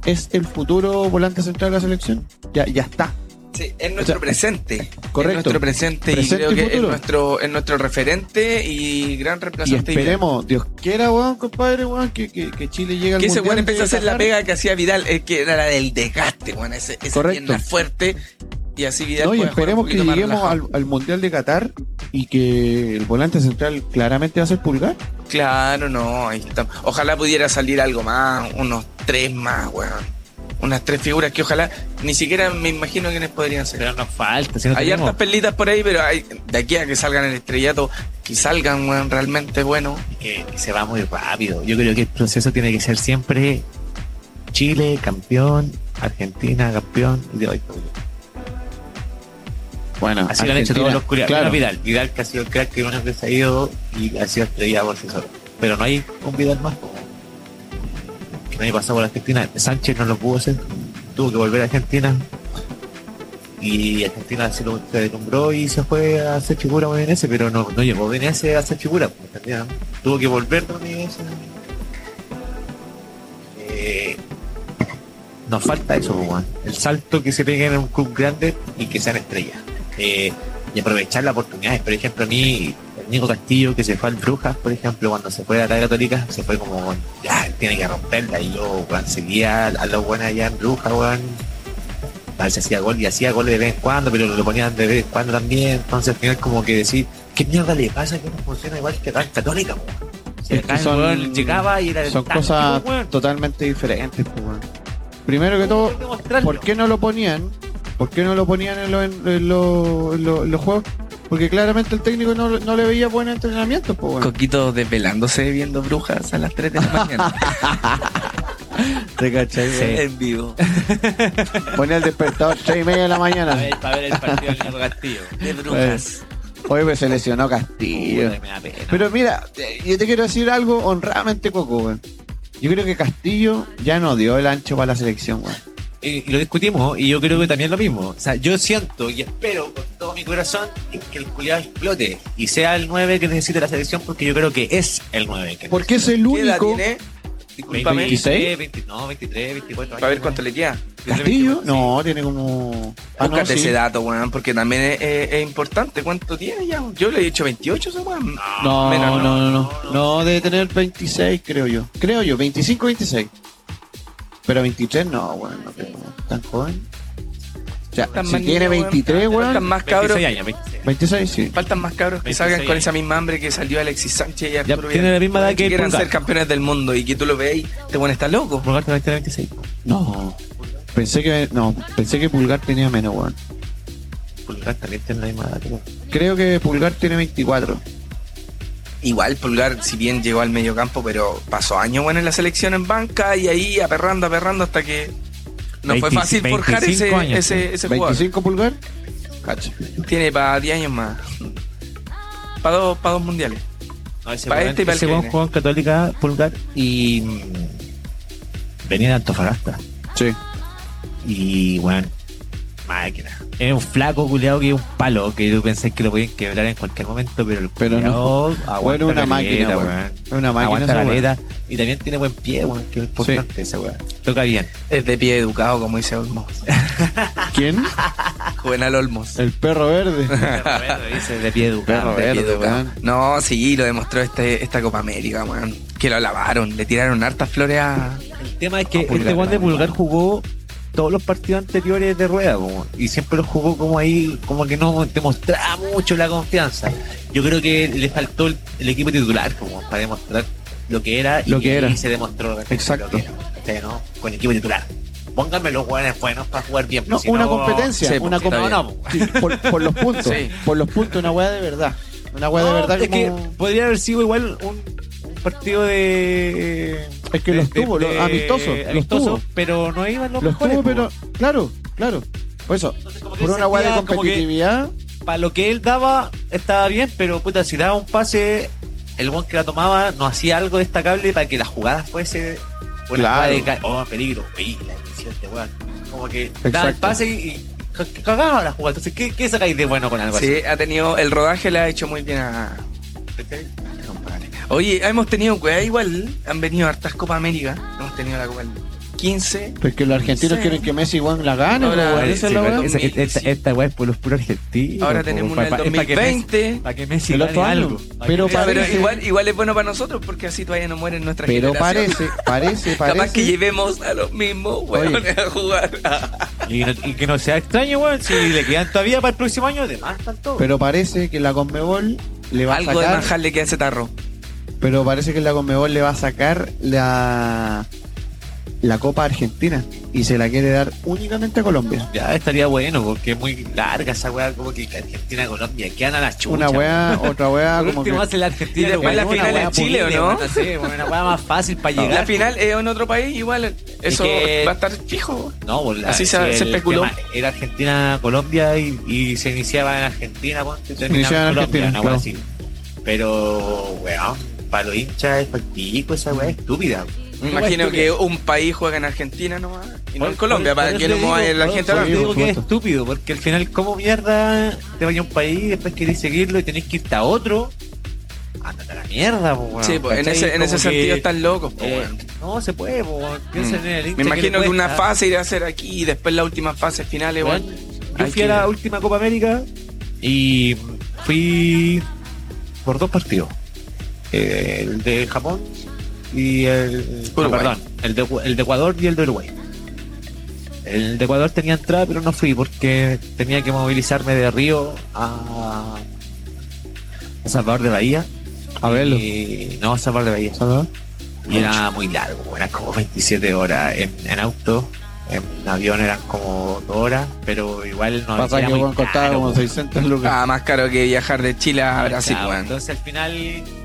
Es el futuro volante central de la selección. Ya, ya está.
Sí, es nuestro
O sea,
presente. Es
Correcto.
nuestro presente,
Presente
y
y
creo que es
futuro.
nuestro, es nuestro referente y gran
Y
reemplazante. ideal.
esperemos, Dios quiera, weón, compadre, weón, que, que, que Chile llegue al
Que ese
Mundial
weón empezó a
de
hacer la
Qatar.
pega que hacía Vidal, eh, que era la del desgaste, weón. Ese, esa
Correcto.
pierna fuerte. Y así Vidal.
No, y
puede jugar un
esperemos que
poquito más
lleguemos
relajado.
al, al Mundial de Qatar y que el volante central claramente va a ser pulgar.
Claro, no. ahí está. Ojalá pudiera salir algo más, unos tres más, weón. Unas tres figuras que ojalá ni siquiera me imagino quiénes podrían ser.
pero nos falta. Si no
Hay
tenemos.
hartas perlitas por ahí, pero hay, de aquí a que salgan el estrellato, que salgan, weón, realmente bueno.
que, que se va muy rápido. Yo creo que el proceso tiene que ser siempre Chile campeón, Argentina campeón. y de pues, hoy,
Bueno,
así lo han hecho
Argentina,
todos los culiados.
Claro,
Menos Vidal, Vidal que ha sido el crack que uno que se ha ido y ha sido estrella por sí solo. Pero no hay un Vidal más. po. Que nadie pasó por Argentina. Sánchez no lo pudo hacer. Tuvo que volver a Argentina. Y Argentina se, lo, se deslumbró y se fue a hacer figura a BNS, pero no, no llegó BNS a hacer figura. pues, ¿entendía? Tuvo que volver de BNS. Eh, nos falta eso, pues, weón. el salto que se peguen en un club grande y que sean estrellas. Eh, y aprovechar las oportunidades. Por ejemplo, a mí, el Nico Castillo, que se fue al Brujas, por ejemplo, cuando se fue a la Católica, se fue como, ya, él tiene que romperla. Y yo, weón, seguía a los buenos allá en Brujas, weón. A ver si hacía gol y hacía goles de vez en cuando, pero lo ponían de vez en cuando también. Entonces, al final, como que decir, ¿qué mierda le pasa que no funciona igual que acá en Católica, weón? Si
Es
acá
que
el
son-
weón llegaba y era el
Son
tanque, pues,
cosas
weón.
totalmente diferentes, pues, weón. Primero que todo, ¿por qué no lo ponían? ¿Por qué no lo ponían en, lo- en- en lo- en lo- en los juegos? Porque claramente el técnico no, no le veía buen entrenamiento, pues, weón.
Coquito desvelándose viendo brujas a las 3 de la mañana.
¿Te cachai?
en vivo.
Ponía el despertador 3 y media de la mañana.
Para ver el partido del Nico Castillo.
De brujas.
Hoy me pues, se lesionó Castillo.
Puta, me da pena.
Pero mira, eh, yo te quiero decir algo honradamente, Coco, weón. Yo creo que Castillo ya no dio el ancho para la selección, weón.
y y lo discutimos y yo creo que también es lo mismo. O sea, yo siento y espero con todo mi corazón que el culiado explote y sea el 9 que necesita la selección porque yo creo que es el 9 que
Porque es el
¿Qué edad
único.
tiene?
necesita.
Discúlpame.
26?
20, no, 23, 24
Para ver cuánto le queda.
¿Castillo? No, tiene como. Ah, no,
Búscate
sí.
ese dato, weón, porque también es, es- es importante. ¿Cuánto tiene ya? Yo le he dicho 28, ese weón.
Ah,
No,
Mira,
no,
no,
no, no. No, debe tener 26, creo yo. Creo yo, 25, 26. Pero 23 no, weón. No creo. Tan joven. O sea,
Tan
si
manido,
tiene
weón.
23,
Faltan
weón.
más cabros,
26 años, 26.
26, sí.
faltan más cabros que
26
salgan con
años.
esa misma hambre que salió Alexis Sánchez y Arturo
tiene la misma edad que
quieran
Pulgar.
ser campeones del mundo y que tú lo veas y te pones tan loco.
Pulgar también tiene 26.
No. Pensé que, no, pensé que Pulgar tenía menos, weón.
pues. Pulgar también tiene la misma edad que yo.
Creo que Pulgar tiene 24.
Igual Pulgar, si bien llegó al medio campo, pero pasó años bueno en la selección en banca y ahí aperrando, aperrando hasta que no fue
25
fácil forjar ese,
años,
ese, ese jugador.
25 Pulgar. Cacha.
Tiene para 10 años más. Para dos, pa' dos mundiales.
No, ese
Para
weón-
este y para el
ese
que
weón
viene.
jugó en Católica, Pulgar y. mm, venía de Antofagasta.
Sí.
Y bueno, máquina. Es un flaco culeado que es un palo, que tú pensás que lo pueden quebrar en cualquier momento, pero el
Pero no.
culiao aguanta
Bueno, una
caleta,
máquina, weón.
weón.
Es una máquina
Aguanta
esa, weón.
caleta. Y también tiene buen pie, weón, que es importante esa weón. Toca bien.
Es de pie educado, como dice Olmos.
¿Quién?
Juvenal Olmos.
El perro verde.
dice de pie
Perro
De pie
verde,
educado.
weón.
No, sí, lo demostró este, esta Copa América, weón. Que lo alabaron, le tiraron hartas flores a.
El tema es que
Ah,
Pulgar,
este weón de
no,
Pulgar jugó todos los partidos anteriores de rueda, weón, y siempre los jugó como ahí, como que no demostraba mucho la confianza. Yo creo que le faltó el, el equipo titular, como para demostrar lo que era
Lo
y,
que era.
y se demostró realmente
Exacto.
lo que era, ¿cachai, no? Con equipo titular. Pónganme los jugadores buenos para jugar bien.
No,
pues, si
una competencia.
Sí,
una
pues, está
competencia.
No, no, po.
por, por los puntos.
Sí.
Por los puntos, una weá de verdad. Una weá de
No,
verdad
es que
como-
podría haber sido igual un, un partido de
Es que los
de-
tuvo, los-
de-
amistosos, los
amistosos,
tuvo.
pero no iban los,
Los
mejores,
tuvo,
po.
pero. Claro, claro. Por eso.
Entonces, como que
Por una weá de
sentía como que-
competitividad.
para lo que él daba estaba bien, pero puta, si daba un pase, el buen que la tomaba no hacía algo destacable para que la jugada fuese una
Claro.
jugada de ca- oh, peligro, uy, la decisión de weón. Como que daba el
Exacto.
pase y, y ca- cagaba la jugada. Entonces, ¿qué, qué sacáis de bueno con algo
Sí, ha tenido. El rodaje le ha hecho muy bien a.
así?
Oye, hemos tenido, weón, igual. Han venido hartas Copa América. Hemos tenido la Copa del 15.
Pues que los argentinos
Sí.
quieren que Messi weón la gane.
Ahora,
po, weón.
sí,
Esa es la
pero
weá.
es-
Esa- Esta, esta weá es por los puros argentinos.
Ahora
po,
pues,
tenemos
pa-
una del
pa- es pa que Messi-
2020.
pa' que Messi
El
gane
otro año.
algo. Pa' que
Pero
Messi-
Ya, pero
parece-
igual, igual es bueno para nosotros porque así todavía no mueren nuestras
Pero
generaciones.
parece, parece, parece.
Capaz que llevemos a los mismos hueones a jugar.
Y, no- y que no sea extraño, weón, si le quedan todavía para el próximo año, además tanto.
Pero parece que la Conmebol le va
Algo de
a sacar.
manjar le queda a ese tarro.
Pero parece que la Conmebol le va a sacar la la Copa Argentina y se la quiere dar únicamente a Colombia.
ya estaría bueno, porque es muy larga esa weá, como que Argentina-Colombia, quedan a la chucha.
Una weá, otra weá,
Por
como que
último hace la Argentina.
Y después
lo
la
ganó, una
final
weá
en Chile,
pulida,
¿o no?
weón, no sé, weón, una weá más fácil para llegar.
La final es en otro país, igual eso
que-
va a estar fijo.
No, pues, la-
Así se-
si
se
el
especuló.
tema Era Argentina-Colombia y, y se iniciaba en Argentina, weón, se terminaba
iniciaba en
Colombia,
Argentina,
una weá así. Pero, weón, para los hinchas es partidico esa weá estúpida. weón.
Me imagino que un país juega en Argentina nomás y no en Colombia, para que no mueva la gente
Yo
hablando.
digo que es estúpido, porque al final, ¿cómo mierda te vaya a un país y después querés seguirlo y tenés que irte a otro? Ándate a la mierda, po, weón,
Sí, pues en
¿cachai?
ese, en
Como
ese
que,
sentido están locos, pues,
eh,
weón.
no se puede, po, weón. Piensa
Mm.
en el hincha
Me
le
imagino que una
cuesta.
fase irá a ser aquí y después la última fase final,
Weón,
igual.
Yo
Hay
fui a
que-
la última Copa América y fui por dos partidos. Eh, El de Japón y el... no,
Uruguay.
perdón, el de, el de Ecuador y el de Uruguay. El de Ecuador tenía entrada, pero no fui porque tenía que movilizarme de Río a, a Salvador de Bahía.
A verlo.
Y, no, a Salvador de Bahía.
¿Salvador?
Y era muy largo, eran como 27 horas en, en auto, en avión eran como 2 horas, pero igual no
Pasa
era
que
muy
weón costaba
caro,
como
weón.
600 lucas.
Ah, más caro que viajar de Chile a Brasil,
Chao,
weón.
Entonces al final,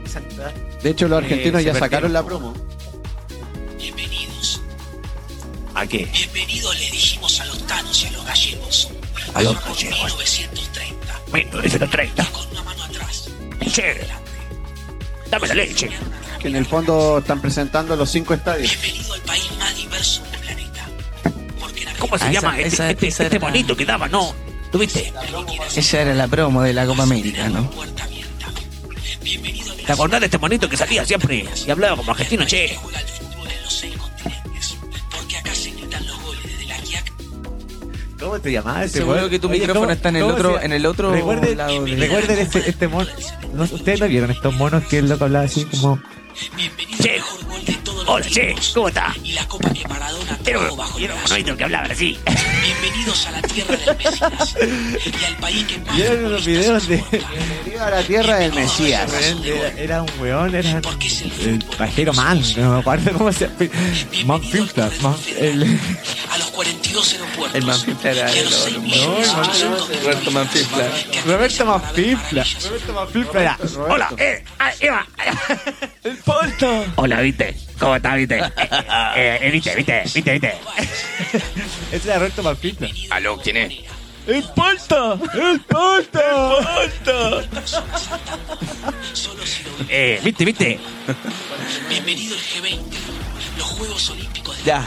exacto,
de hecho, los
eh,
argentinos
se
ya
perdieron.
sacaron la promo.
¿a qué?
Bienvenidos le dijimos a los tanos y a los gallegos.
A los
Pasamos
gallegos.
1930.
Bueno, desde los 30.
Con una mano atrás.
Che, dame la leche.
Que en el fondo están presentando los cinco estadios.
Bienvenido al país más diverso del planeta. Porque la
¿Cómo se
Ah, esa-
llama
esa-
este, este,
esa
este
era-
bonito que daba? No, ¿tuviste?
Esa era la promo de la Copa América,
la
¿no?
puerta abierta. Bienvenido al
¿Te acordás de este bonito que salía siempre y hablaba como argentino?
que
Che,
juega al fútbol en los seis continentes. Porque acá se gritan los goles desde la Quiaca.
¿cómo te llamabas ese
Seguro
weón?
que tu
Oye,
micrófono
¿cómo-
está en el
cómo
otro,
se-
en el otro
Recuerde-
lado de-
Recuerden este, este mono. ¿no? ¿Ustedes no vieron estos monos que el loco hablaba así como.
Bienvenido
Che.
al mejor gol de todos los
Hola, che,
tiempos.
¿cómo está?
Y la copa que Maradona
Era,
trajo bajo el
era un
brazo.
monito que hablaba así.
Bienvenidos a la tierra del Mesías. y al país que más.
Y eran unos videos de-
exporta.
Bienvenido a la tierra del Mesías.
Era, era un weón, era
Porque es
el
el fútbol.
pajero man, no me acuerdo cómo se Man Filter, man, el,
A los 42 aeropuertos.
El Manfifla era
Y a
el
los seis
otro.
millones
No,
de
no,
personas
Roberto Manfifla.
que atraviesan
Roberto Manfifla.
maravillas.
Roberto Manfifla era. Hola, eh, ah, Eva. El Hola, viste. ¿Cómo estás, viste? Eh, eh, eh, viste, viste, viste, viste. Ese era Roberto Manfifla.
Aló, ¿quién es?
¡El Polto! ¡El Polto!
Solo si lo-
Eh, viste, viste.
Bienvenido el G20. Los Juegos Olímpicos de
Ya.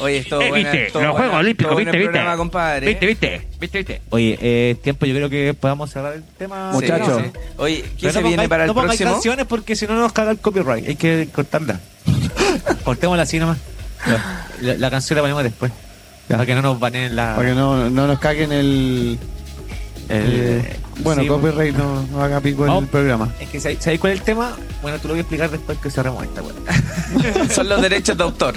Oye, esto
Eh,
bueno,
viste,
todo
los Juegos
bueno,
Olímpicos,
todo bueno
viste,
el
viste.
programa, compadre. eh.
Viste, viste, viste, viste. Oye, eh, tiempo, yo creo que podamos cerrar el tema.
Sí,
Muchachos.
sí. Oye, ¿qué
Pero
se
no
viene
pongáis-
para el
no pongáis
próximo?
canciones porque si no nos caga el copyright. Hay que cortarla. Cortémosla así nomás. La, la- la canción la ponemos después.
Ya.
Para que no nos baneen la.
Para que no, no nos caguen el.
Ah. el-
eh, bueno,
sí,
copyright no, no haga pico en
Vamos.
el programa.
Es que ¿sabéis sabéis cuál es el tema? Bueno, tú lo voy a explicar después que cerremos esta weá.
Son los derechos de autor.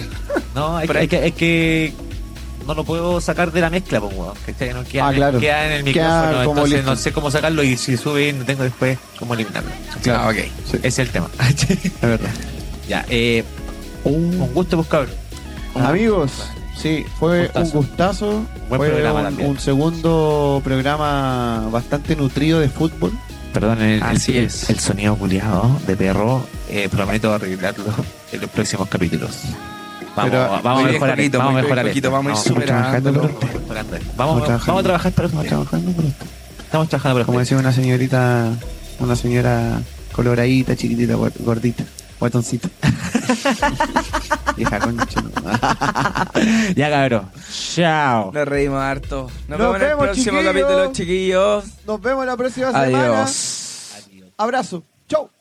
No, es
Pero
que, es, que, es que no lo puedo sacar de la mezcla, pues, weón. ¿cachai? No queda,
Ah, claro.
queda en el
Queda
micrófono.
como
entonces
listo.
no sé cómo sacarlo y si sube no tengo después cómo eliminarlo.
Ah, ok.
Ese es el tema.
Es verdad.
ya, eh, un gusto, pues, cabrón.
Amigos, sí, fue
Gustazo.
un gustazo.
Buen
fue
programa
un,
también.
un segundo programa bastante nutrido de fútbol.
Perdón, el,
Así
el-
es.
el sonido culiado de perro. eh, prometo arreglarlo en los próximos capítulos. Vamos,
Pero-
vamos a
muy bien,
mejorar
Coquito,
esto, Vamos a
muy bien,
mejorar
Coquito,
esto.
vamos a ir
Vamos
superando.
a mejorar esto, mejorando esto. Vamos,
Estamos
vamos a trabajar para
Estamos trabajando por esto.
Estamos trabajando para
Como decía una señorita, una señora coloradita, chiquitita, guar- gordita, guatoncita. Vieja concha. no.
Ya, cabrón. Chao.
Nos reímos harto. Nos,
Nos
vemos en el
vemos,
próximo
chiquillos.
capítulo, chiquillos.
Nos vemos la próxima semana.
Adiós.
Abrazo. Chau.